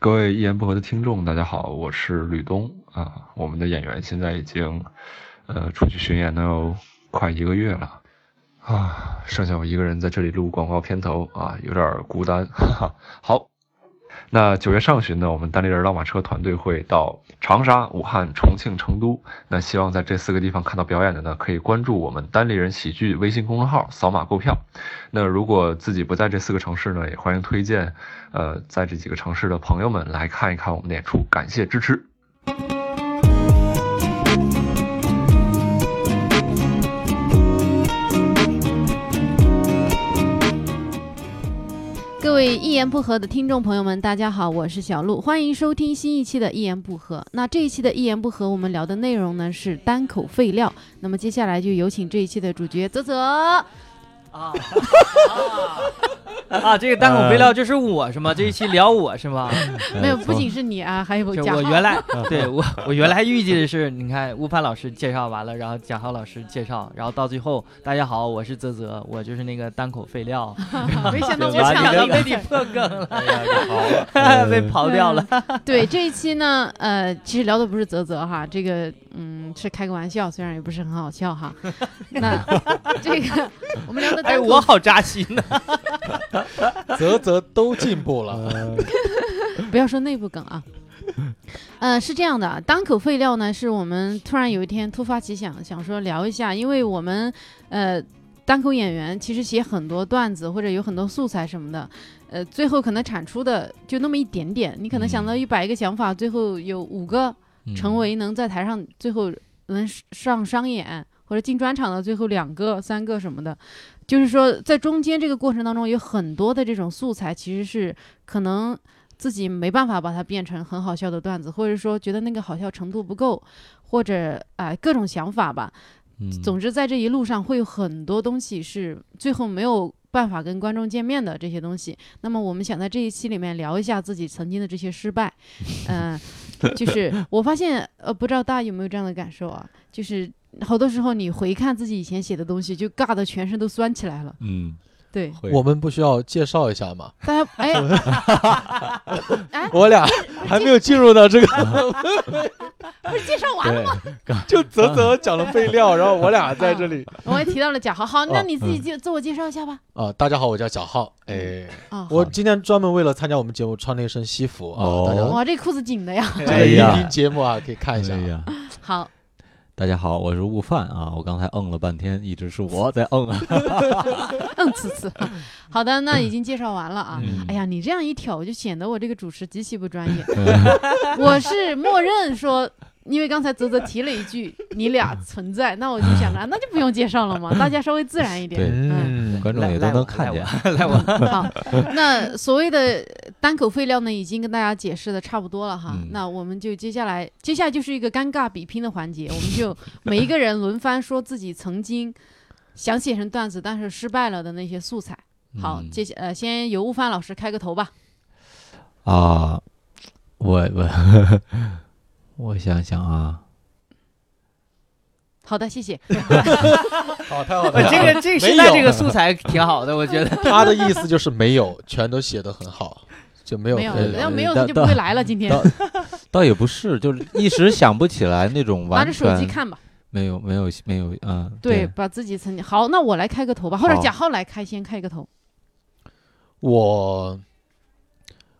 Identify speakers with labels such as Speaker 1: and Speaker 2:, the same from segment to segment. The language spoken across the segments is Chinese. Speaker 1: 各位一言不合的听众，大家好，我是吕东啊。我们的演员现在已经，呃，出去巡演能有快一个月了啊，剩下我一个人在这里录广告片头啊，有点孤单。哈哈。好，那九月上旬呢，我们单立人老马车团队会到长沙、武汉、重庆、成都。那希望在这四个地方看到表演的呢，可以关注我们单立人喜剧微信公众号，扫码购票。那如果自己不在这四个城市呢，也欢迎推荐，呃，在这几个城市的朋友们来看一看我们的演出，感谢支持。
Speaker 2: 各位一言不合的听众朋友们，大家好，我是小鹿，欢迎收听新一期的《一言不合》。那这一期的《一言不合》，我们聊的内容呢是单口废料。那么接下来就有请这一期的主角泽 泽。
Speaker 3: 啊啊！这个单
Speaker 4: 嗯
Speaker 3: 口肥料就是我是吗？这一期聊我是吗？
Speaker 2: 没
Speaker 5: 嗯
Speaker 2: 有，不仅是你啊，还有
Speaker 3: 就
Speaker 2: 贾
Speaker 3: 我
Speaker 2: 浩
Speaker 3: 原来
Speaker 4: 嗯
Speaker 3: 对我我原来预计的是，你看吴凡老师介绍完了，然后贾浩老师介绍，然后到最后大家好，我是泽泽，我就是那个单口废料，
Speaker 2: 没想到我
Speaker 3: 对吧
Speaker 2: 抢
Speaker 3: 你
Speaker 2: 了
Speaker 3: 都
Speaker 2: 一个
Speaker 3: 被你
Speaker 2: 梗。
Speaker 3: 破梗
Speaker 5: 哎
Speaker 3: 了，
Speaker 5: 啊
Speaker 4: 呃
Speaker 3: 被刨掉了。
Speaker 2: 对这一期呢，呃，其实聊的不是泽泽哈，这个嗯是开个玩笑，虽然也不是很好笑哈。那这个我们聊的
Speaker 3: 哎，
Speaker 2: 单口
Speaker 3: 我好扎心呐！
Speaker 4: 泽泽都进步了，
Speaker 2: 不要说内部梗啊。呃，是这样的，单口废料呢，是我们突然有一天突发奇想，想说聊一下，因为我们呃单口演员其实写很多段子或者有很多素材什么的，呃，最后可能产出的就那么一点点，你可能想到一百个想法，最后有五个
Speaker 5: 嗯
Speaker 4: 嗯
Speaker 2: 成为能在台上最后能上商演或者进专场的最后两个、三个什么的，就是说在中间这个过程当中有很多的这种素材，其实是可能自己没办法把它变成很好笑的段子，或者说觉得那个好笑程度不够，或者啊、各种想法吧。
Speaker 5: 嗯
Speaker 4: 嗯
Speaker 2: 总之，在这一路上会有很多东西是最后没有办法跟观众见面的这些东西。那么，我们想在这一期里面聊一下自己曾经的这些失 败。嗯、就是我发现，呃，不知道大家有没有这样的感受啊？就是好多时候你回看自己以前写的东西，就尬的全身都酸起来了。
Speaker 4: 嗯，
Speaker 2: 对，
Speaker 4: 我们不需要介绍一下吗？
Speaker 2: 大家哎哎，
Speaker 4: 我俩还没有进入到这个，
Speaker 2: 不是介绍完了吗？
Speaker 4: 就泽泽讲了废料，然后我俩在这 里
Speaker 2: 我还提到了贾浩，好，那
Speaker 4: 哦
Speaker 2: 你自己介自我介绍一下吧。
Speaker 4: 啊，大家好，我叫小浩，
Speaker 5: 嗯
Speaker 4: 哎，
Speaker 2: 啊，
Speaker 4: 我今天专门为了参加我们节目穿了一身西服啊，
Speaker 5: 哦
Speaker 4: 大家
Speaker 2: 哇，这裤子紧的呀。
Speaker 4: 这个
Speaker 5: 哎呀
Speaker 4: 音频节目啊可以看一下
Speaker 5: 哎
Speaker 4: 啊，
Speaker 5: 呀，
Speaker 2: 好，
Speaker 5: 大家好，我是悟饭啊，我刚才嗯了半天，一直是我在嗯啊。
Speaker 2: 嗯，次次，好的，那已经介绍完了啊。
Speaker 5: 嗯
Speaker 2: 哎呀，你这样一挑，就显得我这个主持极其不专业。
Speaker 5: 哎
Speaker 2: 我是默认说，因为刚才泽泽提了一句你俩存在，那我就想着，那就不用介绍了嘛，大家稍微自然一点。
Speaker 5: 对
Speaker 4: 嗯，
Speaker 5: 观众也都能看见，
Speaker 3: 来 我，
Speaker 2: 好，那所谓的单口废料呢，已经跟大家解释的差不多了哈。
Speaker 5: 嗯
Speaker 2: 那我们就接下来，接下来就是一个尴尬比拼的环节，我们就每一个人轮番说自己曾经想写成段子但是失败了的那些素材。好，
Speaker 5: 嗯
Speaker 2: 接下呃，先由悟饭老师开个头吧。
Speaker 5: 啊，我我我想想啊，
Speaker 2: 好的，谢谢。
Speaker 4: 好，太好
Speaker 3: 我
Speaker 4: 了，
Speaker 3: 这个这个现在这个素材挺好的，我觉 得。
Speaker 4: 他的意思就是没有，全都写的很好，就没有
Speaker 2: 没有
Speaker 4: 废，
Speaker 2: 要
Speaker 4: 料，
Speaker 2: 没有
Speaker 5: 到
Speaker 2: 他就不会来了。今天
Speaker 5: 到倒也不是，就是一时想不起来那种
Speaker 2: 拿
Speaker 5: 完
Speaker 2: 着手机
Speaker 5: 全
Speaker 2: 看吧。
Speaker 5: 没有没有没有嗯，
Speaker 2: 对，把自己曾经好，那我来开个头吧，或者
Speaker 5: 好
Speaker 2: 贾浩来开先开个头。
Speaker 4: 我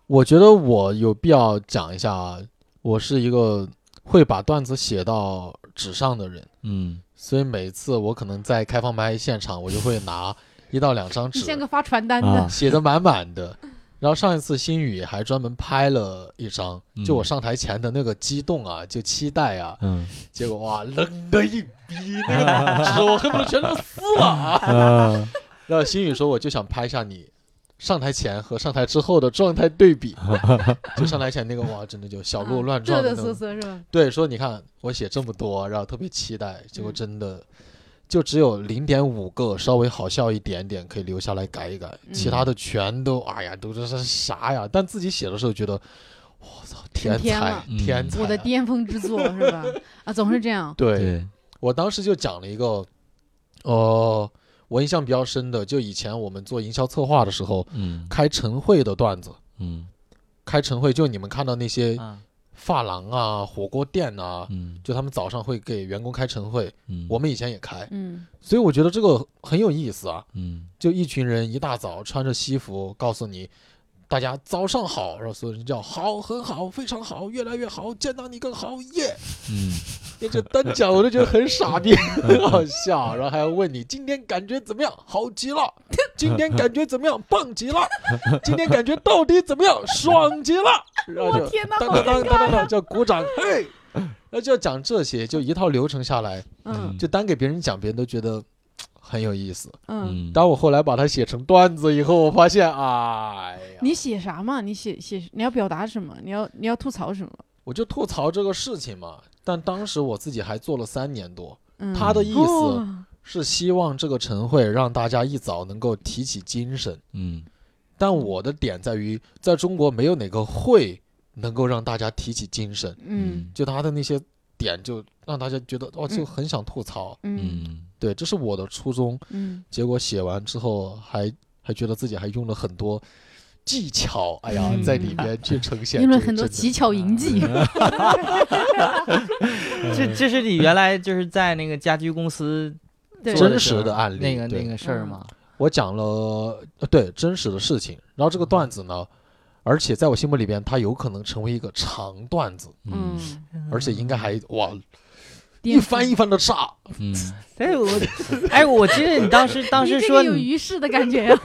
Speaker 4: 我觉得我有必要讲一下啊，我是一个会把段子写到纸上的人，
Speaker 5: 嗯，
Speaker 4: 所以每次我可能在开放麦现场，我就会拿一到两张
Speaker 2: 你像
Speaker 4: 纸
Speaker 2: 个发传单的，
Speaker 5: 啊
Speaker 4: 写的满满的。然后上一次新宇还专门拍了一张，就我上台前的那个激动啊，就期待啊，
Speaker 5: 嗯
Speaker 4: 结果哇，冷的一逼，那个纸我恨不得全都撕了啊！
Speaker 5: 啊，
Speaker 4: 然后新宇说，我就想拍一下你上台前和上台之后的状态对比，就上台前那个哇，真的就小
Speaker 2: 啊
Speaker 4: 鹿乱撞的
Speaker 2: 嘚嘚瑟
Speaker 4: 那种。
Speaker 2: 瑟是吧？
Speaker 4: 对，说你看我写这么多，然后特别期待，结果真的就只有零点五个稍微好笑一点点可以留下来改一改，
Speaker 2: 嗯
Speaker 4: 其他的全都哎呀都这是啥呀？但自己写的时候觉得，我操，天
Speaker 2: 天
Speaker 4: 才
Speaker 2: 了，
Speaker 5: 嗯
Speaker 4: 天才啊！
Speaker 2: 我的巅峰之作是吧？ 啊，总是这样。
Speaker 4: 对，
Speaker 5: 对，
Speaker 4: 我当时就讲了一个，呃，我印象比较深的，就以前我们做营销策划的时候，
Speaker 5: 嗯
Speaker 4: 开晨会的段子，
Speaker 5: 嗯
Speaker 4: 开晨会，就你们看到那些
Speaker 3: 啊，
Speaker 4: 发廊啊、火锅店啊，
Speaker 5: 嗯
Speaker 4: 就他们早上会给员工开晨会，
Speaker 5: 嗯，
Speaker 4: 我们以前也开，
Speaker 2: 嗯
Speaker 4: 所以我觉得这个很有意思啊。
Speaker 5: 嗯
Speaker 4: 就一群人一大早穿着西服，告诉你大家早上好，然后所有人叫好，很好，非常好，越来越好，见到你更好，耶！
Speaker 5: 嗯
Speaker 4: 就这单讲我就觉得很傻逼，很好笑，然后还要问你今天感觉怎么样，好极了；今天感觉怎么样，棒极了；今天感觉到底怎么样，爽极了。然后就
Speaker 2: 我天哪
Speaker 4: 当
Speaker 2: 好
Speaker 4: 当当当当当，叫鼓掌，嘿。那就要讲这些，就一套流程下来，
Speaker 2: 嗯
Speaker 4: 就单给别人讲，别人都觉得嘖很有意思。
Speaker 2: 嗯，
Speaker 5: 嗯，
Speaker 4: 当我后来把它写成段子以后，我发现，哎呀，
Speaker 2: 你写啥嘛？你写写你要表达什么？你要你要吐槽什么？
Speaker 4: 我就吐槽这个事情嘛。但当时我自己还做了三年多，
Speaker 2: 嗯，
Speaker 4: 他的意思
Speaker 2: 哦
Speaker 4: 是希望这个晨会让大家一早能够提起精神。
Speaker 5: 嗯
Speaker 4: 但我的点在于，在中国没有哪个会能够让大家提起精神，
Speaker 2: 嗯
Speaker 4: 就他的那些点就让大家觉得哦，
Speaker 2: 嗯
Speaker 4: 就很想吐槽。
Speaker 2: 嗯
Speaker 5: 嗯
Speaker 4: 对，这是我的初衷。
Speaker 2: 嗯，
Speaker 4: 结果写完之后还还觉得自己还用了很多技巧，哎呀，
Speaker 2: 嗯
Speaker 4: 在里面去呈现
Speaker 2: 用了
Speaker 4: 这个嗯
Speaker 2: 很多
Speaker 4: 真的
Speaker 2: 技巧营技。
Speaker 4: 嗯
Speaker 3: 这这是你原来就是在那个家居公司
Speaker 2: 对，
Speaker 3: 做
Speaker 4: 真
Speaker 3: 时候
Speaker 4: 实的案例
Speaker 3: 那个
Speaker 4: 对
Speaker 3: 那个事儿吗？
Speaker 4: 我讲了呃对真实的事情，然后这个
Speaker 2: 嗯
Speaker 4: 段子呢，而且在我心目里边，它有可能成为一个长段子，
Speaker 2: 嗯，
Speaker 4: 而且应该还哇一
Speaker 2: 颠覆
Speaker 4: 翻一翻的 炸，
Speaker 5: 嗯，
Speaker 3: 哎我哎我记得你当时当时
Speaker 2: 你这
Speaker 3: 说
Speaker 2: 个有
Speaker 3: 你
Speaker 2: 于事的感觉呀，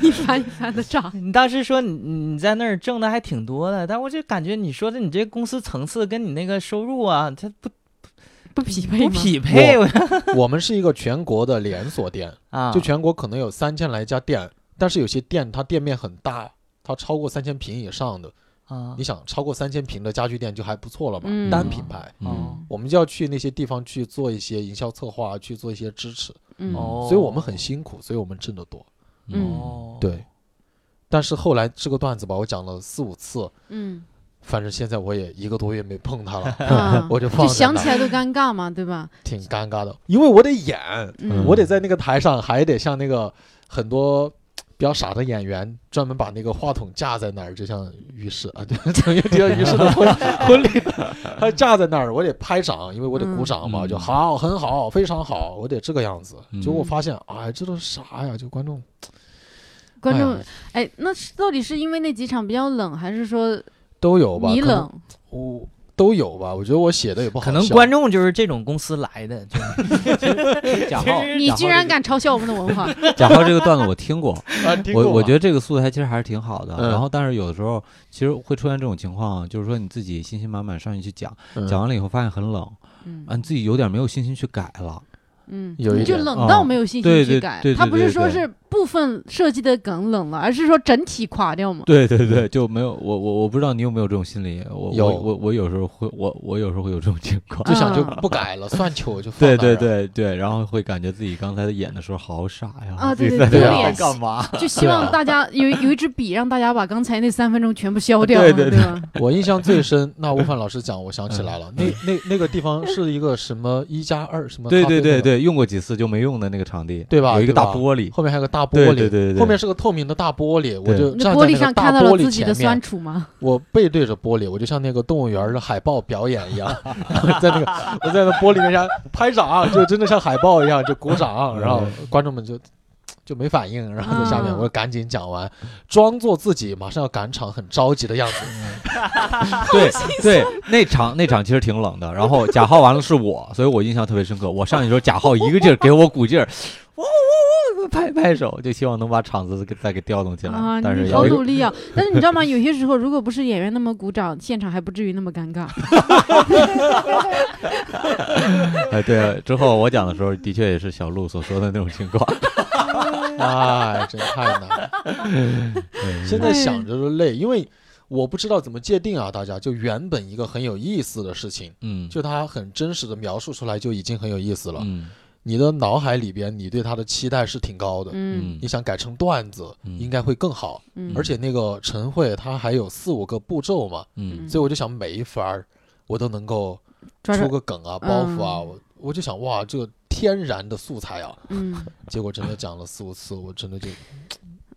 Speaker 2: 一翻一翻的涨。
Speaker 3: 你当时说你你在那儿挣的还挺多的，但我就感觉你说的你这公司层次跟你那个收入啊，它不
Speaker 2: 不匹配
Speaker 3: 不
Speaker 2: 吗？
Speaker 3: 匹配我
Speaker 4: 我们是一个全国的连锁店，
Speaker 3: 啊，
Speaker 4: 就全国可能有三千来家店，但是有些店它店面很大，它超过三千平以上的，
Speaker 3: 啊
Speaker 4: 你想超过三千平的家具店就还不错了嘛，
Speaker 2: 嗯
Speaker 4: 单品牌。
Speaker 3: 哦
Speaker 5: 嗯
Speaker 4: 我们就要去那些地方去做一些营销策划，去做一些支持，
Speaker 2: 嗯
Speaker 3: 哦，
Speaker 4: 所以我们很辛苦，所以我们挣得多。
Speaker 5: 嗯
Speaker 3: 哦，
Speaker 4: 对，但是后来这个段子吧，我讲了四五次，
Speaker 2: 嗯
Speaker 4: 反正现在我也一个多月没碰它了，，
Speaker 2: 啊
Speaker 4: 我就放
Speaker 2: 就
Speaker 4: 着
Speaker 2: 想
Speaker 4: 呢
Speaker 2: 起来都尴尬嘛，对吧？
Speaker 4: 挺尴尬的，因为我得演，
Speaker 2: 嗯
Speaker 4: 我得在那个台上，还得像那个很多。比较傻的演员专门把那个话筒架在那儿，就像于适啊，对， 曾经提到于适的 婚婚礼，他架在那儿，我得拍掌，因为我得鼓掌嘛，
Speaker 5: 嗯
Speaker 4: 就好，很好，非常好，我得这个样子。
Speaker 5: 嗯
Speaker 4: 结果我发现，哎，这都啥呀？就观众
Speaker 2: 观众
Speaker 4: 哎呀，
Speaker 2: 哎，那是到底是因为那几场比较冷，还是说
Speaker 4: 都有吧？
Speaker 2: 你
Speaker 4: 可能
Speaker 2: 冷？
Speaker 4: 我都有吧，我觉得我写的也不好
Speaker 3: 可
Speaker 4: 笑。
Speaker 3: 能观众就是这种公司来的，就
Speaker 5: 贾浩，
Speaker 2: 哦你居然敢嘲笑我们的文化？
Speaker 5: 贾浩这个段子我听过，
Speaker 4: 啊，听
Speaker 5: 我
Speaker 4: 过
Speaker 5: 我
Speaker 4: 吧
Speaker 5: 觉得这个素材其实还是挺好的。
Speaker 4: 嗯
Speaker 5: 然后，但是有的时候其实会出现这种情况，就是说你自己信心满满上去去讲，
Speaker 4: 嗯
Speaker 5: 讲完了以后发现很冷，
Speaker 2: 嗯
Speaker 5: 啊，你自己有点没有信心去改了。
Speaker 2: 嗯，
Speaker 4: 有一
Speaker 2: 你就
Speaker 4: 点
Speaker 2: 冷到
Speaker 5: 哦
Speaker 2: 没有信
Speaker 5: 对
Speaker 2: 心去
Speaker 5: 对
Speaker 2: 改
Speaker 5: 对，对
Speaker 2: 他不
Speaker 5: 对
Speaker 2: 是
Speaker 5: 对
Speaker 2: 说
Speaker 5: 对
Speaker 2: 是部分设计的梗冷了，而是说整体垮掉 嘛。
Speaker 5: 对对对，就没有我我我不知道你有没有这种心理，我
Speaker 4: 有
Speaker 5: 我我我有时候会我我有时候会有这种情况。
Speaker 4: 就想就
Speaker 2: 嗯
Speaker 4: 不改了，算球就放
Speaker 5: 对
Speaker 4: 那
Speaker 5: 对
Speaker 4: 儿了，
Speaker 5: 对对，然后会感觉自己刚才演的时候好傻呀，
Speaker 2: 啊
Speaker 5: 自己
Speaker 2: 对
Speaker 5: 在
Speaker 2: 对
Speaker 5: 那
Speaker 4: 对
Speaker 5: 在
Speaker 2: 对
Speaker 5: 干嘛？
Speaker 2: 就希望
Speaker 4: 啊
Speaker 2: 大家有有一支笔，让大家把刚才那三分钟全部消掉，
Speaker 5: 对对
Speaker 2: 对
Speaker 5: 对
Speaker 2: 吧？
Speaker 4: 我印象最深，那吴范老师讲，我想起来了，那那那个地方是一个什么一加二什么，
Speaker 5: 嗯对对对，对，用过几次就没用的那个场地，
Speaker 4: 对吧
Speaker 5: 有一个
Speaker 4: 对
Speaker 5: 大
Speaker 4: 吧
Speaker 5: 玻璃，
Speaker 4: 后面还有个大玻
Speaker 5: 对
Speaker 4: 璃，
Speaker 5: 对对对对
Speaker 4: 后面是个透明的大玻璃，我
Speaker 5: 对
Speaker 4: 就
Speaker 2: 那
Speaker 4: 站
Speaker 2: 玻璃
Speaker 4: 在那个
Speaker 2: 上
Speaker 4: 大
Speaker 2: 看到了
Speaker 4: 玻璃
Speaker 2: 自己的
Speaker 4: 前
Speaker 2: 酸
Speaker 4: 面，
Speaker 2: 楚吗？
Speaker 4: 我背对着玻璃，我就像那个动物园的海豹表演一样， 在那个我在那玻璃面前拍掌，就真的像海豹一样就鼓掌，然后
Speaker 5: 嗯
Speaker 4: 观众们就就没反应，然后在下面
Speaker 2: 啊
Speaker 4: 我赶紧讲完，装作自己马上要赶场，很着急的 样子。对，
Speaker 5: 对，那场那场其实挺冷的，然后贾浩完了是我，所以我印象特别深刻。我上去的时候，贾浩一个劲儿给我鼓劲儿，我我我拍拍手，就希望能把场子给再给调动起来。
Speaker 2: 啊，
Speaker 5: 但是
Speaker 2: 你
Speaker 5: 也
Speaker 2: 好
Speaker 5: 没
Speaker 2: 努力啊！但是你知道吗？有些时候如果不是演员那么鼓掌，现场还不至于那么尴尬。
Speaker 5: 哎，对，之后我讲的时候，的确也是小鹿所说的那种情 况。
Speaker 4: 哎，真太难了。
Speaker 2: 哎
Speaker 4: 现在想着都累，因为我不知道怎么界定啊。大家就原本一个很有意思的事情，
Speaker 5: 嗯，
Speaker 4: 就它很真实的描述出来，就已经很有意思了。
Speaker 5: 嗯
Speaker 4: 你的脑海里边，你对它的期待是挺高的。
Speaker 2: 嗯
Speaker 5: 嗯
Speaker 4: 你想改成段子，
Speaker 5: 嗯
Speaker 4: 应该会更好。
Speaker 2: 嗯，
Speaker 4: 而且那个晨会它还有四五个步骤嘛，
Speaker 5: 嗯
Speaker 4: 所以我就想每一番儿我都能够
Speaker 2: 抓
Speaker 4: 出
Speaker 2: 住
Speaker 4: 个梗啊、包袱啊，
Speaker 2: 嗯
Speaker 4: 我我就想哇，这个天然的素材啊。
Speaker 2: 嗯
Speaker 4: 结果真的讲了四五次，我真的就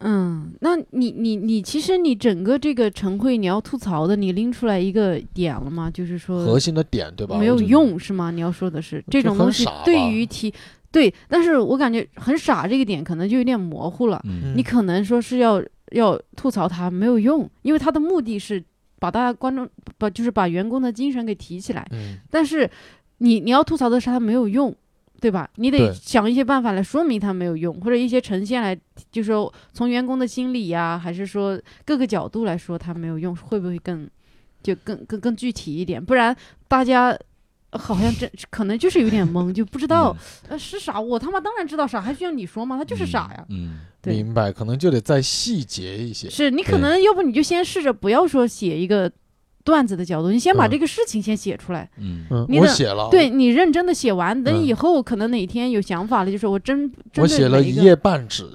Speaker 2: 嗯，那你你你，其实你整个这个晨会你要吐槽的，你拎出来一个点了吗？就是
Speaker 4: 核
Speaker 2: 说
Speaker 4: 心的点对吧？
Speaker 2: 没有
Speaker 4: 我觉得，
Speaker 2: 用是吗？你要说的是这种
Speaker 4: 很
Speaker 2: 东西
Speaker 4: 傻
Speaker 2: 对
Speaker 4: 吧
Speaker 2: 于提对，但是我感觉很傻这个点可能就有点模糊了。
Speaker 5: 嗯，
Speaker 2: 你可能说是要要吐槽他没有用，因为他的目的是把大家观众把就是把员工的精神给提起来，
Speaker 4: 嗯，
Speaker 2: 但是你你要吐槽的是他没有用，对吧？你
Speaker 4: 对
Speaker 2: 得想一些办法来说明他没有用，或者一些呈现来，就是说从员工的心理呀、还是说各个角度来说他没有用，会不会更就更更更具体一点？不然大家。好像这可能就是有点懵，就不知道、
Speaker 4: 嗯
Speaker 2: 呃是傻。我他妈当然知道傻，还需要你说吗？他就是傻呀。
Speaker 5: 嗯，
Speaker 2: 对
Speaker 4: 明白，可能就得再细节一些。
Speaker 2: 是你可
Speaker 4: 对
Speaker 2: 能要不你就先试着不要说写一个段子的角度，你先把
Speaker 4: 嗯
Speaker 2: 这个事情先写出来，
Speaker 5: 嗯嗯，
Speaker 4: 嗯，
Speaker 2: 你
Speaker 4: 我
Speaker 2: 的
Speaker 4: 写了，
Speaker 2: 对你认真的写完，等
Speaker 4: 嗯
Speaker 2: 以后可能哪天有想法了，就是我真针
Speaker 4: 我
Speaker 2: 对
Speaker 4: 写了
Speaker 2: 每
Speaker 4: 一
Speaker 2: 个
Speaker 4: 页半纸，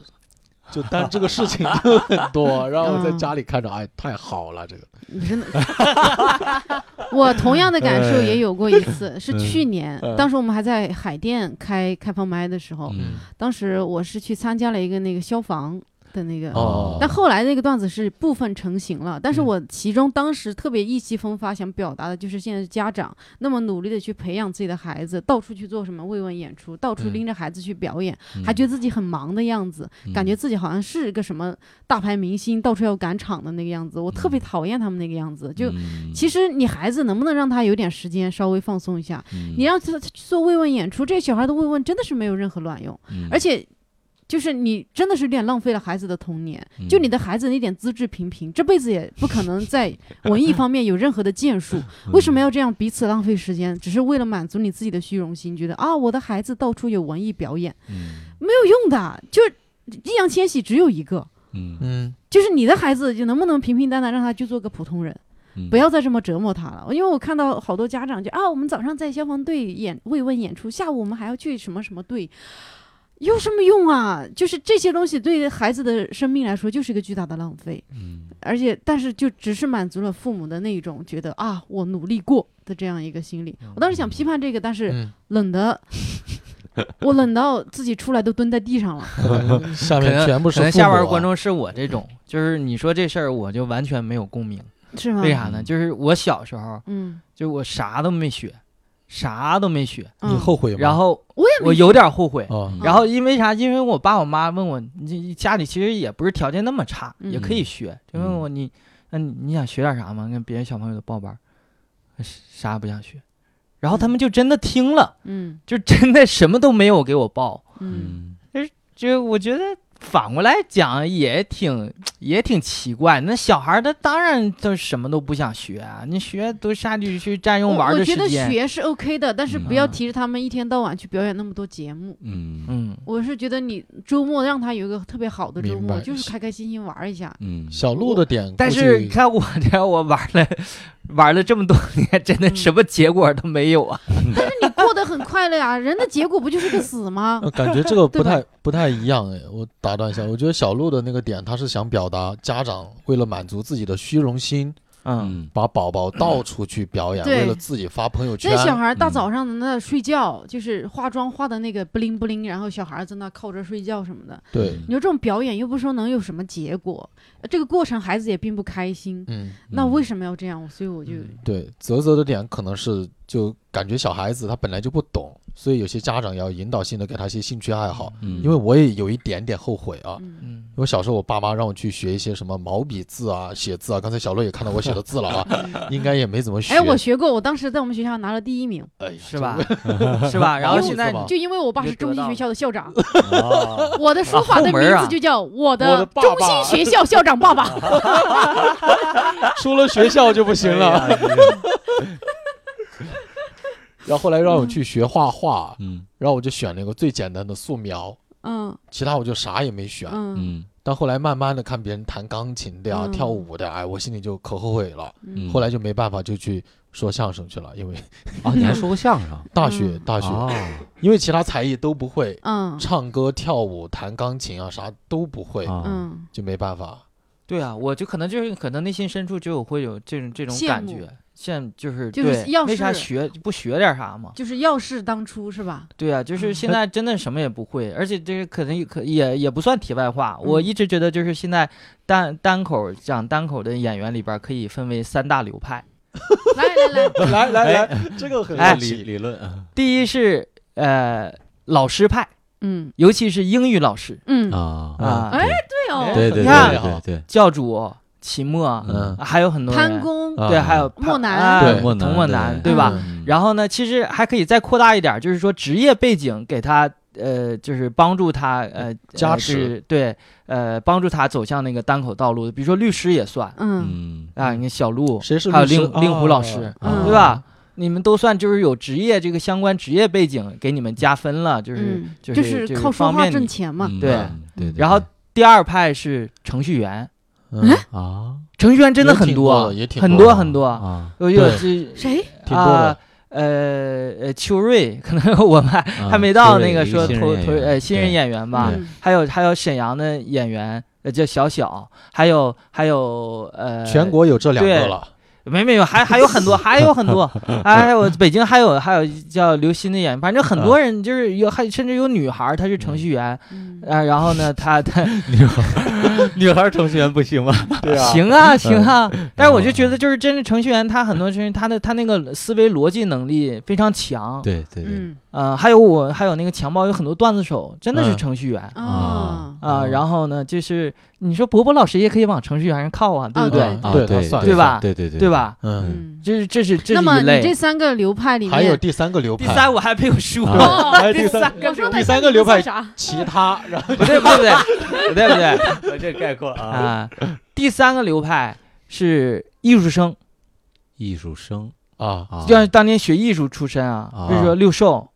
Speaker 4: 就但这个事情就很 多，然后我在
Speaker 2: 嗯
Speaker 4: 家里看着，哎，太好了，这个
Speaker 2: 你真的， 我同样的感受
Speaker 4: 哎
Speaker 2: 也有过一 次，
Speaker 4: 嗯
Speaker 2: 是去年，当时我们还在海淀开开放麦的时候，
Speaker 5: 嗯
Speaker 2: 当时我是去参加了一个那个消防的那个
Speaker 4: 哦
Speaker 2: 嗯但后来那个段子是部分成型了，但是
Speaker 4: 嗯
Speaker 2: 我其中当时特别意气风发，想表达的就是现在家长那么努力的去培养自己的孩子，到处去做什么慰问演出，到处
Speaker 4: 嗯
Speaker 2: 拎着孩子去表演，
Speaker 5: 嗯
Speaker 2: 还觉得自己很忙的样子，感觉自己好像是个什么大牌明星，到处要赶场的那个样子。我特别
Speaker 5: 嗯
Speaker 2: 讨厌他们那个样子。就
Speaker 5: 嗯
Speaker 2: 其实你孩子能不能让他有点时间稍微放松一下？
Speaker 5: 嗯
Speaker 2: 你让他他去做慰问演出，这些小孩的慰问真的是没有任何卵用。
Speaker 5: 嗯
Speaker 2: 而且就是你真的是有点浪费了孩子的童年，
Speaker 5: 嗯
Speaker 2: 就你的孩子那点资质平平，这辈子也不可能在文艺方面有任何的建 树。
Speaker 5: 嗯
Speaker 2: 为什么要这样彼此浪费时间？只是为了满足你自己的虚荣心，觉得啊，我的孩子到处有文艺表演，
Speaker 5: 嗯
Speaker 2: 没有用的。就易烊千玺只有一个。
Speaker 5: 嗯
Speaker 4: 嗯，
Speaker 2: 就是你的孩子，就能不能平平淡淡让他去做个普通人，
Speaker 5: 嗯
Speaker 2: 不要再这么折磨他了。因为我看到好多家长就啊，我们早上在消防队演慰问演出，下午我们还要去什么什么队，有什么用啊？就是这些东西对孩子的生命来说就是一个巨大的浪费，
Speaker 5: 嗯
Speaker 2: 而且但是就只是满足了父母的那一种觉得啊，我努力过的这样一个心理。我当时想批判这个，但是
Speaker 4: 嗯
Speaker 2: 冷的。我冷到自己出来都蹲在地上了，
Speaker 4: 下
Speaker 3: 可能
Speaker 4: 面全部是
Speaker 3: 可能
Speaker 4: 父
Speaker 3: 下
Speaker 4: 母
Speaker 3: 边儿
Speaker 4: 啊
Speaker 3: 观众是我这种，就是你说这事儿我就完全没有共鸣，
Speaker 2: 是吗？
Speaker 3: 为啥呢？
Speaker 5: 嗯
Speaker 3: 就是我小时候，
Speaker 2: 嗯，
Speaker 3: 就我啥都没学，啥都没学，
Speaker 2: 嗯
Speaker 4: 你后悔吗？
Speaker 3: 然后
Speaker 2: 我也没
Speaker 3: 我有点后悔。
Speaker 4: 啊，
Speaker 2: 嗯
Speaker 3: 然后因为啥？因为我爸我妈问我，你家里其实也不是条件那么差，
Speaker 2: 嗯
Speaker 3: 也可以学，就问我你，那你你想学点啥吗？跟别人小朋友都报班儿，啥也不想学。然后他们就真的听了，
Speaker 2: 嗯
Speaker 3: 就真的什么都没有给我报。
Speaker 2: 嗯
Speaker 5: 嗯
Speaker 3: 就我觉得反过来讲也挺也挺奇怪。那小孩儿他当然他什么都不想学啊，你学都下去去占用玩
Speaker 2: 我
Speaker 3: 儿
Speaker 2: 我
Speaker 3: 的
Speaker 2: 觉得
Speaker 3: 时间。
Speaker 2: 学是 OK 的，但是
Speaker 5: 嗯
Speaker 2: 不要提着他们一天到晚去表演那么多节目。
Speaker 5: 嗯
Speaker 3: 嗯，
Speaker 2: 我是觉得你周末让他有一个特别好的周
Speaker 4: 明
Speaker 2: 末，
Speaker 4: 白
Speaker 2: 就是开开心心玩一下。
Speaker 5: 嗯，
Speaker 4: 小鹿的点，
Speaker 3: 但是你看我这我玩了玩了这么多年，真的
Speaker 2: 嗯
Speaker 3: 什么结果都没有啊。
Speaker 2: 那你过得很快乐呀，人的结果不就是个死吗？
Speaker 4: 呃感觉这个
Speaker 2: 对
Speaker 4: 不
Speaker 2: 吧
Speaker 4: 太不太一样哎，我打断一下，我觉得小鹿的那个点，他是想表达家长为了满足自己的虚荣心，
Speaker 3: 嗯，
Speaker 5: 嗯
Speaker 4: 把宝宝到处去表演，
Speaker 2: 对
Speaker 4: 为了自己发朋友圈
Speaker 2: 那，小孩大
Speaker 5: 嗯
Speaker 2: 早上的那睡觉，就是化妆化的那个不灵不灵，然后小孩在那靠着睡觉什么的。
Speaker 4: 对，
Speaker 2: 你说这种表演又不是说能有什么结果，呃这个过程孩子也并不开心，
Speaker 4: 嗯，
Speaker 2: 那为什么要这样？所以我就
Speaker 3: 嗯
Speaker 4: 对，泽泽的点可能是就感觉小孩子他本来就不懂，所以有些家长要引导性的给他一些兴趣爱好，
Speaker 5: 嗯
Speaker 4: 因为我也有一点点后悔啊。
Speaker 2: 嗯
Speaker 3: 嗯
Speaker 4: 我小时候，我爸妈让我去学一些什么毛笔字啊、写字啊。刚才小鹿也看到我写的字了 啊，应该也没怎么
Speaker 2: 嗯
Speaker 4: 学。
Speaker 2: 哎，我学过，我当时在我们学校拿了第一名。
Speaker 4: 哎
Speaker 3: 是吧？ 是吧？然后
Speaker 2: 哦
Speaker 3: 现在
Speaker 4: 是吧
Speaker 2: 就因为我爸
Speaker 3: 啊你就是
Speaker 2: 中
Speaker 3: 得
Speaker 2: 心
Speaker 3: 到
Speaker 2: 学校的校长，
Speaker 5: 啊
Speaker 2: 我的书法的
Speaker 3: 后
Speaker 2: 名
Speaker 3: 门啊
Speaker 2: 字就叫我
Speaker 4: 我的
Speaker 2: 的
Speaker 4: 爸
Speaker 2: 中
Speaker 4: 爸
Speaker 2: 心学校校长爸爸。
Speaker 4: 说了学校就不行了。
Speaker 5: 哎呀
Speaker 4: 然后后来让
Speaker 2: 嗯
Speaker 4: 我去学画画，
Speaker 5: 嗯
Speaker 4: 然后我就选了一个最简单的素描，
Speaker 2: 嗯
Speaker 4: 其他我就啥也没选。
Speaker 2: 嗯
Speaker 5: 嗯
Speaker 4: 但后来慢慢的看别人弹钢琴的呀、
Speaker 2: 嗯
Speaker 4: 跳舞的呀，哎，我心里就可后悔了。
Speaker 5: 嗯
Speaker 4: 后来就没办法，就去说相声去了，因为
Speaker 5: 啊，你还说过相声
Speaker 4: 大学、
Speaker 2: 嗯
Speaker 4: 大学，
Speaker 3: 哦
Speaker 5: 啊
Speaker 4: 因为其他才艺都不会，
Speaker 2: 嗯
Speaker 4: 唱歌、跳舞、弹钢琴啊，啥都不会，
Speaker 5: 啊
Speaker 2: 嗯，
Speaker 4: 就没办法。
Speaker 3: 对啊，我就可能就是可能内心深处就有会有这种这种
Speaker 2: 羡
Speaker 3: 感
Speaker 2: 慕
Speaker 3: 觉，现在就是
Speaker 2: 就是
Speaker 3: 对
Speaker 2: 要
Speaker 3: 为啥
Speaker 2: 是
Speaker 3: 学不学点啥嘛？
Speaker 2: 就是要是当初是吧？
Speaker 3: 对啊，就是
Speaker 2: 嗯
Speaker 3: 现在真的什么也不会，而且这个可能可也也不算题外话。我
Speaker 2: 嗯
Speaker 3: 一直觉得就是现在单单口讲单口的演员里边儿可以分为三大流派，
Speaker 2: 来来来，
Speaker 4: 来来来，这个很
Speaker 3: 哎
Speaker 4: 好
Speaker 5: 理
Speaker 4: 奇。
Speaker 5: 理论嗯
Speaker 3: 第一是呃老师派，
Speaker 2: 嗯
Speaker 3: 尤其是英语老师，
Speaker 2: 嗯，
Speaker 5: 啊
Speaker 3: 啊
Speaker 2: 哎对
Speaker 4: 哎
Speaker 2: 哦，
Speaker 5: 对对对
Speaker 3: 你看
Speaker 5: 对对，
Speaker 3: 教主、齐墨，
Speaker 5: 嗯
Speaker 3: 还有很多人
Speaker 2: 潘工，
Speaker 5: 啊
Speaker 3: 对，还有
Speaker 2: 莫
Speaker 3: 潘
Speaker 2: 南
Speaker 3: 啊
Speaker 5: 对
Speaker 3: 童
Speaker 5: 莫
Speaker 3: 莫
Speaker 5: 南
Speaker 3: 南，
Speaker 5: 对
Speaker 3: 对吧？
Speaker 4: 嗯
Speaker 3: 然后呢，其实还可以再扩大一点儿，就是说职业背景给他呃，就是帮助他呃
Speaker 4: 加
Speaker 3: 呃
Speaker 4: 持
Speaker 3: 就是对呃帮助他走向那个单口道路的，比如说律师也算
Speaker 2: 嗯
Speaker 5: 嗯
Speaker 3: 啊，你看小鹿
Speaker 4: 谁是
Speaker 3: 还有
Speaker 4: 律师
Speaker 5: 啊
Speaker 4: 啊
Speaker 3: 令令狐老师，
Speaker 2: 嗯
Speaker 3: 对吧？你们都算就是有职业这个相关职业背景，给你们加分了，就是
Speaker 2: 嗯，
Speaker 3: 就是是这个
Speaker 2: 靠说
Speaker 3: 方
Speaker 2: 话
Speaker 3: 面
Speaker 2: 挣
Speaker 3: 你。
Speaker 2: 钱嘛。
Speaker 5: 嗯
Speaker 3: 对
Speaker 5: 嗯对对，
Speaker 3: 然后第二派是程序员，
Speaker 4: 嗯
Speaker 5: 啊
Speaker 3: 程序员真的
Speaker 4: 也
Speaker 3: 很
Speaker 4: 挺
Speaker 3: 多啊
Speaker 4: 的，也挺
Speaker 3: 很
Speaker 4: 多
Speaker 3: 多
Speaker 4: 的
Speaker 3: 很多，
Speaker 5: 啊，
Speaker 3: 有有
Speaker 4: 对
Speaker 3: 这
Speaker 2: 谁？
Speaker 4: 挺多的
Speaker 3: 啊。呃呃，秋瑞可能 我们还还没到那个说头头呃新人演员吧
Speaker 5: 对，
Speaker 2: 嗯
Speaker 3: 还有还有沈阳的演员呃叫小小，还有还有呃
Speaker 4: 哎全国有这两个了，
Speaker 3: 没没有还还有很多还有很多，还还有北京还有还有叫刘鑫的演员，反正很多人就是有还甚至有女孩儿她是程序员
Speaker 2: 嗯
Speaker 3: 啊，然后呢她她
Speaker 5: 女孩女孩程序员不行吗？
Speaker 4: 对啊，
Speaker 3: 行啊，行啊。但是我就觉得，就是真是程序员，他很多就是他的他那个思维逻辑能力非常强。
Speaker 5: 对对对，
Speaker 2: 嗯
Speaker 3: 呃，还有我还有那个强暴有很多段子手，真的是
Speaker 4: 嗯
Speaker 3: 程序员。
Speaker 2: 啊，
Speaker 3: 啊，
Speaker 4: 哦
Speaker 3: 然后呢，就是你说伯伯老师也可以往程序员上靠啊，对
Speaker 2: 啊
Speaker 3: 不对？
Speaker 5: 啊
Speaker 4: 哦对
Speaker 5: 对
Speaker 4: 他算
Speaker 3: 对吧
Speaker 5: 对对对
Speaker 3: 对？吧？
Speaker 4: 嗯，
Speaker 2: 嗯。
Speaker 3: 这是这是这
Speaker 2: 那
Speaker 3: 是
Speaker 2: 么
Speaker 3: 一
Speaker 2: 你这
Speaker 3: 类。
Speaker 2: 三个流派里面，
Speaker 4: 还有第三个流
Speaker 3: 第
Speaker 4: 派，
Speaker 3: 三我还没有说，
Speaker 5: 啊
Speaker 2: 哦
Speaker 4: 还有
Speaker 3: 第
Speaker 4: 第三
Speaker 3: 三
Speaker 2: 我说
Speaker 4: 第三个流派
Speaker 2: 啥？
Speaker 4: 其他，然后
Speaker 3: 不对不对不 对不对不对
Speaker 5: 我这概括啊，
Speaker 3: 啊！第三个流派是艺术生，
Speaker 5: 艺术生
Speaker 4: 啊
Speaker 5: 啊，
Speaker 3: 就像当年学艺术出身啊，比如说六兽、
Speaker 4: 啊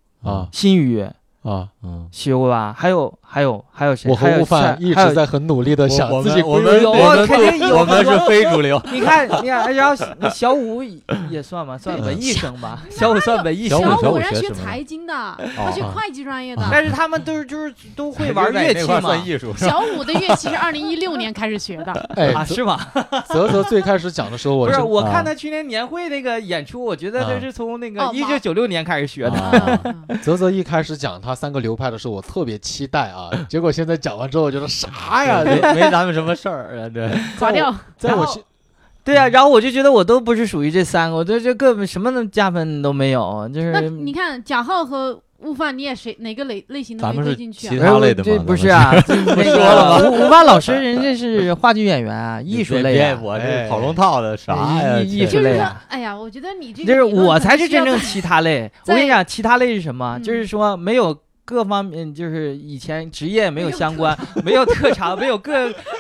Speaker 3: 新宇、
Speaker 4: 啊！
Speaker 5: 嗯，
Speaker 3: 学过吧？还有还有还有谁？
Speaker 4: 我
Speaker 3: 还
Speaker 4: 和
Speaker 3: 有
Speaker 4: 悟饭
Speaker 3: 像
Speaker 4: 一
Speaker 3: 还有
Speaker 4: 直在很努力的想自己
Speaker 5: 我
Speaker 4: 归
Speaker 5: 们
Speaker 4: 入
Speaker 3: 有
Speaker 5: 我
Speaker 3: 我肯定有
Speaker 5: 我们是非主流，
Speaker 3: 你看，你看，哎然后那小五也算 吧，算文艺生吧，小五算文艺
Speaker 5: 小
Speaker 3: 生
Speaker 5: 五。
Speaker 2: 小
Speaker 5: 五
Speaker 2: 人
Speaker 5: 学
Speaker 2: 家学
Speaker 5: 什么
Speaker 2: 财经的，他学会计专业的。
Speaker 3: 但是他们都是就是都 会玩乐器嘛
Speaker 5: 算艺 术
Speaker 2: 小五的乐器是二零一六年开始学的，
Speaker 4: 哎
Speaker 3: 啊，，是吗？
Speaker 4: 泽泽最开始讲的时候，我
Speaker 3: 不是，
Speaker 4: 真
Speaker 3: 我看
Speaker 4: 啊
Speaker 3: 他去年年会那个演出，我觉得他是从那
Speaker 2: 啊
Speaker 3: 个
Speaker 2: 哦
Speaker 3: 一九九六年开始学的。
Speaker 5: 啊，
Speaker 2: 嗯
Speaker 4: 泽泽一开始讲他三个流派的时候，我特别期待啊，结果现在讲完之后，我觉得啥呀？
Speaker 5: 没
Speaker 4: 这
Speaker 5: 没咱们什么事儿啊，对，
Speaker 2: 垮掉。
Speaker 4: 在我
Speaker 3: 然后
Speaker 4: 心
Speaker 3: 对啊，然后我就觉得我都不是属于这三个，我对这个什么能加分都没有，就是
Speaker 2: 那你看贾浩和悟饭，你也谁哪个类类型都
Speaker 5: 咱
Speaker 2: 没
Speaker 5: 们是
Speaker 2: 归进去
Speaker 5: 其
Speaker 2: 啊？
Speaker 5: 他类的嘛，
Speaker 3: 这不是啊，这不
Speaker 5: 说了
Speaker 3: 吧？吴吴凡老师人家是话剧演员啊，
Speaker 5: 咱们
Speaker 3: 艺术类啊
Speaker 5: 别，我这
Speaker 4: 哎
Speaker 5: 跑龙套的啥呀？
Speaker 3: 艺艺
Speaker 5: 这
Speaker 3: 术
Speaker 2: 就
Speaker 3: 类
Speaker 2: 是说
Speaker 3: 啊，
Speaker 2: 哎呀，我觉得你这
Speaker 3: 就是
Speaker 2: 个理论
Speaker 3: 我
Speaker 2: 可能
Speaker 3: 才是
Speaker 2: 需要
Speaker 3: 真正其他 类。我
Speaker 2: 在
Speaker 3: 跟你讲，其他类是什么？
Speaker 2: 嗯
Speaker 3: 就是说没有各方面，就是以前职业没有相关，没有特长，没有 各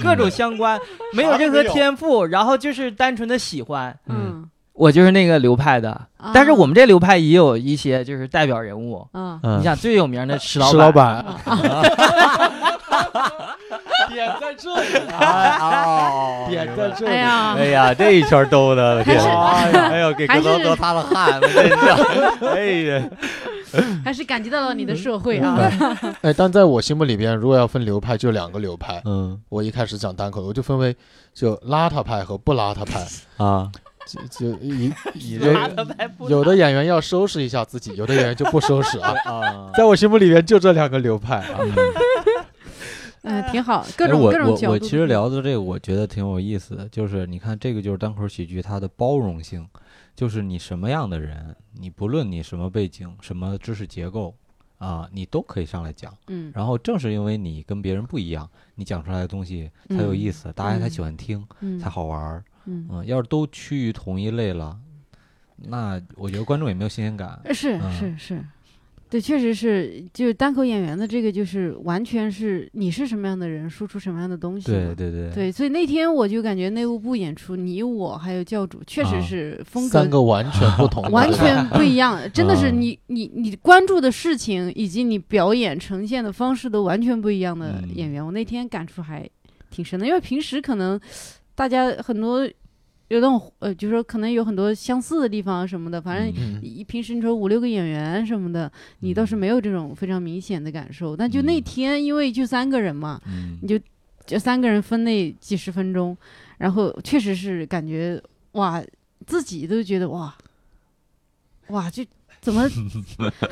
Speaker 3: 各种相关，嗯没有任何天赋，然后就是单纯的喜欢。
Speaker 2: 嗯，
Speaker 3: 我就是那个流派的，
Speaker 2: 啊
Speaker 3: 但是我们这流派也有一些就是代表人物。
Speaker 2: 啊，
Speaker 4: 嗯
Speaker 3: 你想最有名的呃石老
Speaker 4: 石老板
Speaker 5: 点在这里啊，
Speaker 4: 点在这
Speaker 2: 哎
Speaker 4: 里，
Speaker 2: 呀
Speaker 5: 哎， 呀，这一圈兜的，
Speaker 2: 还是
Speaker 5: 哎呀哎呦，给格
Speaker 2: 还是
Speaker 5: 罗多擦了汗，我 真的，哎呀，
Speaker 2: 还是感激到了你的社会啊，
Speaker 5: 嗯
Speaker 4: 哎，但在我心目里边，如果要分流派，就两个流派。
Speaker 5: 嗯
Speaker 4: 我一开始讲单口，我就分为就邋遢派和不邋遢派，
Speaker 5: 啊，
Speaker 4: 就就一
Speaker 5: 你
Speaker 4: 有
Speaker 5: 这
Speaker 4: 有的演员要收拾一下自己，有的演员就不收拾啊。
Speaker 5: 啊。
Speaker 4: 在我心目里边，就这两个流派啊。
Speaker 2: 嗯，挺好，各
Speaker 5: 哎
Speaker 2: 种
Speaker 5: 我
Speaker 2: 各种角
Speaker 5: 我
Speaker 2: 度。
Speaker 5: 我其实聊的这个，我觉得挺有意思的，就是你看这个就是单口喜剧它的包容性，就是你什么样的人，你不论你什么背景、什么知识结构啊，你都可以上来讲。
Speaker 2: 嗯，
Speaker 5: 然后正是因为你跟别人不一样，你讲出来的东西才有意思，大家才喜欢听，
Speaker 2: 嗯
Speaker 5: 才好玩儿。
Speaker 2: 嗯，
Speaker 5: 嗯，要是都趋于同一类了，那我觉得观众也没有新鲜感。
Speaker 2: 是
Speaker 5: 嗯
Speaker 2: 是是，对，确实是，就是单口演员的这个，就是完全是你是什么样的人，输出什么样的东西嘛。
Speaker 5: 对对对，
Speaker 2: 对，所以那天我就感觉内务部演出，你我还有教主，确
Speaker 5: 啊
Speaker 2: 实是 风格
Speaker 4: 三个完全不同的，
Speaker 2: 完全不一 样，真的
Speaker 5: 啊
Speaker 2: 是你你你关注的事情以及你表演呈现的方式都完全不一样的
Speaker 5: 嗯
Speaker 2: 演员，我那天感触还挺深的，因为平时可能大家很多有那种呃，就是说可能有很多相似的地方啊什么的，反正
Speaker 4: 嗯。
Speaker 5: 嗯
Speaker 2: 一平时你说五六个演员什么的，你倒是没有这种非常明显的感受，但就那
Speaker 5: 嗯
Speaker 2: 天因为就三个人嘛，
Speaker 5: 嗯
Speaker 2: 你就这三个人分那几十分钟，然后确实是感觉哇，自己都觉得哇，哇，就怎 么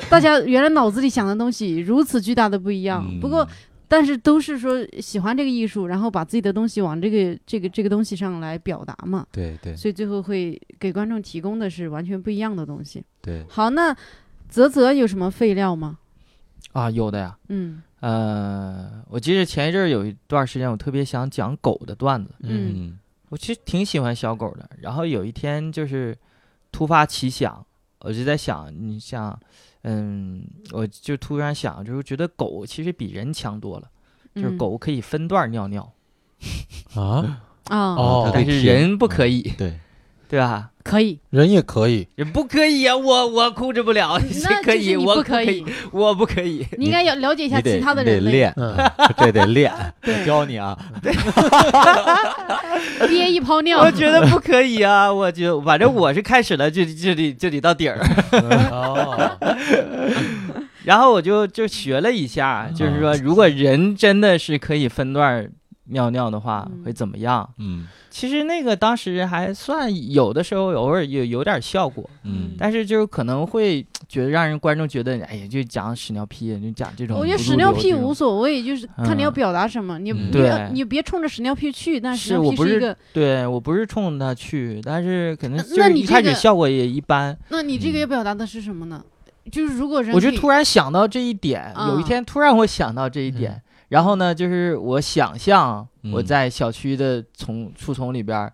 Speaker 2: 大家原来脑子里想的东西如此巨大的不一样。
Speaker 3: 嗯
Speaker 2: 不过，
Speaker 5: 嗯
Speaker 2: 但是都是说喜欢这个艺术，然后把自己的东西往这个这个这个东西上来表达嘛，
Speaker 5: 对对
Speaker 2: 所以最后会给观众提供的是完全不一样的东西。
Speaker 5: 对，
Speaker 2: 好，那泽泽有什么废料吗？
Speaker 3: 啊，有的呀。
Speaker 2: 嗯
Speaker 3: 呃，我记得前一阵儿有一段时间，我特别想讲狗的段子，
Speaker 2: 嗯
Speaker 5: 嗯
Speaker 3: 我其实挺喜欢小狗的。然后有一天就是突发奇想，我就在想，你想，嗯，我就突然想，就是觉得狗其实比人强多了，就是
Speaker 2: 嗯
Speaker 3: 狗可以分段尿尿，
Speaker 4: 啊，
Speaker 2: 啊，
Speaker 4: 哦
Speaker 3: 但是人不可以，
Speaker 5: 对，
Speaker 3: 对吧？
Speaker 2: 可 以，
Speaker 4: 人也可以，
Speaker 3: 人不可以啊，我我控制不了，谁
Speaker 2: 那
Speaker 3: 可
Speaker 2: 就是
Speaker 3: 以？
Speaker 2: 你
Speaker 3: 我
Speaker 2: 不可
Speaker 3: 以，，我不可 以。
Speaker 2: 你应该要了解一下
Speaker 5: 你得
Speaker 2: 其他的
Speaker 5: 你得
Speaker 2: 人类，
Speaker 5: 练，
Speaker 4: 嗯，
Speaker 5: 这得练，我
Speaker 2: 对
Speaker 5: 教你啊，
Speaker 2: 憋一泡尿
Speaker 3: 我，觉得不可以啊！我就反正我是开始了，就就得就得到底儿。
Speaker 4: 哦，
Speaker 3: 然后我就就学了一下，
Speaker 2: 嗯
Speaker 3: 就是说，如果人真的是可以分段儿尿尿的话，
Speaker 2: 嗯
Speaker 3: 会怎么样？
Speaker 5: 嗯
Speaker 3: 其实那个当时还算有的时候偶尔有有点效果，
Speaker 5: 嗯，
Speaker 3: 但是就是可能会觉得让人观众觉得，哎呀，就讲屎尿屁，就讲这种不
Speaker 2: 我
Speaker 3: 入
Speaker 2: 觉
Speaker 3: 流
Speaker 2: 得哦
Speaker 3: 这种。
Speaker 2: 屎尿屁无所谓，就是看你要
Speaker 3: 嗯
Speaker 2: 表达什么，你
Speaker 5: 嗯
Speaker 2: 你要
Speaker 3: 对
Speaker 2: 你别冲着屎尿屁去，但屎
Speaker 3: 是
Speaker 2: 尿
Speaker 3: 我
Speaker 2: 屁
Speaker 3: 不
Speaker 2: 是一
Speaker 3: 是
Speaker 2: 个，
Speaker 3: 对我不是冲他去，但是可能
Speaker 2: 那
Speaker 3: 就
Speaker 2: 那
Speaker 3: 是
Speaker 2: 你
Speaker 3: 一开
Speaker 2: 这
Speaker 3: 始
Speaker 2: 个
Speaker 3: 效果也一般。
Speaker 2: 那你这个要表达的是什么呢？就是如果人可
Speaker 3: 我就
Speaker 2: 以
Speaker 3: 突然想到这一点，有
Speaker 2: 嗯
Speaker 3: 一天突然我想到这一
Speaker 4: 嗯
Speaker 3: 点，然后呢，就是我想象我
Speaker 5: 嗯
Speaker 3: 在小区的丛树丛里边儿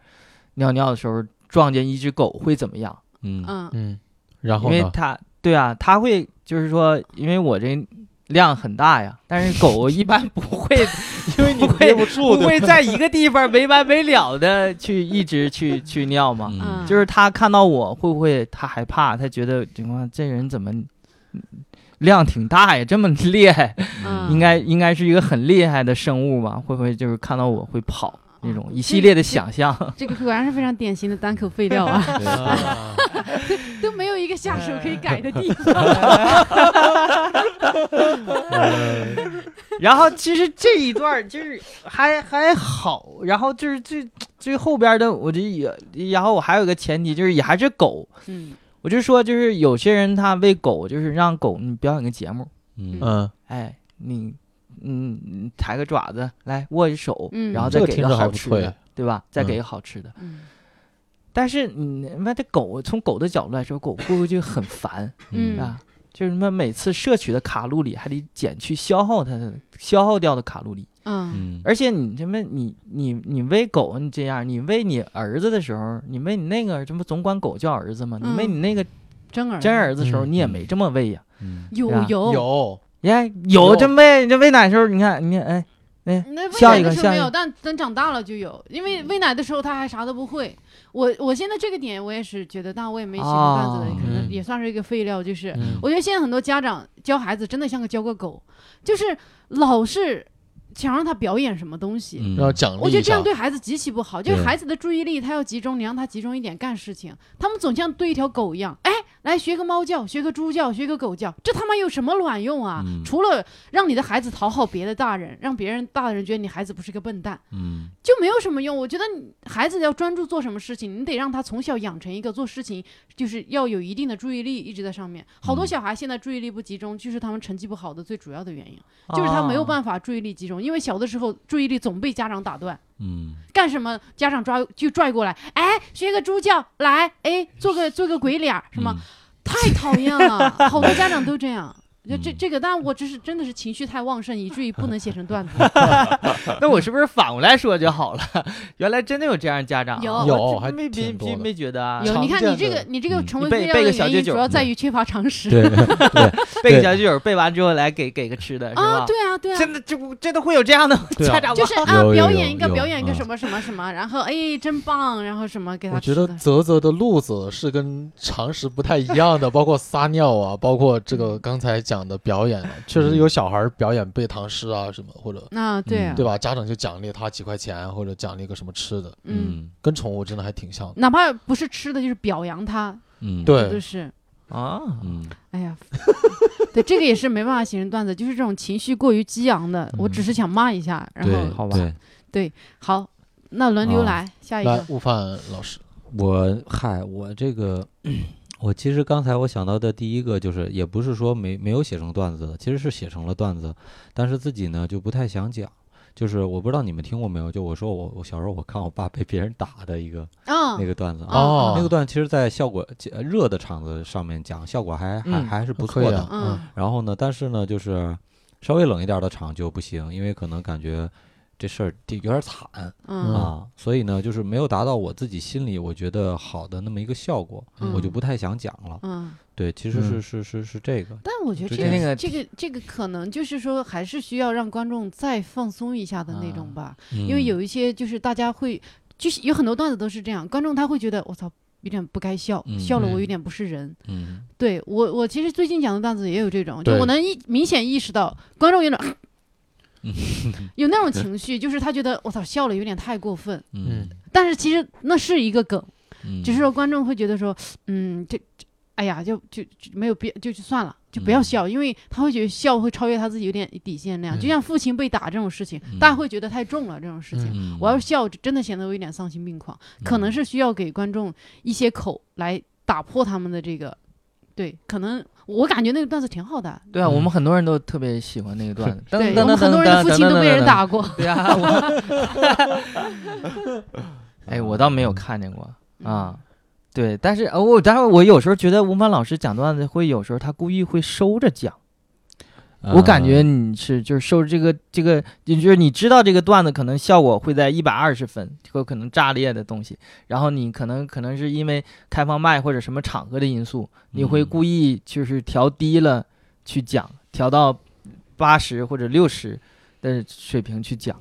Speaker 3: 尿尿的时候撞见一只狗会怎么样？
Speaker 5: 嗯
Speaker 2: 嗯
Speaker 4: 嗯，然
Speaker 3: 因
Speaker 4: 后
Speaker 3: 为
Speaker 4: 呢？
Speaker 3: 它对啊，它会就是说，因为我这量很大呀，但是狗一般不会，因为你会
Speaker 4: 不住
Speaker 3: 不 会在一个地方没完没了的去一直去去尿嘛。
Speaker 5: 嗯
Speaker 2: 嗯，
Speaker 3: 就是他看到我会不会他害怕？他觉得情况这人怎么嗯量挺大呀，这 么厉害，
Speaker 2: 嗯
Speaker 3: 应该应该是一个很厉害的生物吧？会不会就是看到我会跑那种一系列的想象？
Speaker 2: 这个果然是非常典型的单口废料啊，
Speaker 5: 对对
Speaker 4: 啊
Speaker 2: 都没有一个下手可以改的地 方。
Speaker 4: 哎
Speaker 3: 然后其实这一段儿就是还还好，然后就是最最后边的我这也，然后我还有个前提就是也还是狗，
Speaker 2: 嗯
Speaker 3: 我就说就是有些人他喂狗就是让狗你表演个节目，
Speaker 5: 嗯
Speaker 4: 嗯，
Speaker 3: 哎，你嗯你抬个爪子来握一手，
Speaker 2: 嗯
Speaker 3: 然后再
Speaker 4: 这个
Speaker 3: 给
Speaker 4: 听
Speaker 3: 个
Speaker 4: 着还
Speaker 3: 好
Speaker 4: 不
Speaker 3: 吃
Speaker 4: 错
Speaker 3: 的
Speaker 4: 呀，
Speaker 3: 对吧？再给
Speaker 4: 嗯
Speaker 3: 个好吃的。
Speaker 2: 嗯
Speaker 3: 但是你妈这狗从狗的角度来说，狗会不会就很烦
Speaker 2: 嗯
Speaker 3: 啊？就是妈每次摄取的卡路里还得减去消耗它的消耗掉的卡路里，
Speaker 2: 嗯
Speaker 5: 嗯，
Speaker 3: 而且你他妈你你你喂狗你这样，你喂你儿子的时候，你喂你那个什么总管狗叫儿子嘛，你喂
Speaker 2: 嗯
Speaker 3: 你那个
Speaker 2: 真儿
Speaker 3: 真儿子的时候，
Speaker 4: 嗯
Speaker 3: 你也没这么喂呀。
Speaker 5: 嗯
Speaker 2: 有
Speaker 3: 对啊
Speaker 2: 有
Speaker 4: 有，
Speaker 3: 你看有
Speaker 4: 有
Speaker 3: 这喂这喂奶的时候，你看你看哎，
Speaker 2: 那喂
Speaker 3: 下
Speaker 2: 奶
Speaker 3: 一
Speaker 2: 的
Speaker 3: 个
Speaker 2: 时候没
Speaker 3: 下一
Speaker 2: 有，
Speaker 3: 个
Speaker 2: 但等长大了就有，因为喂奶的时候他还啥都不会。我我现在这个点我也是觉得，但我也没写过段子的，
Speaker 3: 哦
Speaker 2: 可能
Speaker 4: 嗯
Speaker 2: 也算是一个废料。就是、
Speaker 4: 嗯
Speaker 2: 我觉得现在很多家长教孩子真的像个教个狗，就是老是想让他表演什么东西。
Speaker 5: 嗯
Speaker 4: 然后奖
Speaker 2: 我觉
Speaker 4: 励
Speaker 2: 得这样
Speaker 4: 啥？
Speaker 2: 对孩子极其不好，就是
Speaker 5: 对嗯
Speaker 2: 孩子的注意力他要集中，你让他集中一点干事情，他们总像对一条狗一样，哎，来学个猫叫，学个猪叫，学个狗叫，这他妈有什么卵用啊？
Speaker 5: 嗯
Speaker 2: 除了让你的孩子讨好别的大人，让别人大人觉得你孩子不是个笨蛋，
Speaker 5: 嗯
Speaker 2: 就没有什么用。我觉得你孩子要专注做什么事情，你得让他从小养成一个做事情就是要有一定的注意力一直在上面。好多
Speaker 5: 嗯
Speaker 2: 小孩现在注意力不集中，就是他们成绩不好的最主要的原因，就是他没有
Speaker 3: 法。
Speaker 2: 办法注意力集中，因为小的时候注意力总被家长打断。
Speaker 5: 嗯
Speaker 2: 干什么？家长抓就拽过来，哎，学个猪叫，来，哎，做个做个鬼脸儿，什么？
Speaker 5: 嗯
Speaker 2: 太讨厌了，好多家长都这样。就这
Speaker 5: 嗯
Speaker 2: 这个，但我只是真的是情绪太旺盛，以至于不能写成段子。
Speaker 3: 那我是不是反过来说就好了？ 原来真的有这样的家长啊，
Speaker 2: 有
Speaker 3: 我
Speaker 4: 有
Speaker 3: 真
Speaker 4: 还
Speaker 3: 没没
Speaker 4: 挺多
Speaker 3: 没
Speaker 4: 的
Speaker 3: 没觉得啊，
Speaker 2: 有，你看你
Speaker 4: 常见
Speaker 2: 这个
Speaker 4: 的
Speaker 2: 你这个
Speaker 5: 嗯
Speaker 2: 成为
Speaker 3: 你背
Speaker 2: 废料
Speaker 3: 背
Speaker 2: 的
Speaker 3: 个小
Speaker 2: 原因，
Speaker 3: 九
Speaker 2: 主
Speaker 3: 九
Speaker 2: 要在于缺乏常识。 啊
Speaker 5: 对嗯对
Speaker 3: 背个小剧本背完之后来给给个吃的是吧
Speaker 2: 啊，？对啊，对啊，
Speaker 3: 真的这不真的会有这样的
Speaker 4: 对啊
Speaker 3: 家长吗？
Speaker 2: 就是啊，
Speaker 5: 有
Speaker 2: 表
Speaker 5: 有
Speaker 2: 演一个
Speaker 5: 有
Speaker 2: 表演一个
Speaker 5: 嗯
Speaker 2: 什么什么什么，然后哎，真棒，然后什么给他
Speaker 4: 我
Speaker 2: 吃
Speaker 4: 觉
Speaker 2: 的。
Speaker 4: 得泽泽的路子是跟常识不太一样 的，包括撒尿啊，包括这个
Speaker 2: 嗯
Speaker 4: 刚才讲的表 演啊，确实有小孩儿表演背唐诗啊什么，或者
Speaker 2: 啊，对啊
Speaker 4: 对，吧？家长就奖励他几块钱，或者奖励个什么吃的，
Speaker 2: 嗯，
Speaker 5: 嗯
Speaker 4: 跟宠物真的还挺像的。
Speaker 2: 哪怕不是吃的，就是表扬他，
Speaker 5: 嗯
Speaker 4: 对
Speaker 2: 就是。
Speaker 3: 啊，
Speaker 5: 嗯
Speaker 2: 哎呀， 对，这个也是没办法形成段子，就是这种情绪过于激昂的，我只是想骂一下，然
Speaker 5: 嗯对
Speaker 2: 后
Speaker 3: 好吧
Speaker 5: 对
Speaker 2: 好，那轮流
Speaker 5: 啊
Speaker 2: 来、下一
Speaker 4: 来
Speaker 2: 个，，
Speaker 4: 悟饭老师，
Speaker 5: 我嗨，我这个， 我其实刚才我想到的第一个就是，也不是说没没有写成段子的，其实是写成了段子，但是自己呢就不太想讲。就是我不知道你们听过没有，就我说我我小时候我看我爸被别人打的一个
Speaker 2: 啊
Speaker 5: 那个段子啊，
Speaker 2: 哦
Speaker 5: 那个段其实，在效果呃热的场子上面讲，效果还还
Speaker 3: 嗯
Speaker 5: 还是不
Speaker 4: 可
Speaker 5: 错
Speaker 4: 以
Speaker 5: 的
Speaker 4: 啊。
Speaker 2: 嗯
Speaker 5: 然后呢，但是呢，就是稍微冷一点的场就不行，因为可能感觉这事儿有点惨
Speaker 2: 嗯
Speaker 5: 啊，所以呢，就是没有达到我自己心里我觉得好的那么一个效果，
Speaker 2: 嗯
Speaker 5: 我就不太想讲了。
Speaker 2: 嗯。
Speaker 5: 对，其实
Speaker 4: 嗯
Speaker 5: 是、是是是这个，
Speaker 2: 但我觉得
Speaker 5: 之
Speaker 2: 这
Speaker 3: 前
Speaker 2: 个
Speaker 3: 那个
Speaker 2: 这个这个可能就是说，还是需要让观众再放松一下的那种
Speaker 3: 啊
Speaker 2: 吧，
Speaker 5: 嗯
Speaker 2: 因为有一些就是大家会，就是有很多段子都是这样，观众他会觉得我操。有点不该笑，
Speaker 5: 嗯
Speaker 2: 笑了我有
Speaker 4: 嗯
Speaker 2: 点不是人。
Speaker 5: 嗯
Speaker 2: 对我，我其实最近讲的段子也有这种，就
Speaker 4: 对
Speaker 2: 我能意明显意识到观众有点，
Speaker 5: 嗯
Speaker 2: 有那种情绪，就是他觉得我操笑了有点太过分，
Speaker 5: 嗯
Speaker 2: 但是其实那是一个梗，
Speaker 5: 嗯，
Speaker 2: 只是说观众会觉得说，嗯，这这，哎呀，就就就没有必就就算了，就不要
Speaker 5: 嗯
Speaker 2: 笑，因为他会觉得笑会超越他自己有点底线那样，就
Speaker 5: 嗯
Speaker 2: 像父亲被打这种事情，
Speaker 5: 嗯
Speaker 2: 大家会觉得太重了这种事情。
Speaker 5: 嗯，
Speaker 2: 我要是笑，真的显得我有点丧心病狂，可能
Speaker 5: 嗯
Speaker 2: 是需要给观众一些口来打破他们的这个，对，可能我感觉那个段子挺好的，
Speaker 3: 对啊，我
Speaker 5: 嗯
Speaker 3: 们很多人都特别喜欢那个段子。
Speaker 2: 对，
Speaker 3: 噔噔
Speaker 2: 我们
Speaker 3: 噔
Speaker 2: 很多人的
Speaker 3: 噔
Speaker 2: 父亲
Speaker 3: 噔
Speaker 2: 都
Speaker 3: 噔
Speaker 2: 被人
Speaker 3: 噔
Speaker 2: 打过，
Speaker 3: 对啊，我 哎，我倒没有看见过
Speaker 5: 嗯
Speaker 3: 啊。对，但是呃，我但是我有时候觉得吴凡老师讲段子会有时候他故意会收着讲，
Speaker 5: 啊嗯
Speaker 3: 我感觉你是就是收着这个这个，就是你知道这个段子可能效果会在一百二十分，会可能炸裂的东西，然后你可能可能是因为开放麦或者什么场合的因素，你会
Speaker 5: 嗯
Speaker 3: 故意就是调低了去讲，调到八十或者六十的水平去讲。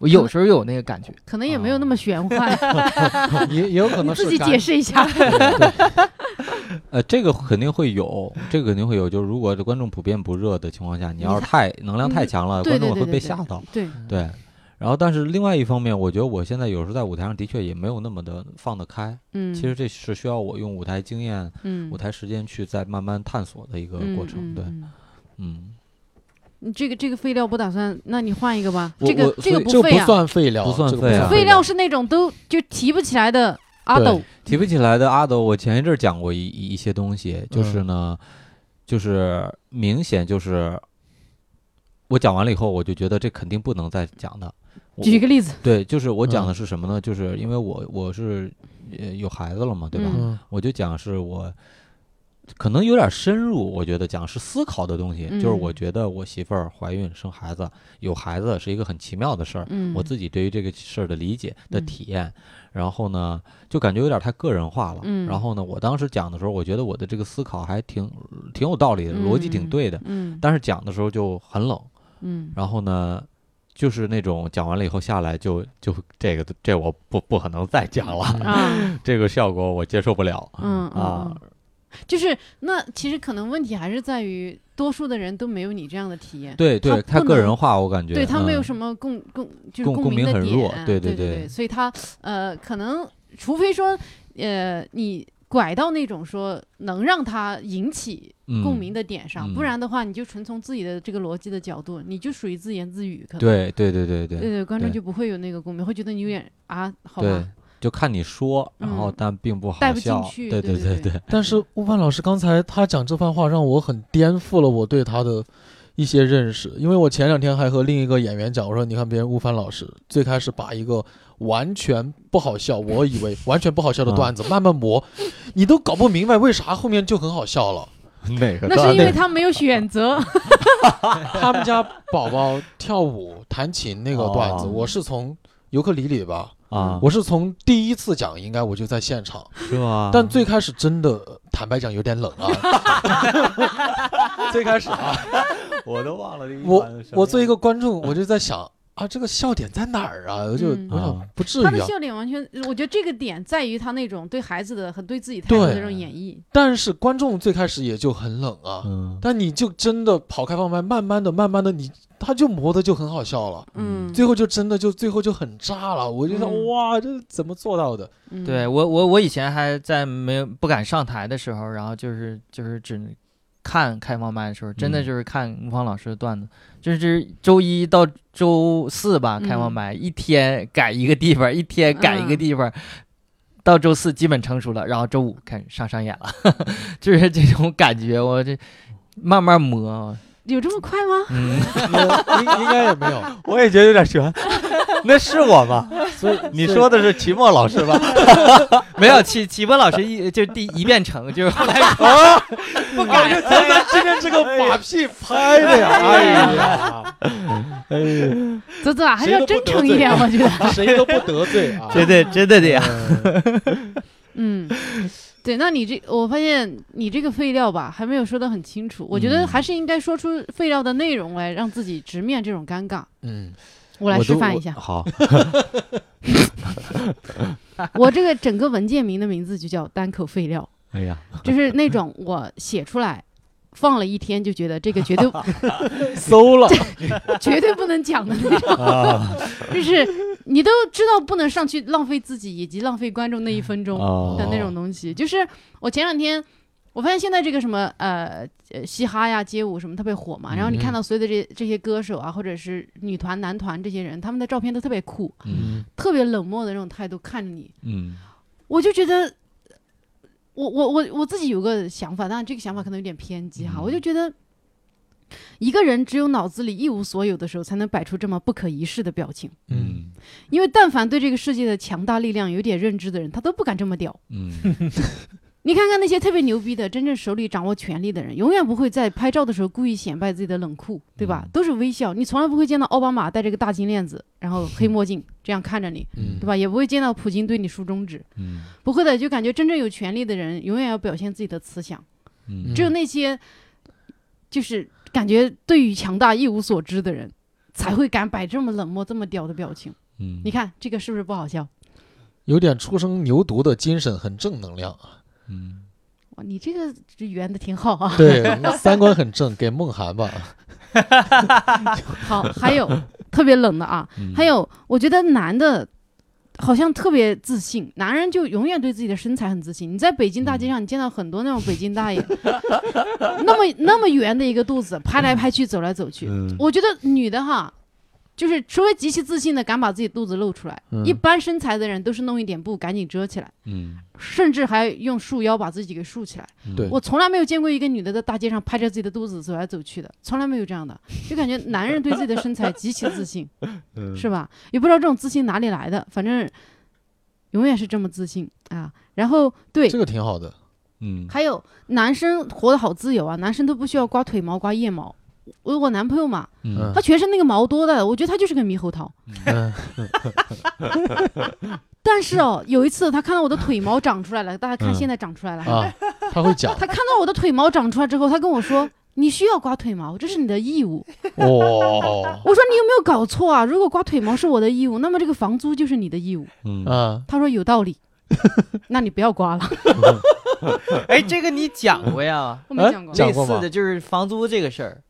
Speaker 3: 我有时候有那个感 觉，
Speaker 2: 可能也
Speaker 5: 啊
Speaker 2: 没有那么玄幻，
Speaker 4: 也也有可能
Speaker 2: 你
Speaker 4: 是
Speaker 2: 自己
Speaker 4: 感
Speaker 2: 解释一下。
Speaker 5: 呃，这个肯定会有，这个肯定会有。就是如果这观众普遍不热的情况下，你
Speaker 2: 你
Speaker 5: 要是太能量太强了，
Speaker 2: 对
Speaker 5: 观众
Speaker 2: 对
Speaker 5: 会
Speaker 2: 对
Speaker 5: 被
Speaker 2: 对
Speaker 5: 吓到。
Speaker 2: 对，
Speaker 5: 对，然后但是另外一方面，我觉得我现在有时候在舞台上的确也没有那么的放得开。
Speaker 2: 嗯，
Speaker 5: 其实这是需要我用舞台经验、
Speaker 2: 嗯，
Speaker 5: 舞台时间去再慢慢探索的一个
Speaker 2: 嗯
Speaker 5: 过程。
Speaker 2: 嗯
Speaker 5: 对，
Speaker 2: 嗯
Speaker 5: 嗯，
Speaker 2: 你这个这个废料不打算，那你换一个吧。
Speaker 5: 我
Speaker 2: 这个
Speaker 5: 我
Speaker 2: 这个
Speaker 5: 所
Speaker 4: 这
Speaker 5: 以
Speaker 2: 废
Speaker 4: 不
Speaker 2: 啊，
Speaker 4: 算废料，
Speaker 5: 不算
Speaker 4: 这个
Speaker 5: 废啊
Speaker 2: 废
Speaker 5: 废
Speaker 2: 料是那种都就提不起来的阿斗
Speaker 4: 对。
Speaker 5: 提不起来的阿斗，我前一阵儿讲过一一一些东
Speaker 2: 嗯
Speaker 5: 西，就是呢，就是明显就是我讲完了以后，我就觉得这肯定不能再讲的。我
Speaker 2: 举一个例子，
Speaker 5: 对，就是我讲
Speaker 4: 嗯
Speaker 5: 的是什么呢？就是因为我我是呃有孩子了嘛，对吧？
Speaker 2: 嗯
Speaker 4: 嗯
Speaker 5: 我就讲是我可能有点深入，我觉得讲是思考的东西，就是
Speaker 2: 嗯
Speaker 5: 我觉得我媳妇儿怀孕生孩子有孩子是一个很奇妙的事儿，
Speaker 2: 嗯，
Speaker 5: 我自己对于这个事儿的理解的
Speaker 2: 嗯
Speaker 5: 体验，然后呢就感觉有点太个人化了，
Speaker 2: 嗯
Speaker 5: 然后呢我当时讲的时候，我觉得我的这个思考还挺挺有道理的，逻辑挺
Speaker 2: 嗯
Speaker 5: 对的，
Speaker 2: 嗯
Speaker 5: 但是讲的时候就很冷，
Speaker 2: 嗯
Speaker 5: 然后呢。就是那种讲完了以后下来就就这个这我不不可能再讲了，
Speaker 2: 啊
Speaker 5: 这个效果我接受不了。
Speaker 2: 嗯
Speaker 5: 啊，
Speaker 2: 嗯嗯就是那其实可能问题还是在于多数的人都没有你这样的体验，
Speaker 5: 对对，
Speaker 2: 他
Speaker 5: 他
Speaker 2: 不
Speaker 5: 个
Speaker 2: 能
Speaker 5: 人化，我感觉
Speaker 2: 对他没有
Speaker 5: 嗯
Speaker 2: 什么共共就是
Speaker 5: 共共
Speaker 2: 鸣
Speaker 5: 鸣
Speaker 2: 的
Speaker 5: 很
Speaker 2: 点，
Speaker 5: 弱
Speaker 2: 对
Speaker 5: 对对
Speaker 2: 对
Speaker 5: 对
Speaker 2: 所以他呃可能除非说呃你拐到那种说能让他引起共鸣。
Speaker 5: 嗯
Speaker 2: 的点上，
Speaker 5: 嗯
Speaker 2: 不然的话，你就纯从自己的这个逻辑的角度，你就属于自言自语，可能
Speaker 5: 嗯对对对对
Speaker 2: 对
Speaker 5: 对
Speaker 2: 对，观众
Speaker 5: 对
Speaker 2: 就不会有那个共鸣，会觉得你有点啊，嗯好
Speaker 5: 对
Speaker 2: 吧，，
Speaker 5: 就看你说，然后
Speaker 2: 嗯
Speaker 5: 但并不好
Speaker 2: 带不进
Speaker 5: 笑。
Speaker 2: 去
Speaker 5: 对
Speaker 2: 对对
Speaker 5: 对
Speaker 2: 对
Speaker 5: 对，
Speaker 4: 但是悟饭老师刚才他讲这番话，让我很颠覆了我对他的一些认识。因为我前两天还和另一个演员讲，我说你看别人悟饭老师最开始把一个完全不好笑，我以为完全不好笑的段子慢慢 磨，你都搞不明白为啥后面就很好笑了。
Speaker 5: 哪个
Speaker 2: 那是因为他没有选择，
Speaker 4: 他们家宝宝跳舞弹琴那个段子，
Speaker 5: 哦
Speaker 4: 我是从尤克里里吧，
Speaker 5: 啊，
Speaker 4: 我是从第一次讲应该我就在现场。
Speaker 5: 是吗？
Speaker 4: 但最开始真的，坦白讲有点 冷啊。最开始啊，
Speaker 5: 我都忘了这一
Speaker 4: 我
Speaker 5: 般什么
Speaker 4: 我作为一
Speaker 5: 样
Speaker 4: 个观众，我就在想啊，这个笑点在哪儿啊？我就
Speaker 2: 嗯
Speaker 4: 我想
Speaker 5: 啊
Speaker 4: 不至
Speaker 2: 他
Speaker 4: 于
Speaker 2: 的
Speaker 4: 啊。
Speaker 2: 笑点完全，我觉得这个点在于他那种对孩子的和对自己态度的
Speaker 4: 对
Speaker 2: 这种演绎，
Speaker 4: 但是观众最开始也就很冷啊。
Speaker 5: 嗯
Speaker 4: 但你就真的跑开放麦，慢慢的、慢慢的，你他就磨的就很好笑了，
Speaker 2: 嗯，
Speaker 4: 最后就真的就最后就很炸了。我就想，
Speaker 2: 嗯
Speaker 4: 哇，这怎么做到的？
Speaker 2: 嗯
Speaker 3: 对，我我我以前还在没有不敢上台的时候，然后就是就是只能看开放麦的时候，真的
Speaker 5: 嗯
Speaker 3: 就是看吴芳老师的段子，就是周一到周四吧，
Speaker 2: 嗯
Speaker 3: 开放麦、一天改一个地方，一天改一个
Speaker 2: 嗯
Speaker 3: 地方。到周四基本成熟了，然后周五开始上上演了， 就是这种感觉。我这慢慢磨，啊
Speaker 2: 有这么快 吗？
Speaker 3: 嗯，
Speaker 4: 应应该也没 有。
Speaker 5: 我也觉得有点悬， 那是我吗？
Speaker 4: 所以
Speaker 5: 你说的是期末老师吧？
Speaker 3: 没有齐齐波老师一就是第一遍成，就是后来不敢
Speaker 4: 咱
Speaker 2: 哎
Speaker 4: 咱 今天这个马屁拍的呀，哎呀，
Speaker 2: 泽泽啊还是要
Speaker 4: 谁都
Speaker 2: 真
Speaker 4: 不得
Speaker 2: 诚一点，我
Speaker 4: 罪
Speaker 2: 觉得。
Speaker 4: 谁都不得罪啊。
Speaker 3: 真的真的这样。
Speaker 4: 嗯
Speaker 2: 嗯，对，那你这我发现你这个废料吧，还没有说得很清楚。我觉得
Speaker 5: 嗯
Speaker 2: 还是应该说出废料的内容来，让自己直面这种尴尬。
Speaker 4: 嗯，
Speaker 2: 我来
Speaker 5: 都
Speaker 2: 示范一
Speaker 5: 我
Speaker 2: 下，
Speaker 5: 好，
Speaker 2: 我这个整个文件名的名字就叫单口废料，
Speaker 5: 哎呀，
Speaker 2: 就是那种我写出来。放了一天就觉得这个绝对
Speaker 4: 馊了， 啊
Speaker 2: 绝对不能讲的那种， 就是你都知道不能上去浪费自己以及浪费观众那一分钟，
Speaker 4: 啊
Speaker 2: 的那种东西。就是我前两天我发现现在这个什么呃呃嘻哈呀、街舞什么特别火嘛，然后你
Speaker 4: 嗯
Speaker 2: 看到所有的这这些歌手啊，或者是女团、男团这些人，他们的照片都特别酷，
Speaker 5: 嗯
Speaker 2: 特别冷漠的那种态度看着你，
Speaker 5: 嗯
Speaker 2: 我就觉得。我我我我自己有个想法，当然这个想法可能有点偏激哈，
Speaker 5: 嗯
Speaker 2: 我就觉得一个人只有脑子里一无所有的时候，才能摆出这么不可一世的表情。
Speaker 4: 嗯，
Speaker 5: 嗯
Speaker 2: 因为但凡对这个世界的强大力量有点认知的人，他都不敢这么屌。
Speaker 5: 嗯，
Speaker 2: 你看看那些特别牛逼的，真正手里掌握权力的人，永远不会在拍照的时候故意显摆自己的冷酷，对吧？
Speaker 5: 嗯
Speaker 2: 都是微笑，你从来不会见到奥巴马戴着个大金链子，然后黑墨镜这样看着你，
Speaker 4: 嗯
Speaker 2: 对吧？也不会见到普京对你竖中指，
Speaker 5: 嗯
Speaker 2: 不会的，就感觉真正有权力的人永远要表现自己的慈祥。
Speaker 5: 嗯
Speaker 2: 只有那些，就是感觉对于强大一无所知的人，才会敢摆这么冷漠、这么屌的表情。
Speaker 5: 嗯，
Speaker 2: 你看这个是不是不好笑？
Speaker 4: 有点初生牛犊的精神，很正能量啊。
Speaker 5: 嗯，
Speaker 2: 哇，你这个圆的挺好啊。
Speaker 4: 对， 三观很正，给梦涵吧。
Speaker 2: 好，还有特别冷的啊，
Speaker 5: 嗯
Speaker 2: 还有，我觉得男的好像特别自信，男人就永远对自己的身材很自信。你在北京大街
Speaker 5: 嗯
Speaker 2: 上，你见到很多那种北京大爷， 那么那么圆的一个肚子，拍来拍去，走来走去。
Speaker 5: 嗯
Speaker 2: 我觉得女的哈，就是除非极其自信的敢把自己肚子露出来，
Speaker 4: 嗯
Speaker 2: 一般身材的人都是弄一点布赶紧遮起来，
Speaker 5: 嗯
Speaker 2: 甚至还用束腰把自己给束起来。
Speaker 5: 嗯
Speaker 4: 对
Speaker 2: 我从来没有见过一个女的在大街上拍着自己的肚子走来走去的，从来没有这样的，就感觉男人对自己的身材极其自信，
Speaker 5: 嗯
Speaker 2: 是吧？也不知道这种自信哪里来的，反正永远是这么自信啊。然后对
Speaker 4: 这，个挺 好的。
Speaker 5: 嗯
Speaker 2: 还有男生活得好自由啊，男生都不需要刮腿毛、刮腋毛。我我男朋友嘛，
Speaker 5: 嗯
Speaker 2: 他全身那个毛多的，我觉得他就是个猕猴桃。
Speaker 4: 嗯
Speaker 2: 但是哦，有一次他看到我的腿毛长出来了，大家看
Speaker 4: 嗯
Speaker 2: 现在长出来了，
Speaker 4: 啊，他会讲
Speaker 2: 他看到我的腿毛长出来之后，他跟我说：“你需要刮腿毛，这是你的义务。”
Speaker 4: 哦
Speaker 2: 我说你有没有搞错啊？如果刮腿毛是我的义务，那么这个房租就是你的义务。
Speaker 5: 嗯
Speaker 4: 啊，
Speaker 2: 他说有道 理，那你不要刮了。
Speaker 3: 哎，这个你讲过呀？
Speaker 2: 我
Speaker 4: 哎
Speaker 2: 没讲过，
Speaker 4: 讲
Speaker 3: 类
Speaker 4: 过吗
Speaker 3: 似的就是房租这个事儿，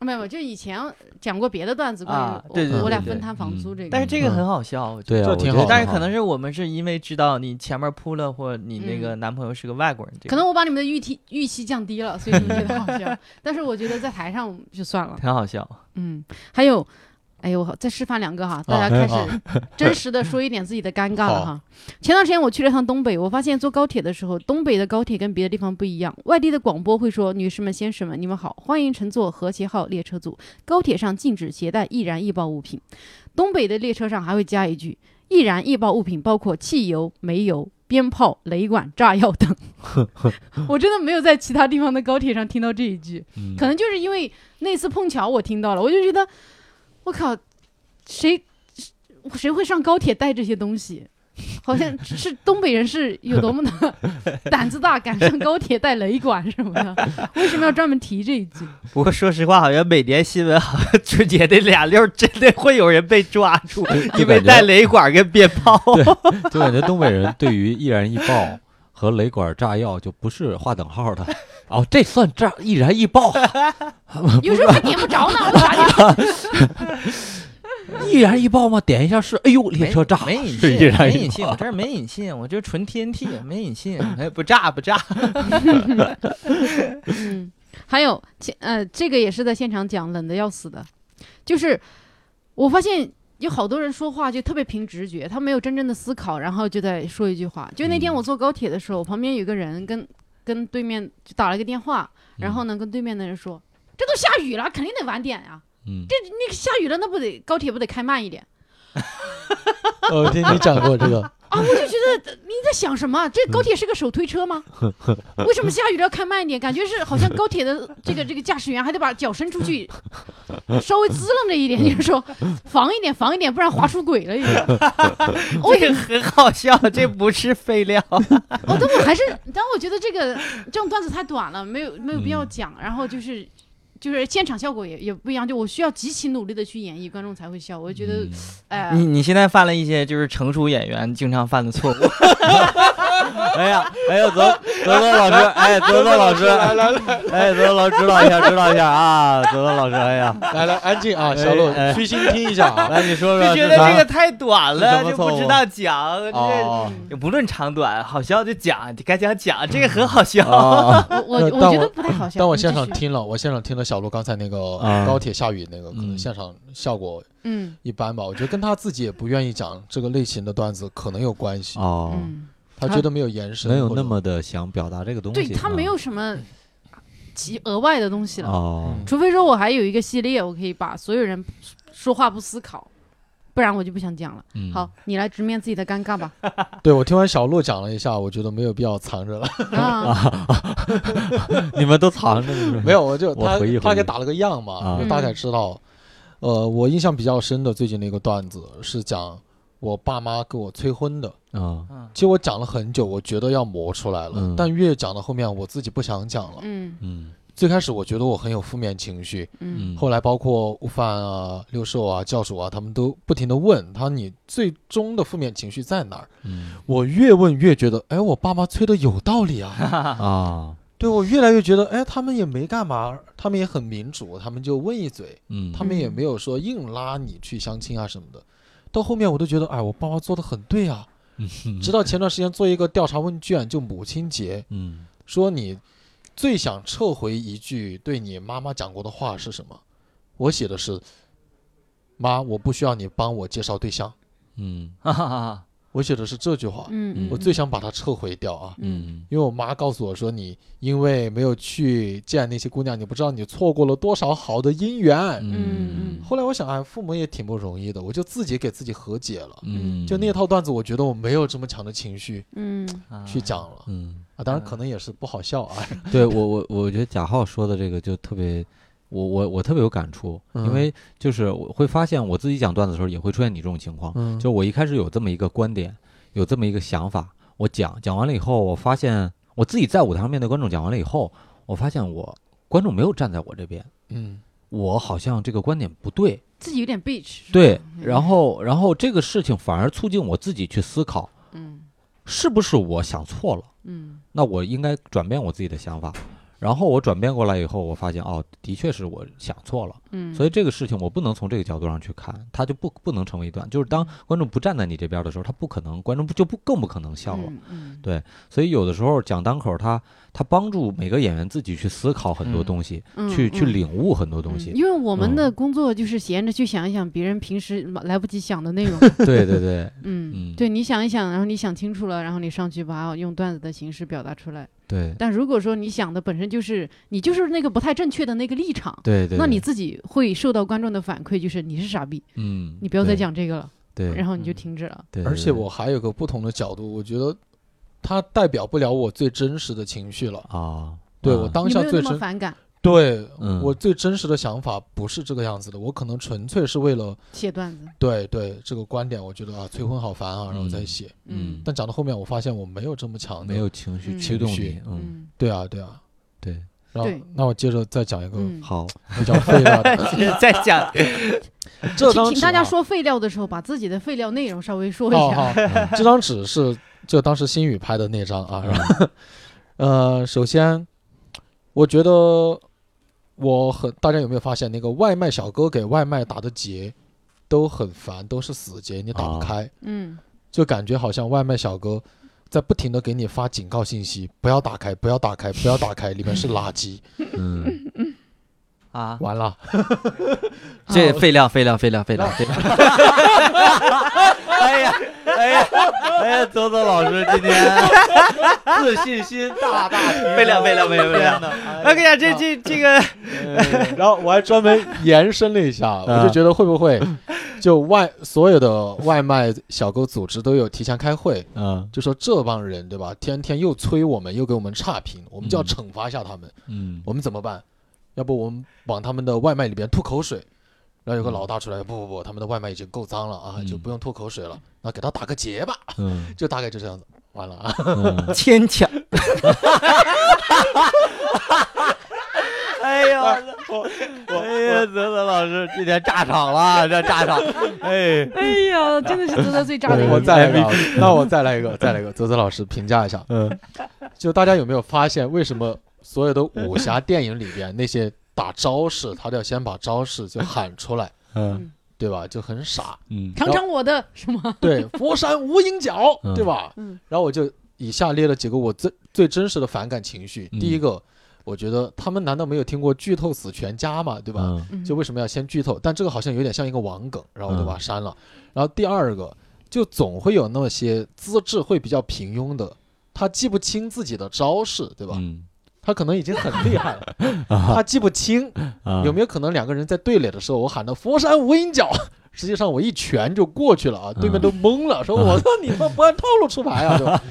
Speaker 2: 没有，就以前讲过别的段子关于我、
Speaker 3: 啊对对
Speaker 4: 对
Speaker 2: 我俩
Speaker 3: 对对嗯
Speaker 2: 分摊房租这个。
Speaker 3: 但是这个很好笑，我觉得。
Speaker 5: 嗯对啊，
Speaker 4: 这
Speaker 5: 我
Speaker 4: 挺
Speaker 5: 觉
Speaker 4: 好
Speaker 5: 得
Speaker 4: 的
Speaker 3: 但是可能是我们是因为知道你前面扑了，或你那
Speaker 4: 嗯
Speaker 3: 个男朋友是个外国人，这个
Speaker 2: 可能我把你们的预期预期降低了，所以你们觉得好笑。但是我觉得在台上就算了。
Speaker 3: 挺好笑。
Speaker 2: 嗯，还有，哎呦，我再示范两个哈，大家开始 真实的说一点自己的尴尬了哈。前段时间我去了趟东北，我发现坐高铁的时候，东北的高铁跟别的地方不一样，外地的广播会说：“女士们、先生们，你们好，欢迎乘坐和谐号列车组，高铁上禁止携带易燃易爆物品。”东北的列车上还会加一句：“易燃易爆物品包括汽油、煤油。”鞭炮、雷管、炸药等， 我真的没有在其他地方的高铁上听到这一句。
Speaker 5: 嗯
Speaker 2: 可能就是因为那次碰巧我听到了，我就觉得，我靠，谁谁会上高铁带这些东西？好 像是东北人是有多么 的胆子大，敢上高铁带雷管什么的，为什么要专门提这一句？
Speaker 3: 不过说实话，好像每年新闻好像春节这俩溜儿真的会有人被抓 住，因为带雷管跟鞭炮。
Speaker 5: 就感觉东北人对于易燃易爆和雷管炸药就不是划等号的。哦，这算炸易燃易爆，
Speaker 2: 有时候还点 不着呢，我咋的？
Speaker 5: 易燃易爆吗？点一下是，哎呦，列车炸，
Speaker 3: 没引
Speaker 5: 是
Speaker 3: 信，
Speaker 5: 易燃
Speaker 3: 没
Speaker 5: 易
Speaker 3: 引信，我
Speaker 5: 爆。
Speaker 3: 这儿没引信，我这纯 TNT，没引信，哎，不炸 不炸。
Speaker 2: 嗯，还有，其呃，这个也是在现场讲，冷的要死的，就是我发现有好多人说话就特别凭直觉，他没有真正的思考，然后就在说一句话。就那天
Speaker 5: 嗯
Speaker 2: 我坐高铁的时候，我旁边有个人跟跟对面就打了个电话，然后呢跟对面的人说：“这都下雨了，肯定得晚点呀、
Speaker 5: 嗯，
Speaker 2: 这那个下雨了，那不得高铁不得开慢一点
Speaker 4: 呃，我听你讲过这个，
Speaker 2: 啊？”我就觉得你在想什么？这高铁是个手推车吗？为什么下雨了要开慢一点？感觉是好像高铁的这个这个驾驶员还得把脚伸出去，稍微滋楞着一点，就是说防一点防一点，不然滑出轨了已经。我也
Speaker 3: 这个很好笑，这不是废 料。
Speaker 4: 嗯
Speaker 2: 哦，但我还是，但我觉得这个这种段子太短了，没有没有必要
Speaker 5: 嗯
Speaker 2: 讲。然后就是就是现场效果也也不一样，就我需要极其努力的去演绎，观众才会笑。我就觉得
Speaker 5: 嗯，
Speaker 2: 哎、
Speaker 3: 你你现在犯了一些就是成熟演员经常犯的错误。
Speaker 5: 哎呀，哎呀，泽泽泽老师，哎，泽泽老师，来来来，哎，泽泽老师指导一下，指导一下啊，泽泽老师，哎呀，
Speaker 4: 来来，安静啊，小鹿
Speaker 5: 哎，哎
Speaker 4: 虚心听一下 啊。
Speaker 5: 来你 说
Speaker 3: 就
Speaker 5: 说，
Speaker 3: 觉
Speaker 5: 是
Speaker 3: 得
Speaker 5: 咱
Speaker 3: 这个太短了，
Speaker 5: 是什么
Speaker 3: 就
Speaker 5: 错
Speaker 3: 不
Speaker 5: 误
Speaker 3: 知道讲。
Speaker 5: 哦
Speaker 2: 嗯
Speaker 3: 这不论长短，好笑就讲，该讲讲，这个很好笑。
Speaker 5: 啊，
Speaker 2: 我我
Speaker 4: 呃
Speaker 2: 我
Speaker 4: 但
Speaker 2: 觉
Speaker 4: 我
Speaker 2: 得不太好笑。
Speaker 4: 但我
Speaker 2: 你
Speaker 4: 现
Speaker 2: 继
Speaker 4: 场
Speaker 2: 续，
Speaker 4: 听了，我现场听了小鹿刚才那个
Speaker 5: 啊
Speaker 4: 高铁下雨那个，可能
Speaker 5: 嗯
Speaker 4: 现场效果
Speaker 2: 嗯
Speaker 4: 一般吧。我觉得跟他自己也不愿意讲这个类型的段子可能有关系，
Speaker 5: 哦，
Speaker 2: 嗯，
Speaker 4: 他觉啊得没有延伸，
Speaker 5: 没有
Speaker 4: 或者
Speaker 5: 那么的想表达这个东西
Speaker 2: 对
Speaker 5: 啊，
Speaker 2: 他没有什么其额外的东西了，
Speaker 5: 哦，
Speaker 4: 嗯
Speaker 2: 除非说我还有一个系列，我可以把所有人说话不思考，不然我就不想讲了。
Speaker 5: 嗯
Speaker 2: 好，，你来直面自己的尴尬 吧。
Speaker 4: 对我听完小鹿讲了一下，我觉得没有必要藏着了。
Speaker 2: 啊，
Speaker 5: 你们都藏 着呢，
Speaker 4: 没有，我就
Speaker 5: 我
Speaker 4: 他
Speaker 5: 回忆回
Speaker 4: 他给
Speaker 5: 忆
Speaker 4: 打了个样嘛，
Speaker 5: 啊
Speaker 4: 就大概知道。呃，我印象比较深的最近的一个段子是讲我爸妈给我催婚的。
Speaker 5: 啊，
Speaker 3: 嗯
Speaker 4: 其实我讲了很久，我觉得要磨出来了，
Speaker 5: 嗯
Speaker 4: 但越讲到后面，我自己不想讲了。
Speaker 2: 嗯
Speaker 5: 嗯
Speaker 4: 最开始我觉得我很有负面情绪，
Speaker 2: 嗯
Speaker 5: 嗯，
Speaker 4: 后来包括悟饭啊、六兽啊、教主啊，他们都不停的问他，你最终的负面情绪在哪儿？
Speaker 5: 嗯
Speaker 4: 我越问越觉得，哎，我爸妈催的有道理啊。
Speaker 5: 啊，
Speaker 4: 对我越来越觉得，哎，他们也没干嘛，他们也很民主，他们就问一嘴，
Speaker 5: 嗯，
Speaker 4: 他们也没有说硬拉你去相亲啊什么的。到后面我都觉得，哎，我爸妈做的很对啊。直到前段时间做一个调查问卷，就母亲节，
Speaker 5: 嗯
Speaker 4: 说你最想撤回一句对你妈妈讲过的话是什么？我写的是，妈，我不需要你帮我介绍对象。
Speaker 5: 嗯
Speaker 3: 啊
Speaker 4: 我写的是这句话，
Speaker 2: 嗯嗯，
Speaker 4: 我最想把它撤回掉啊。
Speaker 5: 嗯
Speaker 4: 因为我妈告诉我说，你因为没有去见那些姑娘，你不知道你错过了多少好的姻缘。
Speaker 5: 嗯
Speaker 4: 后来我想，哎，父母也挺不容易的，我就自己给自己和解了。
Speaker 5: 嗯，
Speaker 4: 就那套段子，我觉得我没有这么强的情绪
Speaker 2: 嗯
Speaker 3: 啊
Speaker 4: 去讲了
Speaker 5: 嗯，
Speaker 4: 啊，当然可能也是不好笑啊。
Speaker 5: 对我我我觉得贾浩说的这个就特别，我我我特别有感触，因
Speaker 4: 嗯
Speaker 5: 为就是我会发现我自己讲段子的时候也会出现你这种情况，
Speaker 4: 嗯
Speaker 5: 就我一开始有这么一个观点，有这么一个想法，我讲讲完了以后，我发现我自己在舞台上面对观众讲完了以后，我发现我观众没有站在我这边，
Speaker 4: 嗯
Speaker 5: 我好像这个观点不对，
Speaker 2: 自己有点 bitch 是吧。
Speaker 5: 对，
Speaker 2: 嗯
Speaker 5: 然后然后这个事情反而促进我自己去思考，
Speaker 2: 嗯
Speaker 5: 是不是我想错了？
Speaker 2: 嗯
Speaker 5: 那我应该转变我自己的想法。然后我转变过来以后，我发现哦，的确是我想错了，
Speaker 2: 嗯，
Speaker 5: 所以这个事情我不能从这个角度上去看，它就不不能成为一段。就是
Speaker 2: 嗯
Speaker 5: 当观众不站在你这边的时候，他不可能，观众不就不更不可能笑了。
Speaker 2: 嗯嗯
Speaker 5: 对所以有的时候讲单口它，它帮助每个演员自己去思考很多
Speaker 4: 嗯
Speaker 5: 东西，
Speaker 2: 嗯
Speaker 5: 去去
Speaker 2: 嗯
Speaker 5: 领悟很多东
Speaker 2: 嗯
Speaker 5: 西。
Speaker 2: 因为我们的
Speaker 5: 嗯
Speaker 2: 工作就是闲着去想一想别人平时来不及想的内 容，
Speaker 5: 对对 对
Speaker 2: 嗯，
Speaker 5: 嗯
Speaker 2: 对，你想一想，然后你想清楚了，然后你上去把它用段子的形式表达出来。
Speaker 5: 对
Speaker 2: 但如果说你想的本身就是你就是那个不太正确的那个立场，
Speaker 5: 对对，
Speaker 2: 那你
Speaker 5: 对
Speaker 2: 自己会受到观众的反馈，就是你是傻逼，
Speaker 5: 嗯，
Speaker 2: 你不要再
Speaker 5: 对，
Speaker 2: 讲这个了，
Speaker 5: 对，
Speaker 2: 然后你就
Speaker 3: 嗯
Speaker 2: 停止了。
Speaker 5: 对
Speaker 4: 而且我还有个不同的角度，我觉得它代表不了我最真实的情绪了。
Speaker 5: 啊，
Speaker 4: 对
Speaker 5: 啊
Speaker 4: 我当
Speaker 2: 你
Speaker 4: 下
Speaker 2: 没有
Speaker 4: 最
Speaker 2: 那么
Speaker 4: 真，
Speaker 2: 反感
Speaker 4: 对
Speaker 5: 嗯
Speaker 4: 我最真实的想法不是这个样子的，我可能纯粹是为了
Speaker 2: 写段子，
Speaker 4: 对对这个观点，我觉得啊催婚好烦啊，然后再
Speaker 5: 嗯
Speaker 4: 写。
Speaker 5: 嗯，
Speaker 4: 但讲到后面，我发现我没有这么强的，
Speaker 5: 没有情绪
Speaker 2: 嗯
Speaker 5: 驱动
Speaker 4: 情绪
Speaker 5: 你，嗯，
Speaker 2: 嗯
Speaker 4: 对啊，对啊。
Speaker 5: 对，
Speaker 4: 然后
Speaker 2: 对，
Speaker 4: 那我接着再讲一个
Speaker 2: 嗯，
Speaker 5: 好，
Speaker 4: 比较废料的，
Speaker 3: 啊 再 讲，
Speaker 4: 这啊
Speaker 2: 请
Speaker 4: 张纸、
Speaker 2: 请大家。说废料的时候，把自己的废料内容稍微说一
Speaker 4: 哦，
Speaker 2: 下。
Speaker 4: 好，这张纸是就当时新宇拍的那张啊。然后， 呃，首先，我觉得我很，大家有没有发现那个外卖小哥给外卖打的结都很烦，都是死结，你打不
Speaker 5: 啊
Speaker 4: 开，
Speaker 2: 嗯
Speaker 4: 就感觉好像外卖小哥。在不停的给你发警告信息，不要打开，不要打开，不要打开，里面是垃圾。
Speaker 5: 嗯
Speaker 3: 啊，
Speaker 4: 完了，
Speaker 3: 这
Speaker 5: 哦
Speaker 2: 啊
Speaker 3: 废料废料废料废料废料。 哎呀哎呀哎呀，左左老师今天
Speaker 5: 自信心大大提哎
Speaker 3: 废料废料废料废料。我跟你讲，这这这个
Speaker 4: 然后我还专门延伸了一下，我
Speaker 5: 啊
Speaker 4: 就觉得会不会就外所有的外卖小哥组织都有提前开会，
Speaker 5: 嗯
Speaker 4: 就说这帮人对吧，天天又催我们，又给我们差评，我们就要
Speaker 5: 嗯
Speaker 4: 惩罚一下他们，
Speaker 5: 嗯
Speaker 4: 我们怎么办？要不我们往他们的外卖里边吐口水？然后有个老大出来，不不不，他们的外卖已经够脏了啊，
Speaker 5: 嗯
Speaker 4: 就不用吐口水了，那给他打个结吧，
Speaker 5: 嗯
Speaker 4: 就大概就这样子。完了啊，
Speaker 5: 嗯，
Speaker 3: 牵强。哎呦，我我哎呀，泽泽老师今天炸场了，啊这炸场，哎，
Speaker 2: 哎呀，真的是值得最炸的一
Speaker 4: 我
Speaker 2: 年。
Speaker 4: 再来一个啊，那我再来一个，再来一个，泽泽老师评价一下，
Speaker 5: 嗯，
Speaker 4: 就大家有没有发现，为什 么所有的武侠电影里边那些打招式，他都要先把招式就喊出 来，
Speaker 5: 嗯
Speaker 4: 对吧？就很傻，
Speaker 5: 嗯
Speaker 2: 尝尝我的 什么？
Speaker 4: 对，佛山无影脚，
Speaker 5: 嗯
Speaker 4: 对吧？
Speaker 2: 嗯
Speaker 4: 然后我就以下列了几个我最最真实的反感情绪。
Speaker 5: 嗯
Speaker 4: 第一个，我觉得他们难道没有听过剧透死全家吗？对吧？
Speaker 5: 嗯
Speaker 2: 嗯
Speaker 4: 就为什么要先剧透？但这个好像有点像一个网梗，然后我就
Speaker 5: 嗯
Speaker 4: 把它删了。然后第二个，就总会有那些资质会比较平庸的，他记不清自己的招式，对吧？
Speaker 5: 嗯
Speaker 4: 他可能已经很厉害了，
Speaker 5: 啊
Speaker 4: 他记不清。
Speaker 5: 啊
Speaker 4: 有没有可能两个人在对垒的时候，我喊的佛山无影脚，实际上我一拳就过去了啊，对面都懵 了，说我说你他妈不按套路出牌 啊，对吧？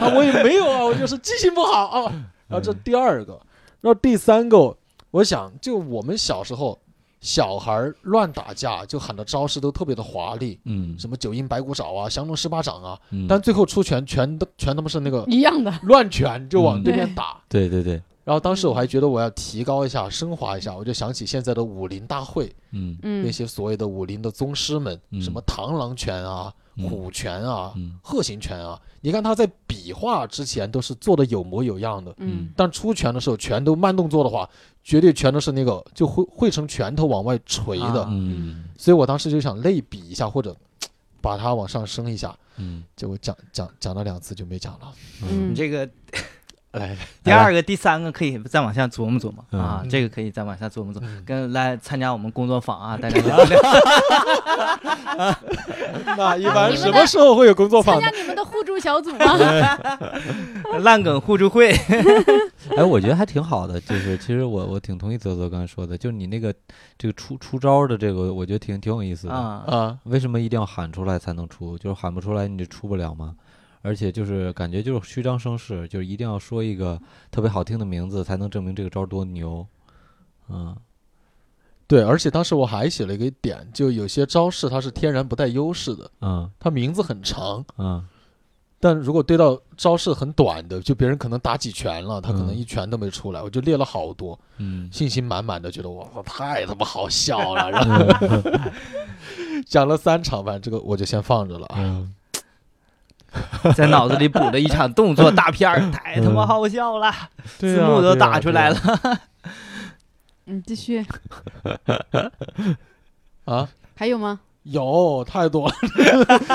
Speaker 4: 啊，我也没有啊，我就是记性不好啊。然后
Speaker 5: 嗯
Speaker 4: 这第二个，然后第三个，我想就我们小时候。小孩儿乱打架，就喊的招式都特别的华丽，
Speaker 5: 嗯
Speaker 4: 什么九阴白骨爪啊、降龙十八掌啊，
Speaker 5: 嗯
Speaker 4: 但最后出拳全都全他妈是那个
Speaker 2: 一样的。
Speaker 4: 乱拳，就往
Speaker 5: 嗯
Speaker 4: 对面打。
Speaker 5: 对对对，
Speaker 4: 然后当时我还觉得我要提高一下、升华一下，我就想起现在的武林大会，
Speaker 5: 嗯
Speaker 2: 嗯
Speaker 4: 那，些所谓的武林的宗师们，
Speaker 5: 嗯
Speaker 4: 什么螳螂拳啊、
Speaker 5: 嗯
Speaker 4: 虎拳啊、
Speaker 5: 嗯
Speaker 4: 鹤形拳啊，你看他在比划之前都是做的有模有样的，
Speaker 2: 嗯
Speaker 4: 但出拳的时候全都慢动作的话，绝对全都是那个就会会成拳头往外锤的，
Speaker 3: 啊
Speaker 5: 嗯
Speaker 4: 所以我当时就想类比一下或者嘖把它往上升一下，
Speaker 5: 嗯
Speaker 4: 结果讲讲讲了两次就没讲了，
Speaker 2: 嗯
Speaker 3: 你这个
Speaker 4: 哎，
Speaker 3: 第二个、第三个可以再往下琢磨琢磨
Speaker 5: 嗯
Speaker 3: 啊，这个可以再往下琢磨琢磨，跟来参加我们工作坊啊，大家
Speaker 4: 那一
Speaker 2: 般
Speaker 4: 般
Speaker 2: 啊你们
Speaker 4: 什
Speaker 2: 什么
Speaker 4: 么
Speaker 2: 的
Speaker 4: 时候会有工作坊
Speaker 2: 参加你们的互助小组 吗？
Speaker 3: 烂梗互助会，
Speaker 5: 哎，我觉得还挺好的，就是其实我我挺同意泽泽刚才说的，就是你那个这个出出招儿的这个，我觉得挺挺有意思的。
Speaker 3: 啊，
Speaker 4: 啊？
Speaker 5: 为什么一定要喊出来才能出？就是喊不出来你就出不了吗？而且就是感觉就是虚张声势，就是一定要说一个特别好听的名字才能证明这个招儿多牛。嗯
Speaker 4: 对，而且当时我还写了一个点，就有些招式它是天然不带优势的，
Speaker 5: 嗯
Speaker 4: 它名字很长，
Speaker 5: 嗯
Speaker 4: 但如果对到招式很短的，就别人可能打几拳了，他可能
Speaker 5: 嗯
Speaker 4: 一拳都没出来，我就列了好多，
Speaker 5: 嗯
Speaker 4: 信心满满的觉得我操太他妈好笑了，然后
Speaker 5: 嗯
Speaker 4: 讲了三场，反正这个我就先放着了。啊。
Speaker 5: 嗯
Speaker 3: 在脑子里补了一场动作大片儿，太他妈好笑了，
Speaker 4: 对
Speaker 3: 字
Speaker 4: 啊
Speaker 3: 幕都
Speaker 4: 对啊
Speaker 3: 打出来了。
Speaker 2: 嗯，继续，
Speaker 4: 啊，
Speaker 2: 还有吗？
Speaker 4: 有太多了，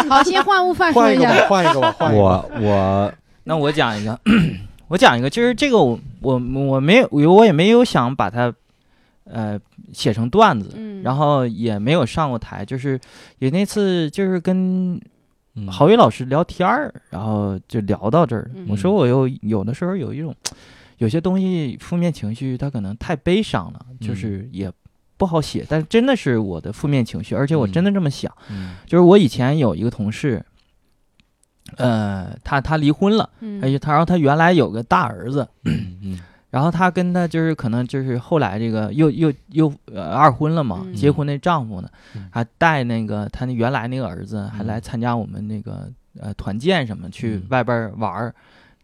Speaker 2: 好，先换悟饭说
Speaker 4: 换
Speaker 2: 一
Speaker 4: 一个
Speaker 2: 下。
Speaker 4: 吧，换一个吧，换一个吧。
Speaker 5: 我我
Speaker 3: 那我讲一个， 我讲一个，就是这个我我我没有我也没有想把它呃写成段子，
Speaker 2: 嗯，
Speaker 3: 然后也没有上过台，就是也那次就是跟
Speaker 5: 嗯
Speaker 3: 郝宇老师聊天儿，然后就聊到这儿了。
Speaker 2: 嗯
Speaker 3: 我说我有有的时候有一种有些东西负面情绪，它可能太悲伤了，就是也。不好写，但真的是我的负面情绪，而且我真的这么想。
Speaker 5: 嗯
Speaker 3: 就是我以前有一个同事，呃，他他离婚了，
Speaker 2: 嗯，
Speaker 3: 哎他他然后他原来有个大儿子，
Speaker 5: 嗯嗯
Speaker 3: 然后他跟他就是可能就是后来这个又又又呃二婚了嘛，
Speaker 2: 嗯
Speaker 3: 结婚那丈夫呢，
Speaker 5: 嗯
Speaker 3: 还带那个他那原来那个儿子还
Speaker 5: 嗯
Speaker 3: 来参加我们那个呃团建什么去
Speaker 5: 嗯
Speaker 3: 外边儿玩儿。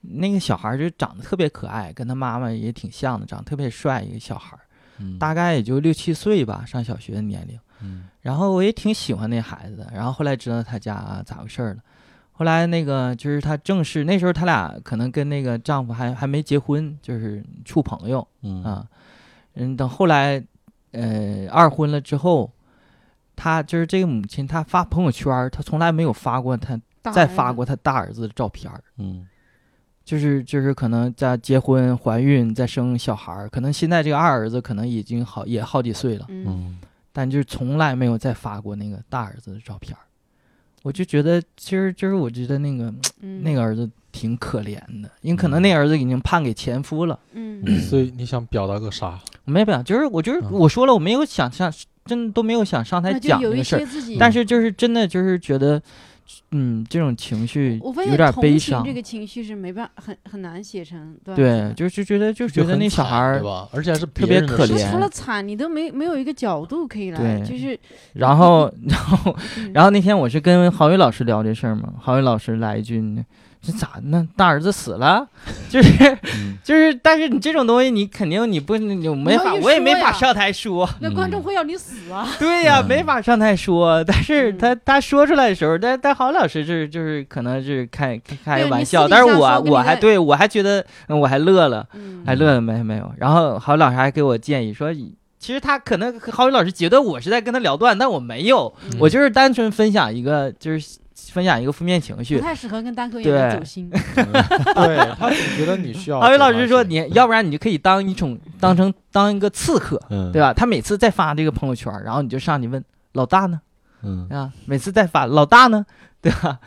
Speaker 3: 那个小孩儿就长得特别可爱，跟他妈妈也挺像的，长得特别帅一个小孩儿，
Speaker 5: 嗯
Speaker 3: 大概也就六七岁吧，上小学的年龄。
Speaker 5: 嗯
Speaker 3: 然后我也挺喜欢那孩子的，然后后来知道他家、咋回事儿了。后来那个就是他正式那时候他俩可能跟那个丈夫还还没结婚，就是处朋友
Speaker 5: 嗯
Speaker 3: 啊。嗯，等后来呃二婚了之后，她就是这个母亲，她发朋友圈儿，她从来没有发过她
Speaker 2: 大
Speaker 3: 再
Speaker 2: 儿
Speaker 3: 发
Speaker 2: 子
Speaker 3: 过她大儿子的照片儿，
Speaker 5: 嗯
Speaker 3: 就是就是可能在结婚、怀孕、再生小孩儿，可能现在这个二儿子可能已经好也好几岁了，
Speaker 2: 嗯，
Speaker 5: 嗯，
Speaker 3: 但就是从来没有再发过那个大儿子的照片儿。我就觉得，其实就是我觉得那个
Speaker 2: 嗯
Speaker 3: 那个，儿子挺可怜的，因为可能那儿子已经判给前夫了。
Speaker 2: 嗯
Speaker 4: 所以你想表达个啥？
Speaker 3: 我没有表，就是我就是
Speaker 4: 嗯
Speaker 3: 我说了，我没有想上，真的都没有想上台
Speaker 2: 那就
Speaker 3: 讲这
Speaker 2: 有一
Speaker 3: 个事儿
Speaker 2: 些，自己，
Speaker 3: 但是就是真的就是觉得，嗯，这种情绪
Speaker 2: 我发
Speaker 3: 有
Speaker 2: 现
Speaker 3: 点
Speaker 2: 同
Speaker 3: 悲
Speaker 2: 情
Speaker 3: 伤
Speaker 2: 这。个情绪是没办很很难写成段子
Speaker 3: 对
Speaker 2: 的，。
Speaker 3: 就是觉得就觉得
Speaker 4: 很
Speaker 3: 那小
Speaker 4: 惨
Speaker 3: 孩儿
Speaker 4: 对，吧？而且还是
Speaker 3: 特
Speaker 4: 别
Speaker 3: 别
Speaker 4: 人的
Speaker 3: 可
Speaker 4: 事
Speaker 3: 怜
Speaker 4: 情
Speaker 2: 除了惨，你都没没有一个角度可以来，
Speaker 3: 对嗯
Speaker 2: 就是
Speaker 3: 然后，然后，
Speaker 2: 嗯
Speaker 3: 然后那天我是跟郝宇老师聊这事儿嘛，郝宇老师来一句呢，这咋那大儿子死了？ 就是
Speaker 5: 嗯
Speaker 3: 就是，但是你这种东西，你肯定你不你我没
Speaker 2: 要
Speaker 3: 法，
Speaker 2: 硬
Speaker 3: 我也
Speaker 2: 说
Speaker 3: 没法
Speaker 2: 呀
Speaker 3: 上台说，
Speaker 2: 那观众会要你死啊！
Speaker 3: 对呀、没法上台说。但是
Speaker 2: 嗯
Speaker 3: 他他说出来的时候，但但郝宇老师就是就是可能是开开开
Speaker 2: 对
Speaker 3: 玩
Speaker 2: 你
Speaker 3: 笑，
Speaker 2: 私
Speaker 3: 但
Speaker 2: 底下
Speaker 3: 是我
Speaker 2: 说跟
Speaker 3: 我
Speaker 2: 你
Speaker 3: 还
Speaker 2: 在
Speaker 3: 对我还觉得嗯我还乐了。
Speaker 2: 嗯
Speaker 3: 还乐了没没有？然后郝宇老师还给我建议说，其实他可能郝宇老师觉得我是在跟他聊段，但我没有，
Speaker 2: 嗯
Speaker 3: 我就是单纯分享一个，就是分享一个负面情
Speaker 2: 不
Speaker 5: 哦
Speaker 3: 绪。
Speaker 2: 太适合跟单口演员
Speaker 3: 对
Speaker 2: 走 心。
Speaker 4: 对他总觉得你需要。
Speaker 3: 郝宇老师说，你要不然你就可以当一种当成当一个刺客，
Speaker 5: 嗯，
Speaker 3: 对
Speaker 5: 吧？
Speaker 3: 吧？他每次再发这个朋友圈，然后你就上去问老大呢，
Speaker 5: 嗯，
Speaker 3: 啊，每次再发老大呢，对吧？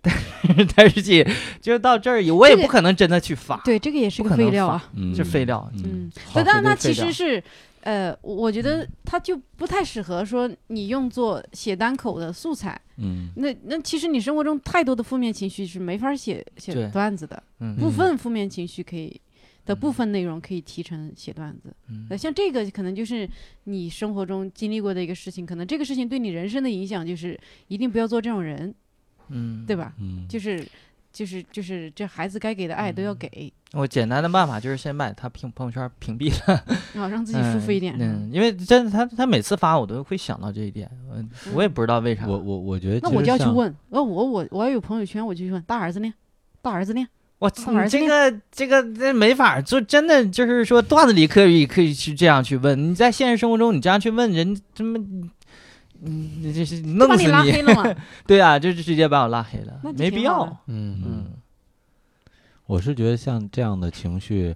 Speaker 3: 但是但是也就到这儿，我也
Speaker 2: 这个
Speaker 3: 不可能真的去发，
Speaker 2: 对，这个也是
Speaker 3: 不
Speaker 2: 个
Speaker 3: 可能
Speaker 2: 废料
Speaker 3: 发
Speaker 2: 啊。
Speaker 5: 嗯
Speaker 3: 是废料。
Speaker 5: 嗯
Speaker 2: 嗯，但但它其
Speaker 3: 非常
Speaker 2: 实是，呃，我我觉得它就不太适合说你用作写单口的素材。
Speaker 5: 嗯
Speaker 2: 那那其实你生活中太多的负面情绪是没法写写
Speaker 3: 对
Speaker 2: 段子的，
Speaker 3: 嗯
Speaker 2: 部分负面情绪可以。的部
Speaker 3: 嗯
Speaker 2: 分内容可以提成写段子，
Speaker 3: 嗯
Speaker 2: 那、像这个可能就是你生活中经历过的一个事情，可能这个事情对你人生的影响就是一定不要做这种人，
Speaker 3: 嗯，
Speaker 2: 对？吧？
Speaker 5: 嗯，
Speaker 2: 就是就是就是这孩子该给的爱都要给，
Speaker 3: 我简单的办法就是先把他屏朋友圈屏蔽了。
Speaker 2: 然啊后让自己
Speaker 5: 哎
Speaker 2: 舒服一点。
Speaker 3: 嗯，嗯因为真的，他他每次发我都会想到这一点，嗯我也不知道为啥。
Speaker 5: 我我我觉得
Speaker 2: 那
Speaker 5: 其
Speaker 2: 我
Speaker 5: 实
Speaker 2: 就要去
Speaker 5: 像，
Speaker 2: 问，呃，我我我要有朋友圈，我就去问大儿子呢，大儿子呢？
Speaker 3: 我
Speaker 2: 我儿
Speaker 3: 你
Speaker 2: 子
Speaker 3: 这个这个这没法做，真的就是说段子里可以可以去这样去问，你在现实生活中你这样去问人，他妈，嗯，你这是
Speaker 2: 就把
Speaker 3: 弄死
Speaker 2: 你拉黑了嘛？
Speaker 3: 对啊，就是直接把我拉黑了
Speaker 2: 那，就
Speaker 3: 没
Speaker 2: 挺
Speaker 3: 必
Speaker 2: 好
Speaker 3: 要
Speaker 2: 的。
Speaker 4: 嗯
Speaker 3: 嗯，
Speaker 5: 我是觉得像这样的情绪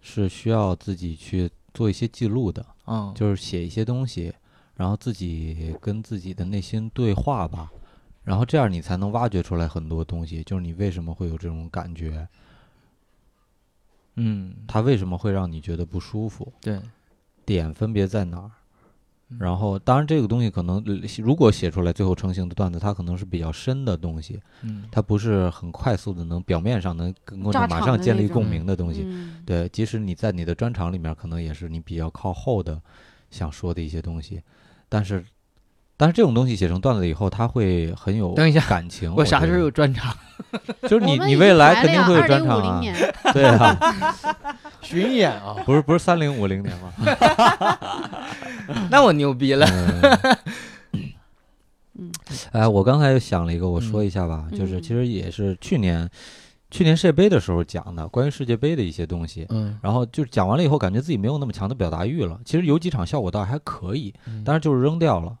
Speaker 5: 是需要自己去做一些记录的，
Speaker 3: 嗯，
Speaker 5: 就是写一些东西，然后自己跟自己的内心对话吧，然后这样你才能挖掘出来很多东西，就是你为什么会有这种感觉，
Speaker 3: 嗯，
Speaker 5: 它为什么会让你觉得不舒服，
Speaker 3: 对，
Speaker 5: 点分别在哪儿。
Speaker 3: 嗯
Speaker 5: 然后，当然，这个东西可能，呃如果写出来最后成型的段子，它可能是比较深的东西，
Speaker 3: 嗯，
Speaker 5: 它不是很快速的能表面上能跟观
Speaker 2: 炸
Speaker 5: 众马
Speaker 2: 场
Speaker 5: 上
Speaker 2: 的
Speaker 5: 建
Speaker 2: 那
Speaker 5: 立
Speaker 2: 种
Speaker 5: 共鸣的东西。
Speaker 2: 嗯，
Speaker 5: 对，即使你在你的专场里面，可能也是你比较靠后的想说的一些东西，但是，但是这种东西写成段子以后，它会很有
Speaker 3: 等一下
Speaker 5: 感情。
Speaker 3: 我啥时候有
Speaker 5: 有？
Speaker 3: 专场？
Speaker 5: 就是你你未来肯定会有专场
Speaker 2: 二零五零
Speaker 5: 啊，
Speaker 2: 年，
Speaker 5: 对啊，
Speaker 4: 巡演啊，
Speaker 5: 不是不是三零五零年吗？
Speaker 3: 那我牛逼了。
Speaker 2: 嗯，
Speaker 5: 哎，我刚才又想了一个，我说
Speaker 3: 嗯
Speaker 5: 一下吧，就是其
Speaker 2: 嗯
Speaker 5: 实也是去年去年世界杯的时候讲的关于世界杯的一些东西。
Speaker 4: 嗯，
Speaker 5: 然后就是讲完了以后，感觉自己没有那么强的表达欲了。其实有几场效果倒还可以，
Speaker 4: 嗯
Speaker 5: 但是就是扔掉了。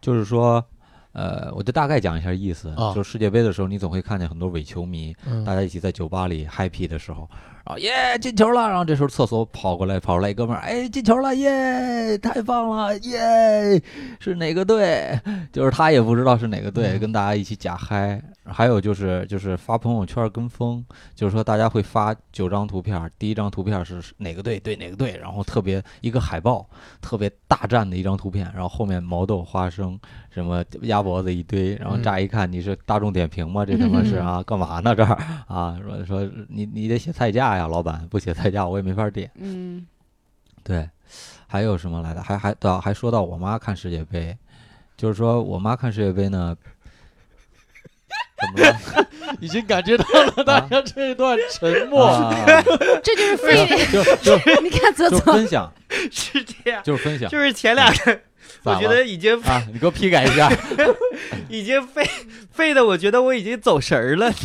Speaker 5: 就是说，呃，我就大概讲一下意思。
Speaker 4: 啊
Speaker 5: 就是世界杯的时候，你总会看见很多伪球迷，大
Speaker 4: 是
Speaker 5: 家一起在酒吧里 happy 的时候，然后耶进球了，然后这时候厕所跑过来跑过来一哥们儿，哎进球了耶，太棒了耶，是哪个队？就是他也不知道是哪个队，
Speaker 4: 嗯
Speaker 5: 跟大家一起假嗨。还有就是就是发朋友圈跟风，就是说大家会发九张图片，第一张图片是哪个队对哪个队，然后特别一个海报，特别大战的一张图片，然后后面毛豆、花生、什么鸭脖子一堆，然后
Speaker 4: 嗯
Speaker 5: 乍一看你是大众点评吗？这他妈是啊，干嘛呢这儿啊？说说你你得写菜价呀，老板不写菜价我也没法点。
Speaker 2: 嗯，
Speaker 5: 对，还有什么来的？还还到还说到我妈看世界杯，就是说我妈看世界杯呢，怎么了？
Speaker 4: 已经感觉到了大家 这一段 沉默。
Speaker 5: 啊
Speaker 2: 这就是废料。
Speaker 5: 就 就
Speaker 2: 你看泽
Speaker 5: 就
Speaker 2: 泽，
Speaker 5: 分享，
Speaker 3: 是这样，嗯
Speaker 5: 就是分享。
Speaker 3: 就是前两 个，我
Speaker 5: 咋
Speaker 3: 觉
Speaker 5: 了
Speaker 3: 得已经
Speaker 5: 啊，你给我批改一下。
Speaker 3: 已经废废的，我觉得我已经走神儿了。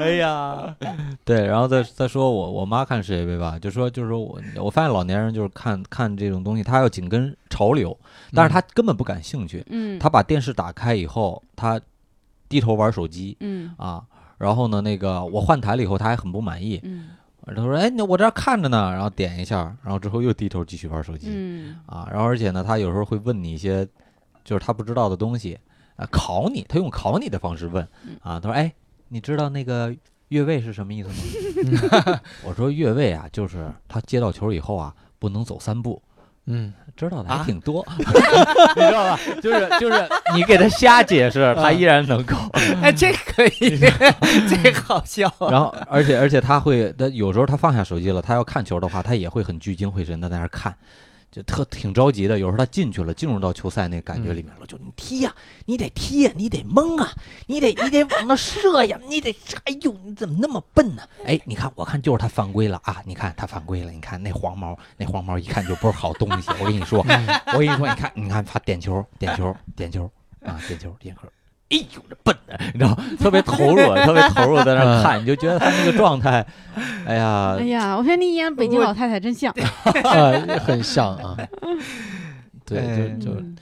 Speaker 3: 哎呀，
Speaker 5: 对，然后再再说我我妈看世界杯吧，就说就是说我我发现老年人就是看看这种东西，他要紧跟
Speaker 4: 嗯
Speaker 5: 潮流，但是他根本不感兴趣。
Speaker 2: 嗯，
Speaker 5: 他把电视打开以后，他低头玩手机
Speaker 2: 嗯
Speaker 5: 啊。然后呢，那个我换台了以后，他还很不满意，
Speaker 2: 嗯
Speaker 5: 他说：“哎，那我这儿看着呢。”然后点一下，然后之后又低头继续玩手机。
Speaker 2: 嗯
Speaker 5: 啊，然后而且呢，他有时候会问你一些就是他不知道的东西，啊，考你，他用考你的方式问
Speaker 2: 嗯，
Speaker 5: 啊，他说，哎，你知道那个越位是什么意思吗？ 我说越位啊，就是他接到球以后啊，不能走三步。
Speaker 4: 嗯，
Speaker 5: 知道的
Speaker 3: 啊
Speaker 5: 还挺多， 你知道吧？就是就是你给他瞎解 释，他依然能够。
Speaker 3: 哎，这可 以，这好笑啊！
Speaker 5: 然后，而且而且他会，他有时候他放下手机了，他要看球的话，他也会很聚精会神的在那儿看，就特挺着急的。有时候他进去了，进入到球赛那感觉里面了，就你踢呀、你得踢呀、你得蒙啊，你得你得往那射呀，你得这，哎呦，你怎么那么笨呢、哎，你看，我看就是他犯规了啊！你看他犯规了，你看那黄毛，那黄毛一看就不是好东西。我跟你说， 我跟你说，你看，你看他点球，点 球，点球啊，点球，点球。哎呦，这笨的，你知道，特别投入，啊 特别投入在那 儿看，你就觉得他那个状态，哎呀
Speaker 2: 哎，呀，我说你演北京
Speaker 3: 我
Speaker 2: 老太太真像，
Speaker 5: 嗯
Speaker 4: 啊，很像啊。对，
Speaker 5: 哎
Speaker 4: 就就
Speaker 2: 嗯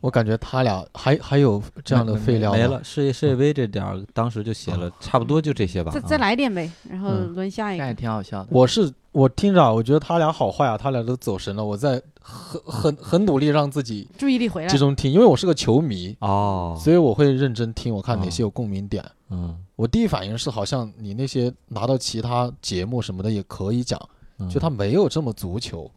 Speaker 4: 我感觉他俩还还有这样的废料吗
Speaker 5: 没了。哦世界世界杯这点儿，当时就写了，差不多就这些吧。
Speaker 2: 再再来一点呗，然后
Speaker 4: 啊嗯
Speaker 2: 轮下一
Speaker 3: 这也
Speaker 2: 个。
Speaker 3: 挺好笑的。
Speaker 4: 我是我听着啊，我觉得他俩好坏啊，他俩都走神了。我在很很很努力让自己
Speaker 2: 注意力回来
Speaker 4: 集，中听，因为我是个球迷，
Speaker 5: 哦，
Speaker 4: 所以我会认真听，我看哪些有共鸣点。
Speaker 5: 嗯，
Speaker 4: 我第一反应是，好像你那些拿到其他节目什么的也可以讲，
Speaker 5: 嗯
Speaker 4: 就他没有这么足球。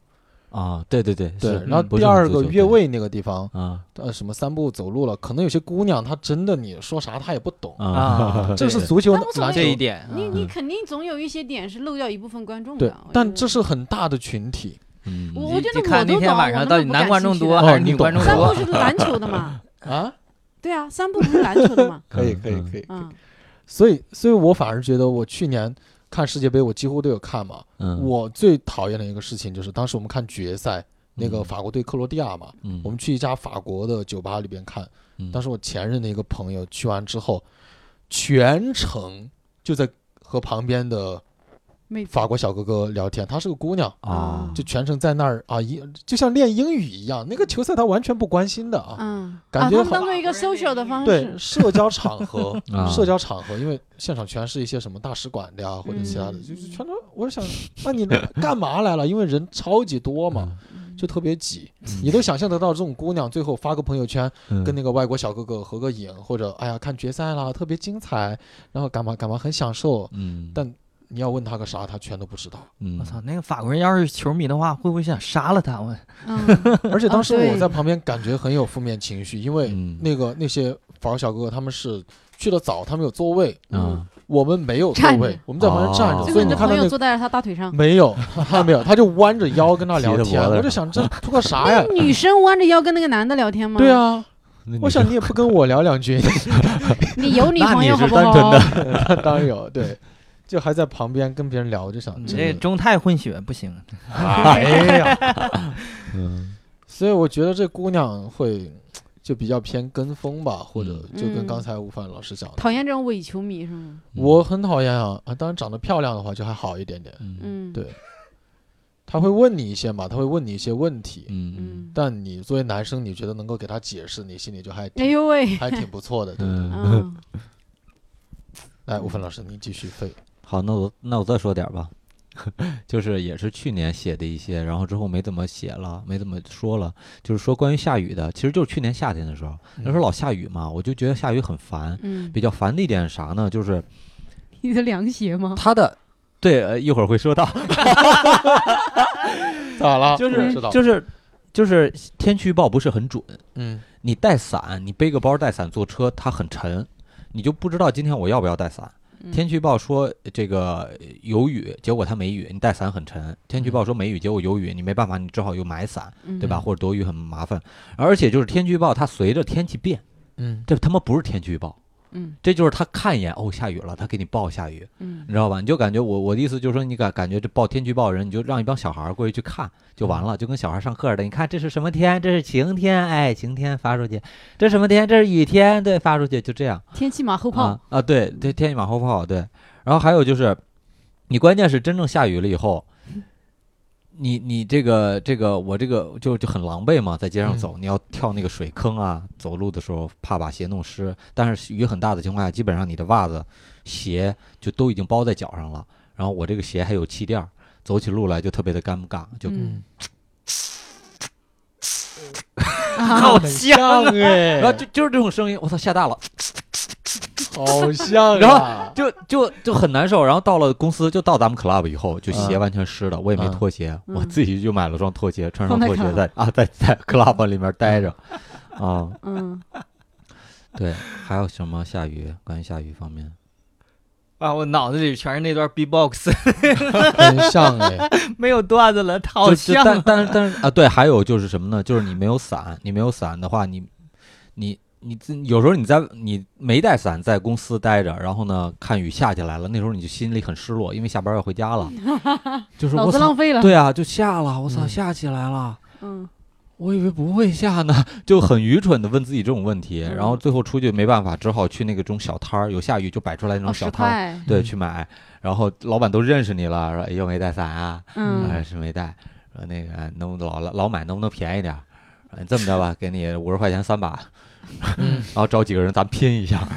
Speaker 5: 啊，对对对，
Speaker 4: 对，
Speaker 5: 是
Speaker 4: 然后
Speaker 5: 不
Speaker 4: 第
Speaker 5: 是很
Speaker 4: 二
Speaker 5: 足
Speaker 4: 个
Speaker 5: 球
Speaker 4: 越
Speaker 5: 对
Speaker 4: 位那个地方，
Speaker 5: 啊
Speaker 4: 呃，什么三步走路了，可能有些姑娘她真的你说啥她也不懂，
Speaker 5: 啊
Speaker 3: 啊，
Speaker 4: 这
Speaker 3: 对
Speaker 4: 是足球
Speaker 2: 那无所
Speaker 4: 篮
Speaker 2: 谓
Speaker 4: 球
Speaker 3: 这一点，啊
Speaker 2: 你你
Speaker 5: 嗯
Speaker 2: 肯定总有一些点是漏掉一部分观众的
Speaker 4: 对。
Speaker 2: 我觉，
Speaker 4: 但
Speaker 2: 得
Speaker 4: 这是很大的群体，
Speaker 5: 嗯
Speaker 2: 我
Speaker 3: 你
Speaker 2: 觉得
Speaker 3: 你看
Speaker 2: 我都
Speaker 3: 那天
Speaker 2: 懂
Speaker 3: 晚
Speaker 2: 我
Speaker 3: 上
Speaker 2: 那
Speaker 3: 到
Speaker 2: 么
Speaker 3: 底
Speaker 2: 不
Speaker 3: 男
Speaker 2: 感
Speaker 3: 观
Speaker 2: 兴
Speaker 3: 众
Speaker 2: 趣
Speaker 3: 多
Speaker 4: 的
Speaker 3: 还
Speaker 4: 哦
Speaker 3: 是女
Speaker 4: 你
Speaker 3: 观众
Speaker 4: 懂
Speaker 2: 三步
Speaker 3: 多？
Speaker 2: 是篮球的 嘛？
Speaker 4: 啊，
Speaker 2: 对啊，三步不是篮球的 嘛？
Speaker 4: 可以
Speaker 5: 嗯
Speaker 4: 可以
Speaker 5: 嗯
Speaker 4: 可以，
Speaker 2: 啊，
Speaker 4: 所以所以我反而觉得我去年看世界杯，我几乎都有看嘛。
Speaker 5: 嗯
Speaker 4: 我最讨厌的一个事情就是当时我们看决赛，那个
Speaker 5: 嗯
Speaker 4: 法国对克罗地亚嘛，
Speaker 5: 嗯
Speaker 4: 我们去一家法国的酒吧里边看，
Speaker 5: 嗯
Speaker 4: 当时我前任的一个朋友去完之后，全程就在和旁边的
Speaker 2: 妹子
Speaker 4: 法国小哥哥聊天，她是个姑娘。
Speaker 5: 啊，
Speaker 4: 就全程在那儿啊，一就像练英语一样，那个球赛他完全不关心的啊。
Speaker 2: 嗯，
Speaker 4: 感
Speaker 2: 啊
Speaker 4: 觉
Speaker 2: 他们
Speaker 4: 好
Speaker 2: 当做一个 social 的方
Speaker 4: 对
Speaker 2: 式，
Speaker 4: 社交场合
Speaker 5: 啊
Speaker 4: 社交场合，因为现场全是一些什么大使馆的呀，或者其他的，
Speaker 2: 嗯
Speaker 4: 就是全都。我想，那你来干嘛来了？因为人超级多嘛，
Speaker 2: 嗯
Speaker 4: 就特别挤，你都想象得到这种姑娘最后发个朋友圈，跟
Speaker 5: 嗯
Speaker 4: 那个外国小哥哥合个影，或者哎呀看决赛啦，特别精彩，然后干嘛干嘛很享受。
Speaker 5: 嗯，
Speaker 4: 但你要问他个啥，他全都不知道。
Speaker 5: 嗯
Speaker 3: 我操，，那个法国人要是球迷的话，会不会想杀了他？我
Speaker 2: 嗯
Speaker 4: 而且当时
Speaker 2: 啊对
Speaker 4: 我在旁边感觉很有负面情绪，因为
Speaker 5: 嗯
Speaker 4: 那个那些法国小哥哥他们是去的早，他们有座位，
Speaker 2: 嗯
Speaker 5: 啊
Speaker 4: 我们没有座
Speaker 2: 站
Speaker 4: 位
Speaker 2: 着，
Speaker 4: 我们在旁边站着，
Speaker 5: 哦
Speaker 2: 结
Speaker 4: 嗯所
Speaker 2: 果你
Speaker 4: 以你
Speaker 2: 的
Speaker 4: 看到
Speaker 2: 嗯朋友
Speaker 4: 那个
Speaker 2: 坐在了他大腿上。
Speaker 4: 没有，他没有，他就弯着腰跟那聊
Speaker 5: 骑着
Speaker 4: 天，
Speaker 5: 脖子
Speaker 4: 我就想这图个啥哎呀？
Speaker 2: 哎女生弯着腰跟那个男的聊天吗？
Speaker 4: 对，啊，
Speaker 5: 那
Speaker 4: 我
Speaker 5: 你
Speaker 4: 想你也不跟我聊两 句，
Speaker 2: 你有女
Speaker 5: 那
Speaker 2: 朋
Speaker 5: 你
Speaker 2: 友好
Speaker 5: 是
Speaker 2: 不
Speaker 5: 单纯
Speaker 2: 好
Speaker 5: 的？
Speaker 4: 他当然有，对，就还在旁边跟别人聊，我就想
Speaker 5: 嗯
Speaker 3: 你这
Speaker 4: 这
Speaker 3: 中泰混血不行。
Speaker 4: 哎呀，
Speaker 5: 嗯
Speaker 4: 所以我觉得这姑娘会就比较偏跟风吧，或者
Speaker 5: 嗯
Speaker 4: 就跟刚才吴凡老师讲的，
Speaker 2: 嗯讨厌这种伪球迷是吗？
Speaker 4: 我很讨厌啊啊！当然长得漂亮的话就还好一点点，
Speaker 5: 嗯
Speaker 2: 嗯，
Speaker 4: 对他会问你一些嘛，他会问你一些问题，
Speaker 5: 嗯
Speaker 2: 嗯，
Speaker 4: 但你作为男生，你觉得能够给他解释，你心里就还
Speaker 2: 哎
Speaker 4: 挺、
Speaker 2: 呦喂，
Speaker 4: 还挺不错的。对不对
Speaker 5: 嗯，
Speaker 2: 嗯，
Speaker 4: 来，吴凡老师，您继续飞。
Speaker 5: 好，那我那我再说点儿吧， 就是也是去年写的一些，然后之后没怎么写了，没怎么说了，就是说关于下雨的，其实就是去年夏天的时候，那时候老下雨嘛，我就觉得下雨很烦。
Speaker 2: 嗯，
Speaker 5: 比较烦的一点是啥呢？就是
Speaker 2: 你的凉鞋吗？
Speaker 5: 它的，对，呃一会儿会 说到，
Speaker 4: 咋了？
Speaker 5: 就是
Speaker 4: 知道，
Speaker 5: 就是就是天气预报不是很准，
Speaker 4: 嗯
Speaker 5: 你带伞，你背个包带伞坐车，它很沉，你就不知道今天我要不要带伞。天气预报说呃这个呃有雨，结果它没雨，你带伞很沉；天气预报说没雨，结果有雨，你没办法，你只好又买伞，
Speaker 2: 嗯
Speaker 5: 对吧？？或者躲雨很麻烦。而且就是天气预报，它随着天气变，
Speaker 4: 嗯
Speaker 5: 这他妈不是天气预报，
Speaker 2: 嗯
Speaker 5: 这就是他看一眼哦下雨了，他给你报下雨，
Speaker 2: 嗯
Speaker 5: 你知道吧？你就感觉我我的意思就是说，你感感觉这报天气预报的人，你就让一帮小孩儿过去去看就完了，就跟小孩儿上课似的。你看这是什么天？这是晴天，哎，晴天发出去。这什么天？这是雨天，对，发出去就这样。
Speaker 2: 嗯，天气马后
Speaker 5: 啊
Speaker 2: 炮，
Speaker 5: 啊，对对，天气马后炮，对。然后还有就是，你关键是真正下雨了以后，你你这个这个我这个就就很狼狈嘛，在街
Speaker 2: 嗯
Speaker 5: 上走，你要跳那个水坑啊，走路的时候怕把鞋弄湿，但是雨很大的情况下，基本上你的袜子、鞋就都已经包在脚上了，然后我这个鞋还有气垫儿，走起路来就特别的尴尬，就
Speaker 2: 嗯，
Speaker 3: 好
Speaker 2: 啊，
Speaker 3: 像
Speaker 4: 哎
Speaker 5: 然后就就是这种声音，我操，吓大了，
Speaker 4: 好像
Speaker 5: 然
Speaker 4: 啊，
Speaker 5: 就就就很难受。然后到了公司，就到咱们 club 以后，就鞋
Speaker 4: 嗯
Speaker 5: 完全湿了，我也没
Speaker 4: 嗯
Speaker 5: 脱鞋，
Speaker 2: 嗯
Speaker 5: 我自己就买了双拖鞋，穿上
Speaker 2: 放在
Speaker 5: 拖鞋
Speaker 2: club
Speaker 5: 在啊在在 club 里面待着，啊，
Speaker 2: 嗯，
Speaker 5: 对，还有什么下雨？关于下雨方面，
Speaker 3: 啊，我脑子里全是那段 B-box，
Speaker 4: 很像哎，
Speaker 3: 没有段子了，好
Speaker 5: 就就
Speaker 3: 像
Speaker 5: 但但是但是啊，对，还有就是什么呢？就是你没有伞，你没有伞的话，你你你自有时候你在你没带伞在公司待着，然后呢看雨下起来了，那时候你就心里很失落，因为下班要回家 了，就是
Speaker 2: 脑
Speaker 5: 我
Speaker 2: 子
Speaker 5: 操
Speaker 2: 浪，费了，
Speaker 5: 对啊，就下了，我操，
Speaker 4: 嗯
Speaker 5: 下起来了。
Speaker 2: 嗯，
Speaker 5: 我以为不会下呢，就很愚蠢的问自己这种问题，然后
Speaker 2: 嗯
Speaker 5: 最后出去没办法，只好去那个种小摊儿，有下雨就摆出来那
Speaker 2: 哦，
Speaker 5: 种
Speaker 2: 十
Speaker 5: 小摊儿，
Speaker 2: 块，
Speaker 5: 对，去买。然后老板都认识你了，说哎又没带伞啊，
Speaker 2: 嗯
Speaker 5: 还是没带。说那个能不能老老买能不能便宜点儿？哎这么着吧，给你五十块钱三把，
Speaker 2: 嗯
Speaker 5: 然后找几个人咱拼一下，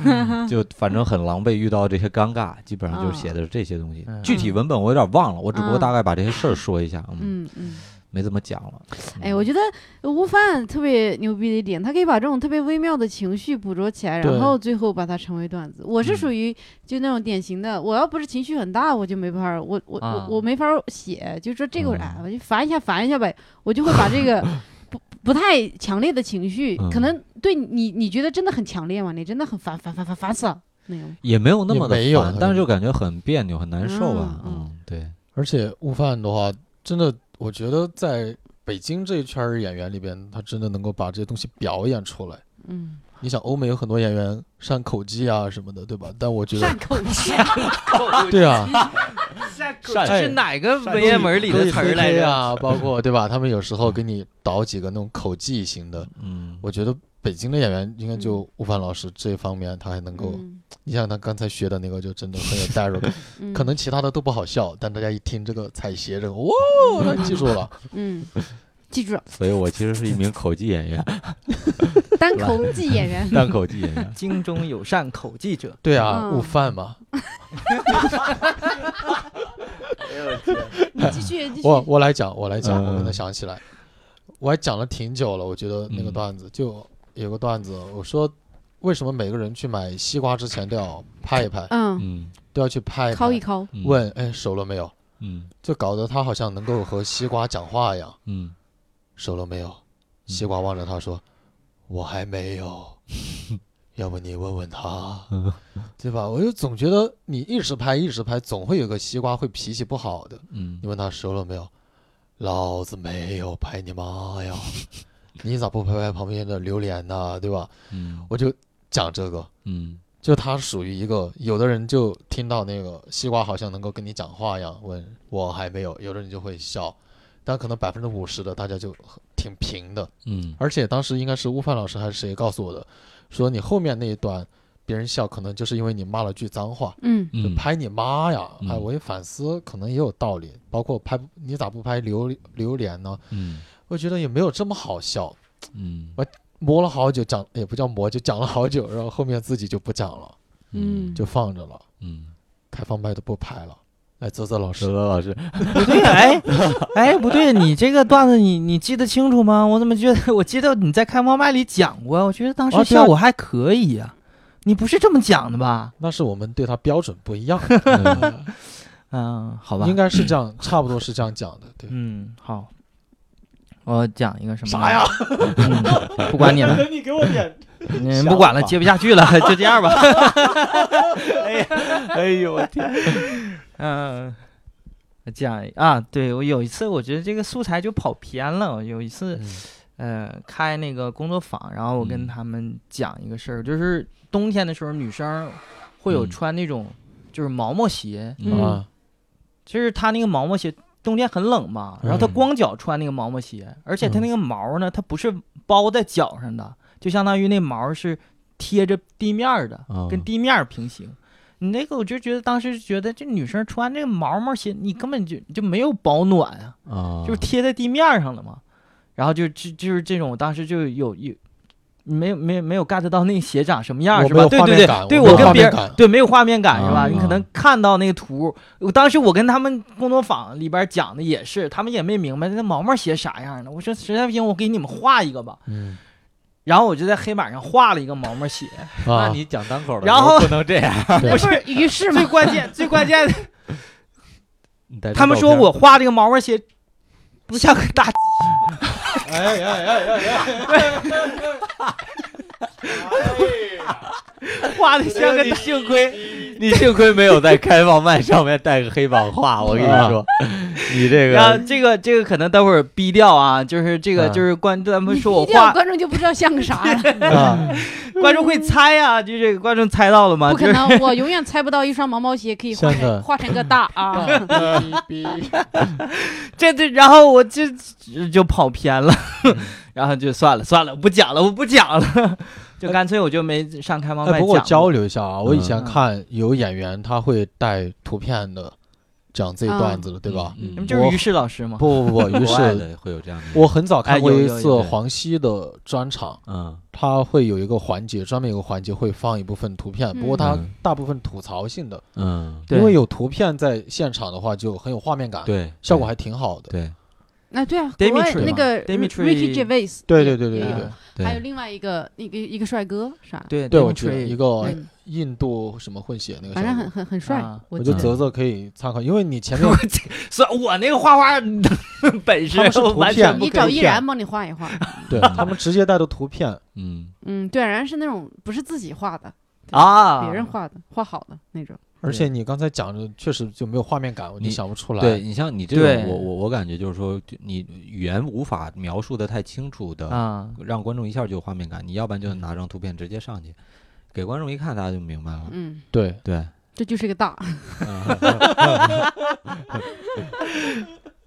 Speaker 5: 就反正很狼狈，遇到这些尴尬，基本上就是写的是这些东西。
Speaker 4: 嗯
Speaker 5: 具体文本我有点忘了，我只不过
Speaker 2: 嗯
Speaker 5: 大概把这些事儿说一下，嗯，
Speaker 2: 嗯嗯。
Speaker 5: 没怎么讲了。
Speaker 4: 嗯
Speaker 2: 哎，我觉得吴范特别牛逼的一点，他可以把这种特别微妙的情绪捕捉起来，
Speaker 4: 对嗯
Speaker 2: 然后最后把它成为段子。我是属于就那种典型的，我要不是情绪很大，我就没法儿，我我、
Speaker 3: 啊
Speaker 2: 我我没法儿写，就说这个
Speaker 5: 嗯
Speaker 2: 哎，我就烦一下烦一下呗，我就会把这 个不不太强烈的情绪，可
Speaker 5: 嗯
Speaker 2: 能对你你觉得真的很强烈嘛，你真的很烦烦烦烦烦死了那种。
Speaker 5: 也没有那
Speaker 4: 也
Speaker 5: 么的
Speaker 4: 没有
Speaker 5: 烦
Speaker 4: 了
Speaker 5: 但是就感觉很别扭，很难受吧
Speaker 2: 嗯？
Speaker 5: 嗯
Speaker 2: 嗯，
Speaker 5: 对，
Speaker 4: 而且悟饭的话，真的，我觉得在北京这一圈儿演员里边，他真的能够把这些东西表演出来。
Speaker 2: 嗯，
Speaker 4: 你想，欧美有很多演员善口技啊什么的，对吧？但我觉得
Speaker 2: 善， 口技，
Speaker 4: 对啊，
Speaker 3: 这是哪个文言文里的词儿来
Speaker 4: 歌
Speaker 3: 着？
Speaker 4: 啊，包括对吧？他们有时候给你导几个那种口技型的，
Speaker 5: 嗯，
Speaker 4: 我觉得北京的演员应该就悟饭老师这一方面，他还能够，
Speaker 2: 嗯
Speaker 4: 你想他刚才学的那个，就真的很有代入感。
Speaker 2: 嗯
Speaker 4: 可能其他的都不好笑，但大家一听这个踩鞋，这个哇，他记住了。
Speaker 2: 嗯，记住了，
Speaker 5: 所以我其实是一名口技演员，
Speaker 2: 单 口技演员。
Speaker 5: 单口技演员。
Speaker 3: 京中有善口技者，
Speaker 4: 对啊，
Speaker 2: 嗯
Speaker 4: 悟饭嘛，
Speaker 2: 你继续，继续。
Speaker 4: 我我来讲，我来讲，
Speaker 5: 嗯
Speaker 4: 我刚才想起来，我还讲了挺久了。我觉得那个段子就有个段子，我说为什么每个人去买西瓜之前都要拍一拍，
Speaker 2: 嗯，
Speaker 5: 嗯，
Speaker 4: 都要去拍
Speaker 2: 敲一
Speaker 4: 拍，
Speaker 2: 敲，
Speaker 5: 嗯，
Speaker 4: 问哎熟了没有，
Speaker 5: 嗯
Speaker 4: 就搞得他好像能够和西瓜讲话一样，
Speaker 5: 嗯，
Speaker 4: 熟了没有？西瓜望着他说：“我还没有。”要不你问问他， 对吧？我就总觉得你一直拍一直拍，总会有个西瓜会脾气不好的。
Speaker 5: 嗯
Speaker 4: 你问他熟了没有？老子没有拍你妈呀！你咋不拍拍旁边的榴莲呢、对吧？
Speaker 5: 嗯
Speaker 4: 我就讲这个，
Speaker 5: 嗯
Speaker 4: 就他属于一个，有的人就听到那个西瓜好像能够跟你讲话一样，问我还没有，有的人就会笑，但可能百分之五十的大家就很挺平的。
Speaker 5: 嗯
Speaker 4: 而且当时应该是悟饭老师还是谁告诉我的，说你后面那一段别人笑，可能就是因为你骂了句脏话，
Speaker 2: 嗯
Speaker 4: 就
Speaker 5: 嗯，
Speaker 4: 拍你妈呀！
Speaker 5: 嗯
Speaker 4: 哎，我一反思，可能也有道理。包括拍你咋不拍榴榴莲呢？
Speaker 5: 嗯
Speaker 4: 我觉得也没有这么好笑，
Speaker 5: 嗯
Speaker 4: 磨了好久讲也不叫磨，就讲了好久，然后后面自己就不讲了，
Speaker 5: 嗯
Speaker 2: 嗯，
Speaker 4: 就放着了，
Speaker 5: 嗯，
Speaker 4: 开放麦都不拍了。来，泽泽老
Speaker 5: 哲
Speaker 4: 师，
Speaker 5: 泽老师，
Speaker 3: 不对，哎哎，不对，你这个段子你你记得清楚吗？我怎么觉得我记得你在开放麦里讲过，我觉得当
Speaker 4: 啊
Speaker 3: 时
Speaker 4: 对啊
Speaker 3: 效果还可以呀、你不是这么讲的吧？
Speaker 4: 那是我们对他标准不一样，
Speaker 3: 嗯，好吧
Speaker 4: 应，该是这样，差不多是这样讲的，对。
Speaker 3: 嗯，好，我讲一个什么？
Speaker 4: 啥呀？
Speaker 3: 嗯，不管你了，
Speaker 4: 你给我 点，
Speaker 3: 嗯，不管了，接不下去了， 就这样吧。哎呀，哎呦我天，嗯、我讲啊，对我有一次，我觉得这个素材就跑偏了。我有一
Speaker 4: 嗯
Speaker 3: 次，呃，开那个工作坊，然后我
Speaker 5: 嗯
Speaker 3: 跟他们讲一个事儿，就是冬天的时候，女生会有
Speaker 5: 嗯
Speaker 3: 穿那种就是毛毛鞋，
Speaker 2: 嗯
Speaker 4: 啊，
Speaker 3: 就是她那个毛毛鞋。冬天很冷嘛，然后她
Speaker 4: 嗯
Speaker 3: 光脚穿那个毛毛鞋，而且她
Speaker 4: 嗯
Speaker 3: 那个毛呢，它不是包在脚上的，就相当于那毛是贴着地面儿的，
Speaker 4: 哦
Speaker 5: 啊
Speaker 3: 跟地面儿平行。你那个我就觉得当时觉得这女生穿这个毛毛鞋，你根本就就没有保暖啊。
Speaker 5: 啊，
Speaker 4: 哦
Speaker 3: 就是贴在地面儿上了嘛。然后就就就是这种，我当时就有有没有没有没有 get 到那个鞋长什么样儿
Speaker 4: 我
Speaker 3: 是
Speaker 4: 没
Speaker 3: 吧？
Speaker 4: 有
Speaker 3: 对
Speaker 4: 画
Speaker 3: 对对，
Speaker 4: 面
Speaker 3: 对跟别
Speaker 4: 感我没有画面
Speaker 3: 人
Speaker 4: 感
Speaker 3: 对没有画面感是吧？
Speaker 5: 啊
Speaker 3: 你可能看到那个图，我当时我跟他们工作坊里边讲的也是，他们也没明白那毛毛鞋啥样的。我说实在不行，我给你们画一个吧。
Speaker 4: 嗯
Speaker 3: 然后我就在黑板上画了一个毛毛鞋，
Speaker 5: 那
Speaker 4: 啊，
Speaker 5: 你讲单口的，
Speaker 3: 然后
Speaker 5: 不能这样。
Speaker 4: 对
Speaker 3: 不是
Speaker 2: 于是嘛
Speaker 3: 最，关键最关 键的，
Speaker 5: 你带着
Speaker 3: 他们
Speaker 5: 照
Speaker 3: 说
Speaker 5: 片
Speaker 3: 我画这个毛毛鞋不像个大
Speaker 4: 哎呀呀呀呀！哎
Speaker 3: 画的
Speaker 4: 哎
Speaker 3: 像个
Speaker 5: 你幸亏 你幸亏没有在开放麦上面带个黑板画，我跟你说， 你这
Speaker 3: 然后
Speaker 5: 个
Speaker 3: 这个这个可能待会儿逼掉啊，就是这个
Speaker 5: 嗯
Speaker 3: 就是观他们
Speaker 2: 你
Speaker 3: 说我
Speaker 2: 低调
Speaker 3: 画，
Speaker 2: 观众就不知道像个啥 了。
Speaker 5: 啊，
Speaker 3: 观众会猜啊，就这个观众猜到了吗？
Speaker 2: 不
Speaker 3: 就
Speaker 2: 可
Speaker 3: 是
Speaker 2: 能，我永远猜不到一双毛毛鞋可以画
Speaker 4: 像个
Speaker 2: 成画成个大啊！
Speaker 3: 这这，然后我就就跑偏了， 然后就算了算了，不讲了，我不讲了， 就干脆我就没上开放麦
Speaker 4: 哎，
Speaker 3: 讲
Speaker 4: 不
Speaker 3: 过。
Speaker 4: 过我交流一下啊，我以前
Speaker 3: 嗯
Speaker 4: 看有演员他会带图片的讲这
Speaker 2: 嗯
Speaker 4: 段子的，对吧？
Speaker 5: 嗯
Speaker 3: 你们就是
Speaker 4: 我
Speaker 3: 于适老师吗？
Speaker 4: 不不不，于
Speaker 5: 国外
Speaker 4: 是
Speaker 5: 的会有这样的，
Speaker 4: 我很早看过
Speaker 3: 哎有
Speaker 4: 一
Speaker 3: 有
Speaker 4: 次
Speaker 3: 有
Speaker 4: 黄西的专场，
Speaker 5: 嗯
Speaker 4: 他会有一个环节，专门有个环节会放一部分图片，不过他
Speaker 5: 嗯
Speaker 4: 大部分吐槽性的，
Speaker 5: 嗯，
Speaker 3: 对
Speaker 4: 因为有图片在现场的话就很有画面感，
Speaker 5: 对，
Speaker 4: 效果还挺好的。
Speaker 5: 对
Speaker 2: 那对啊，国
Speaker 3: Dimitri
Speaker 2: 外那
Speaker 3: 嘛
Speaker 2: 个
Speaker 3: Dimitri-
Speaker 2: Ricky Gervais，
Speaker 4: 对对对对
Speaker 2: 也
Speaker 4: 对
Speaker 2: 有
Speaker 4: 对，
Speaker 5: 对
Speaker 2: 还有另外一个一个一个帅哥啥的，
Speaker 3: 对
Speaker 4: 对我觉得一
Speaker 3: 个
Speaker 4: 个
Speaker 2: 嗯，
Speaker 4: 印度什么混血那个小
Speaker 2: 反正很
Speaker 4: 伙，
Speaker 2: 很很帅
Speaker 3: 啊。
Speaker 2: 我
Speaker 4: 我
Speaker 2: 记
Speaker 4: 觉
Speaker 5: 就
Speaker 4: 得
Speaker 5: 嗯
Speaker 4: 泽泽可以参考，因为你 前面
Speaker 3: 算我那个画画 本事
Speaker 4: 他们是图
Speaker 3: 完全
Speaker 4: 片
Speaker 2: 得
Speaker 3: 不
Speaker 2: 你
Speaker 3: 可
Speaker 2: 找
Speaker 3: 以
Speaker 2: 依
Speaker 3: 骗
Speaker 2: 然帮你画一画，
Speaker 4: 对他们直接带的图片，
Speaker 5: 嗯
Speaker 2: 嗯，对，然后是那种不是自己画的，
Speaker 3: 啊，
Speaker 2: 别人画的，画好的那种。
Speaker 4: 而且你刚才讲的确实就没有画面感，我就
Speaker 5: 你
Speaker 4: 想不出来。
Speaker 5: 对你像你这
Speaker 3: 对
Speaker 5: 种，我我我感觉就是说，就你语言无法描述的太清楚的，
Speaker 3: 啊，
Speaker 5: 让观众一下就有画面感，你要不然就拿张图片直接上去，给观众一看，大家就明白了。
Speaker 2: 嗯，
Speaker 4: 对，
Speaker 5: 对，
Speaker 2: 这就是个大。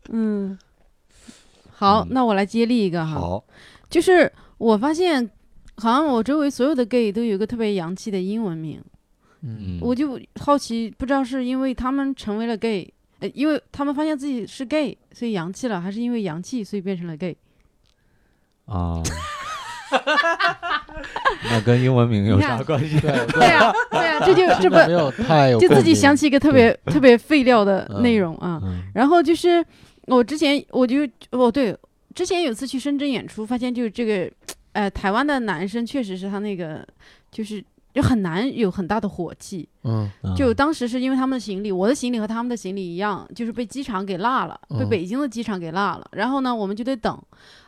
Speaker 2: 嗯， 好
Speaker 5: 嗯，
Speaker 2: 那我来接力一个哈。
Speaker 5: 好，
Speaker 2: 就是我发现，好像我周围所有的 gay 都有一个特别洋气的英文名，
Speaker 4: 嗯，
Speaker 5: 嗯，
Speaker 2: 我就好奇，不知道是因为他们成为了 gay，呃，因为他们发现自己是 gay，所以洋气了，还是因为洋气所以变成了 gay？
Speaker 5: 啊，那跟英文名有
Speaker 2: 你
Speaker 5: 啥
Speaker 2: 看
Speaker 5: 关系？
Speaker 4: 对，
Speaker 2: 对呀、对呀、这就这
Speaker 4: 真
Speaker 2: 不
Speaker 4: 的没有太 有
Speaker 2: 就自己
Speaker 4: 共鸣
Speaker 2: 想起一个特别特别废料的
Speaker 4: 嗯
Speaker 2: 内容啊。
Speaker 5: 嗯
Speaker 2: 然后就是我之前我就哦对，之前有次去深圳演出，发现就是这个呃台湾的男生确实是他那个就是就很难有很大的火气。
Speaker 4: 嗯
Speaker 5: 嗯
Speaker 2: 就当时是因为他们的行李，我的行李和他们的行李一样，就是被机场给落了，被
Speaker 4: 嗯
Speaker 2: 北京的机场给落了。然后呢，我们就得等。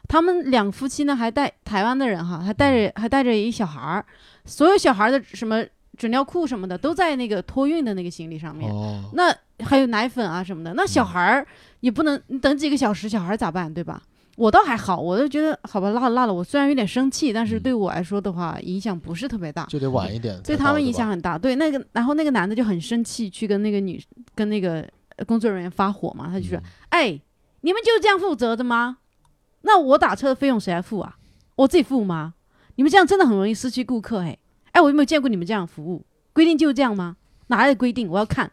Speaker 2: 他们两夫妻呢，还带台湾的人哈，还带着还带着一小孩儿，所有小孩儿的什么纸尿裤什么的都在那个托运的那个行李上面。
Speaker 4: 哦，
Speaker 2: 那还有奶粉啊什么的，那小孩儿也不能你等几个小时，小孩儿咋办，对吧？我倒还好，我就觉得好吧，落了落了。我虽然有点生气，但是
Speaker 5: 嗯
Speaker 2: 对我来说的话，影响不是特别大，
Speaker 4: 就得晚一点才到，
Speaker 2: 对他们
Speaker 4: 对
Speaker 2: 影
Speaker 4: 吧
Speaker 2: 响很大。对那个，然后那个男的就很生气，去跟那个女跟那个呃工作人员发火嘛，他就说：“
Speaker 5: 嗯
Speaker 4: 嗯
Speaker 2: 哎，你们就这样负责的吗？那我打车的费用谁来付啊？我自己付吗？你们这样真的很容易失去顾客哎！哎，我有没有见过你们这样服务？规定就是这样吗？哪来的规定？我要看。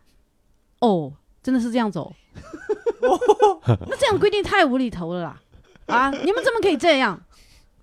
Speaker 2: 哦，真的是这样 走、那这样规定太无厘头了啦！啊，你们怎么可以这样？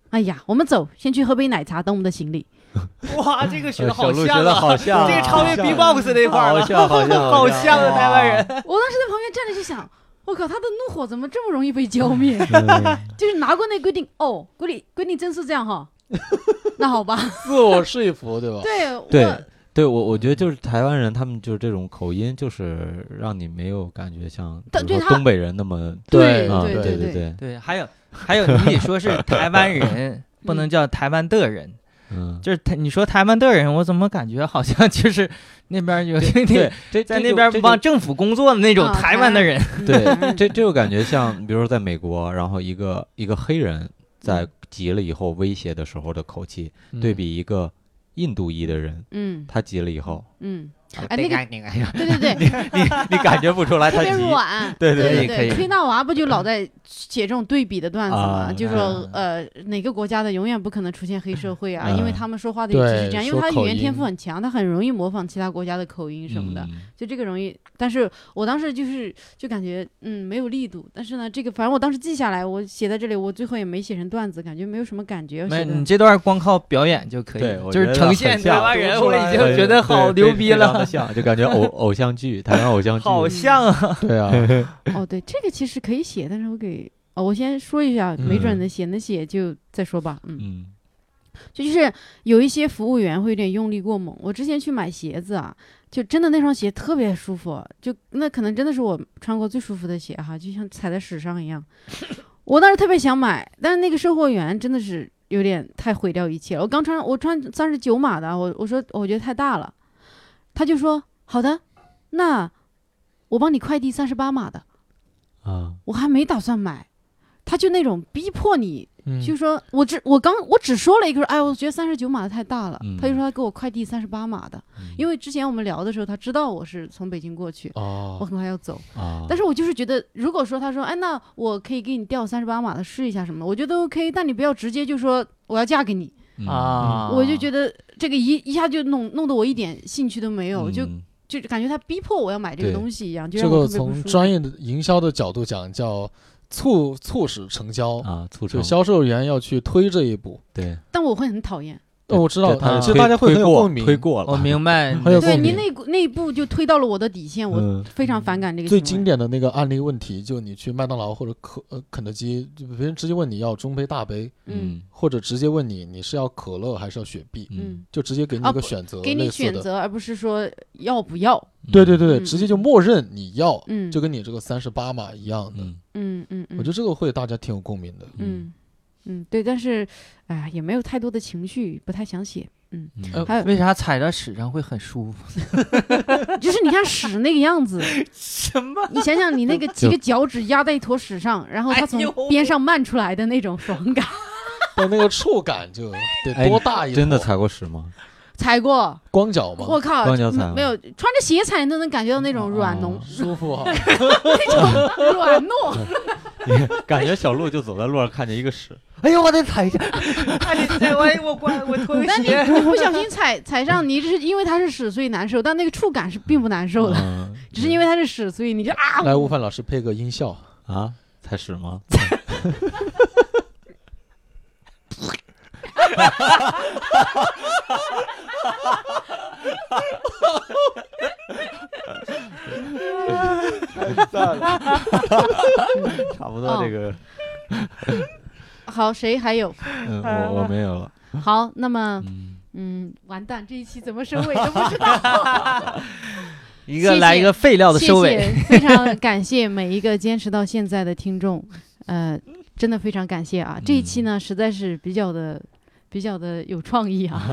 Speaker 2: 哎呀，我们走，先去喝杯奶茶，等我们的行李。
Speaker 3: 哇，这个学
Speaker 5: 呃
Speaker 3: 的
Speaker 5: 小
Speaker 3: 好
Speaker 5: 鹿学
Speaker 3: 像
Speaker 5: 的
Speaker 3: 啊，
Speaker 5: 好像啊，
Speaker 3: 这个超越
Speaker 5: 像
Speaker 3: B-box 那块儿
Speaker 5: 好
Speaker 3: 了，
Speaker 5: 像 好像
Speaker 3: 好像的台湾人。
Speaker 2: 我当时在旁边站着就想，我靠，他的怒火怎么这么容易被浇灭？ 就是拿过那规定，哦，规定规定真是这样哈。 那好吧，
Speaker 4: 自我说服， 对 吧？
Speaker 2: 对我
Speaker 5: 对对，我我觉得就是台湾人，他们就是这种口音，就是让你没有感觉像比
Speaker 2: 但
Speaker 5: 如
Speaker 2: 对
Speaker 5: 说
Speaker 2: 他
Speaker 5: 东北人那么
Speaker 2: 对
Speaker 5: 啊，
Speaker 2: 对
Speaker 5: 对
Speaker 2: 对
Speaker 5: 对，
Speaker 3: 对，还有还有，你得说是台湾人，不能叫台湾的人。
Speaker 5: 嗯，
Speaker 3: 就是台，你说台湾的人，我怎么感觉好像就是 那边有那
Speaker 5: 对
Speaker 3: 个，
Speaker 5: 这
Speaker 3: 在
Speaker 5: 这
Speaker 3: 那
Speaker 5: 就
Speaker 3: 边
Speaker 5: 这就
Speaker 3: 帮政府工作的那种
Speaker 2: 啊
Speaker 3: 台湾的人。
Speaker 5: 对，这这就感觉像，比如说在美国，然后一个一个黑人在急了以后威胁的时候的口气，对
Speaker 4: 嗯
Speaker 5: 比一个印度裔的人，
Speaker 2: 嗯
Speaker 5: 他急了以后，
Speaker 2: 嗯，哎，那个
Speaker 3: 那个，你
Speaker 2: 对对对，
Speaker 3: 你感觉不出来
Speaker 2: 特
Speaker 3: 他
Speaker 2: 别
Speaker 3: 急，
Speaker 2: 软。
Speaker 3: 对
Speaker 2: 对
Speaker 3: 对可以
Speaker 2: 崔大娃不就老在写这种对比的段子吗？
Speaker 5: 啊
Speaker 2: 就说呃，哪个国家的永远不可能出现黑社会啊，因为
Speaker 5: 嗯
Speaker 2: 他们说话的语气是
Speaker 4: 对
Speaker 2: 这样，因为
Speaker 4: 说
Speaker 2: 他的语
Speaker 4: 口
Speaker 2: 言天
Speaker 4: 音
Speaker 2: 赋很强，他很容易模仿其他国家的口音什么的。
Speaker 5: 嗯
Speaker 2: 就这个容易，但是我当时就是就感觉嗯没有力度，但是呢，这个反正我当时记下来，我写在这里，我最后也没写成段子，感觉没有什么感觉。我
Speaker 3: 没，
Speaker 2: 写的
Speaker 3: 你这段光靠表演就可以
Speaker 5: 对
Speaker 3: 了，
Speaker 5: 我
Speaker 3: 就
Speaker 5: 觉
Speaker 3: 是
Speaker 5: 得
Speaker 3: 呈
Speaker 5: 很
Speaker 3: 现台
Speaker 5: 像
Speaker 3: 湾
Speaker 5: 读
Speaker 3: 人，
Speaker 5: 出
Speaker 3: 我
Speaker 5: 来
Speaker 3: 已经觉得好牛逼了，
Speaker 5: 像就感觉偶偶像剧，台湾偶像剧，
Speaker 3: 好像啊，
Speaker 4: 对 啊，
Speaker 2: 哦，对，这个其实可以写，但是我给哦，我先说一下，没准
Speaker 5: 嗯
Speaker 2: 能写，能写就再说吧。嗯，
Speaker 5: 嗯
Speaker 2: 就就是有一些服务员会有点用力过猛。我之前去买鞋子啊，就真的那双鞋特别舒服，就那可能真的是我穿过最舒服的鞋哈，就像踩在屎上一样。我当时特别想买，但是那个售货员真的是有点太毁掉一切了。我刚穿，我穿三十九码的，我我说我觉得太大了，他就说好的，那我帮你快递三十八码的。
Speaker 5: 啊，
Speaker 2: 我还没打算买，他就那种逼迫你，
Speaker 4: 嗯
Speaker 2: 就说我只我刚我只说了一个，哎，我觉得三十九码的太大了，
Speaker 5: 嗯
Speaker 2: 他就说他给我快递三十八码的，
Speaker 4: 嗯
Speaker 2: 因为之前我们聊的时候，他知道我是从北京过去，我
Speaker 4: 哦，
Speaker 2: 很快要走，
Speaker 5: 啊，
Speaker 2: 但是我就是觉得，如果说他说，哎，那我可以给你调三十八码的试一下什么的，我觉得 OK，但你不要直接就说我要嫁给你，
Speaker 5: 嗯
Speaker 3: 啊
Speaker 4: 啊
Speaker 2: 我就觉得这个一一下就弄弄得我一点兴趣都没有，就
Speaker 5: 嗯
Speaker 2: 就感觉他逼迫我要买这个
Speaker 5: 对
Speaker 2: 东西一样，就
Speaker 4: 这
Speaker 2: 让我
Speaker 4: 个
Speaker 2: 特别不舒
Speaker 4: 从
Speaker 2: 服
Speaker 4: 专业的营销的角度讲叫促促使成交，
Speaker 5: 啊，促
Speaker 4: 就
Speaker 5: 成
Speaker 4: 销售员要去推这一步。
Speaker 5: 对，
Speaker 2: 但我会很讨厌。
Speaker 4: 那我知道
Speaker 5: 对，他
Speaker 4: 其实
Speaker 5: 推
Speaker 4: 大家会
Speaker 5: 推
Speaker 4: 很有
Speaker 5: 过
Speaker 4: 共鸣。哦
Speaker 5: 推过了，
Speaker 3: 我明白你
Speaker 4: 很有
Speaker 3: 的，
Speaker 2: 对
Speaker 4: 共
Speaker 2: 你
Speaker 4: 鸣。
Speaker 2: 那股那一步就推到了我的底线，我
Speaker 5: 嗯
Speaker 2: 非常反感这个行
Speaker 4: 最
Speaker 2: 为。
Speaker 4: 经典的那个案例问题，就你去麦当劳或者可呃肯德基，就别人直接问你要中杯大杯，
Speaker 2: 嗯
Speaker 5: 嗯
Speaker 4: 或者直接问你你是要可乐还是要雪碧，
Speaker 2: 嗯，
Speaker 4: 就直接给你
Speaker 2: 啊
Speaker 4: 一个
Speaker 2: 不
Speaker 4: 选择，
Speaker 2: 给你
Speaker 4: 类似
Speaker 2: 选
Speaker 4: 的。
Speaker 2: 择，而不是说要不要。
Speaker 4: 对对对
Speaker 2: 嗯
Speaker 4: 对，直接就默认你要，
Speaker 2: 嗯
Speaker 4: 就跟你这个三十八码一样的。
Speaker 5: 嗯
Speaker 2: 嗯嗯嗯，
Speaker 4: 我觉得这个会大家挺有共鸣的。
Speaker 2: 嗯嗯对，但是哎呀，也没有太多的情绪，不太想写。
Speaker 5: 嗯
Speaker 4: 呃
Speaker 2: 还有
Speaker 3: 为啥踩在屎上会很舒服？
Speaker 2: 就是你看屎那个样 子，
Speaker 3: 什么？
Speaker 2: 你想想你 那个几
Speaker 5: 就
Speaker 2: 个脚趾压在一坨屎上，然后它从
Speaker 3: 哎呦
Speaker 2: 边上漫出来的那种爽 感，
Speaker 4: 但那个触感就
Speaker 5: 哎
Speaker 4: 得多大一
Speaker 5: 真的
Speaker 4: 坨
Speaker 5: 踩过屎吗？
Speaker 2: 踩过，
Speaker 4: 光脚嘛，
Speaker 2: 我靠，
Speaker 5: 光脚踩
Speaker 2: 没
Speaker 5: 吗
Speaker 2: 没有穿着鞋踩你都能感觉到那种软浓
Speaker 5: 哦
Speaker 4: 舒服啊！
Speaker 2: 软糯。
Speaker 5: 感觉小鹿就走在路上，看见一个屎，
Speaker 3: 哎呦，我得踩一下！哎，你踩我，我关我脱
Speaker 2: 但你你不小心踩踩上，你是因为它是屎所以难受，但那个触感是并不难受
Speaker 4: 哦
Speaker 2: 的。
Speaker 5: 嗯
Speaker 2: 只是因为它是屎，所以你就 啊，
Speaker 4: 来，悟饭老师配个音效，
Speaker 5: 啊，踩屎 吗？差不多这个，
Speaker 2: 嗯好，谁还有？
Speaker 5: 嗯，我我没有了，
Speaker 2: 好，那么
Speaker 5: 嗯，
Speaker 2: 嗯，完蛋，这一期怎么收尾都不知道。
Speaker 3: 一个来一个废料的
Speaker 2: 谢
Speaker 3: 收尾，
Speaker 2: 谢，非常感谢每一个坚持到现在的听众， 呃，真的非常感谢
Speaker 3: 嗯
Speaker 2: 啊！这一期呢，实在是比较的。比较的有创意啊，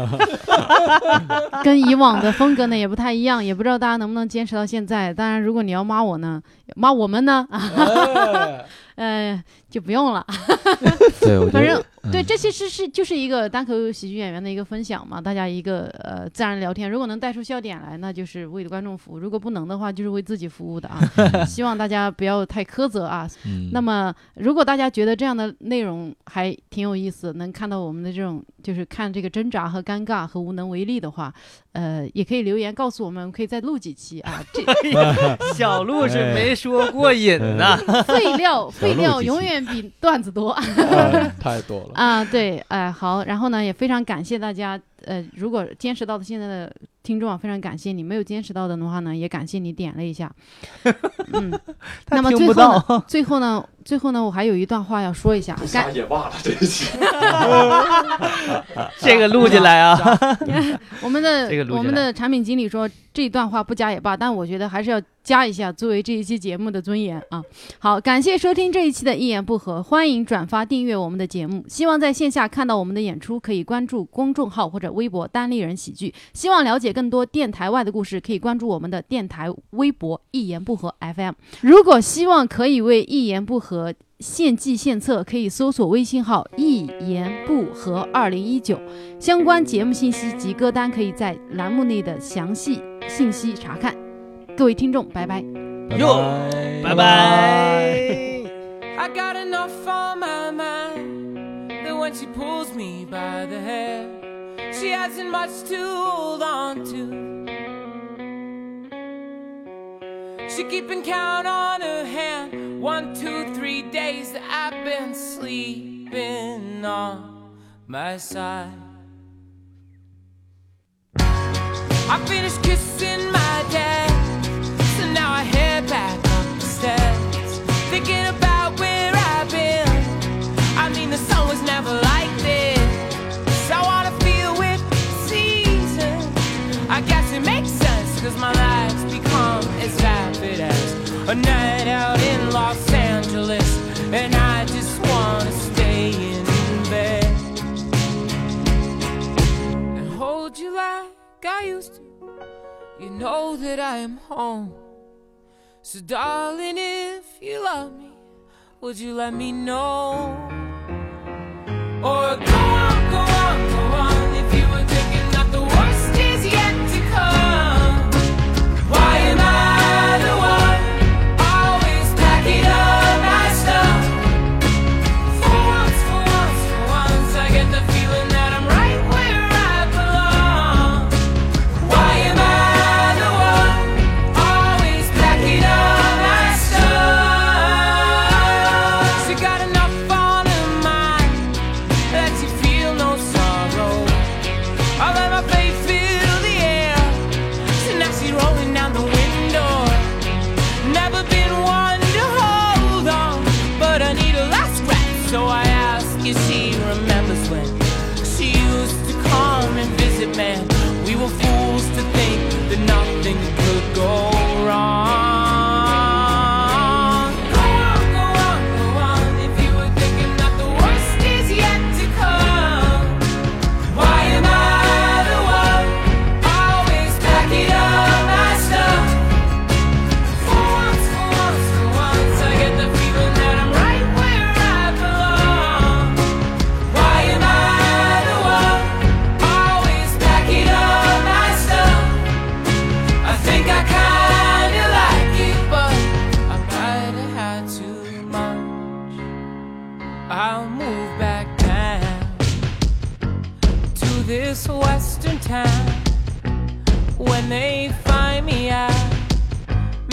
Speaker 2: 跟以往的风格呢也不太一样，也不知道大家能不能坚持到现在。当然，如果你要骂我呢，骂我们呢， 啊，呃，就不用了。
Speaker 5: 对，我觉
Speaker 2: 反
Speaker 5: 得
Speaker 2: 正对，
Speaker 5: 嗯
Speaker 2: 这些是是就是一个单口喜剧演员的一个分享嘛，大家一个呃自然聊天，如果能带出笑点来，那就是为观众服务；如果不能的话，就是为自己服务的 啊。希望大家不要太苛责啊。
Speaker 5: 嗯
Speaker 2: 那么，如果大家觉得这样的内容还挺有意思，能看到我们的这种就是看这个挣扎和尴尬和无能为力的话，呃，也可以留言告诉我们，我们可以再录几期啊。 这
Speaker 3: 小鹿是没说过瘾呐。
Speaker 2: 废料废
Speaker 5: 录
Speaker 2: 料
Speaker 5: 几
Speaker 2: 永
Speaker 5: 期
Speaker 2: 远比段子多。
Speaker 4: 太多了。
Speaker 2: 啊，对，哎、好，然后呢，也非常感谢大家，呃，如果坚持到现在的听众啊，非常感谢你；没有坚持到的话呢，也感谢你点了一下。嗯，那么最后呢，最后呢，最后呢，我还有一段话要说一下，感
Speaker 1: 也罢了，这一期。
Speaker 3: 这个录进来 啊，
Speaker 2: 我们的
Speaker 3: 这个录
Speaker 2: 我
Speaker 3: 起
Speaker 2: 们
Speaker 3: 来
Speaker 2: 的产品经理说这段话不加也罢，但我觉得还是要加一下，作为这一期节目的尊严啊。好，感谢收听这一期的《一言不合》，欢迎转发订阅我们的节目。希望在线下看到我们的演出，可以关注公众号或者微博“单立人喜剧”。希望了解更多电台外的故事，可以关注我们的电台微博“一言不合 FM”。如果希望可以为“一言不合”。献计献策，可以搜索微信号“一言不合二零一九”，相关节目信息及歌单可以在栏目内的详细信息查看。各位听众，拜拜。
Speaker 3: 哟拜拜。
Speaker 6: I got enough on my mind that when she pulls me by the hair, she hasn't much to hold on to. She keeping count on her hand, one, two, three days that I've been sleeping on my side. I finished kissing my dad. So now I head back up the steps, thinking about where I've been. I mean, the sun was never like this. So I wanna feel with seasons. I guess it makes sense, cause my life's become as rapid as a night out in Los Angeles. And I just wanna stay in bed and hold you like I used to. You know that I am home. So, darling, if you love me, would you let me know? Or go on, go on, go on. If you were thinking that the worst is yet to come, why am I the one always packing up my stuff? For once, for once, for once, I get the feeling that I'm right where I belong. Why am I the one always packing up my stuff? She got enough on her mind that she feel no sorrow. I let my faith fill the air, so now she's rolling down the window. Never been one to hold on, but I need a last scratch, so I ask if she remembers when she used to come and visit, man. We were fools to think that nothing could go wrong. Go on, go on, go on. If you were thinking that the worst is yet to come, why am I the one always packing up my stuff? For once, for once, for once, I get the feeling that I'm right where I belong. Why am I the one always packing up my stuff? I think I kinda like it, but I might have had too much. I'll move back down to this western town when they find me out.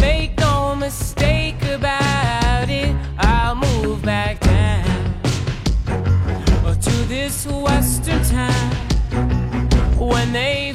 Speaker 6: Make no mistake about it, I'll move back down to this western town when they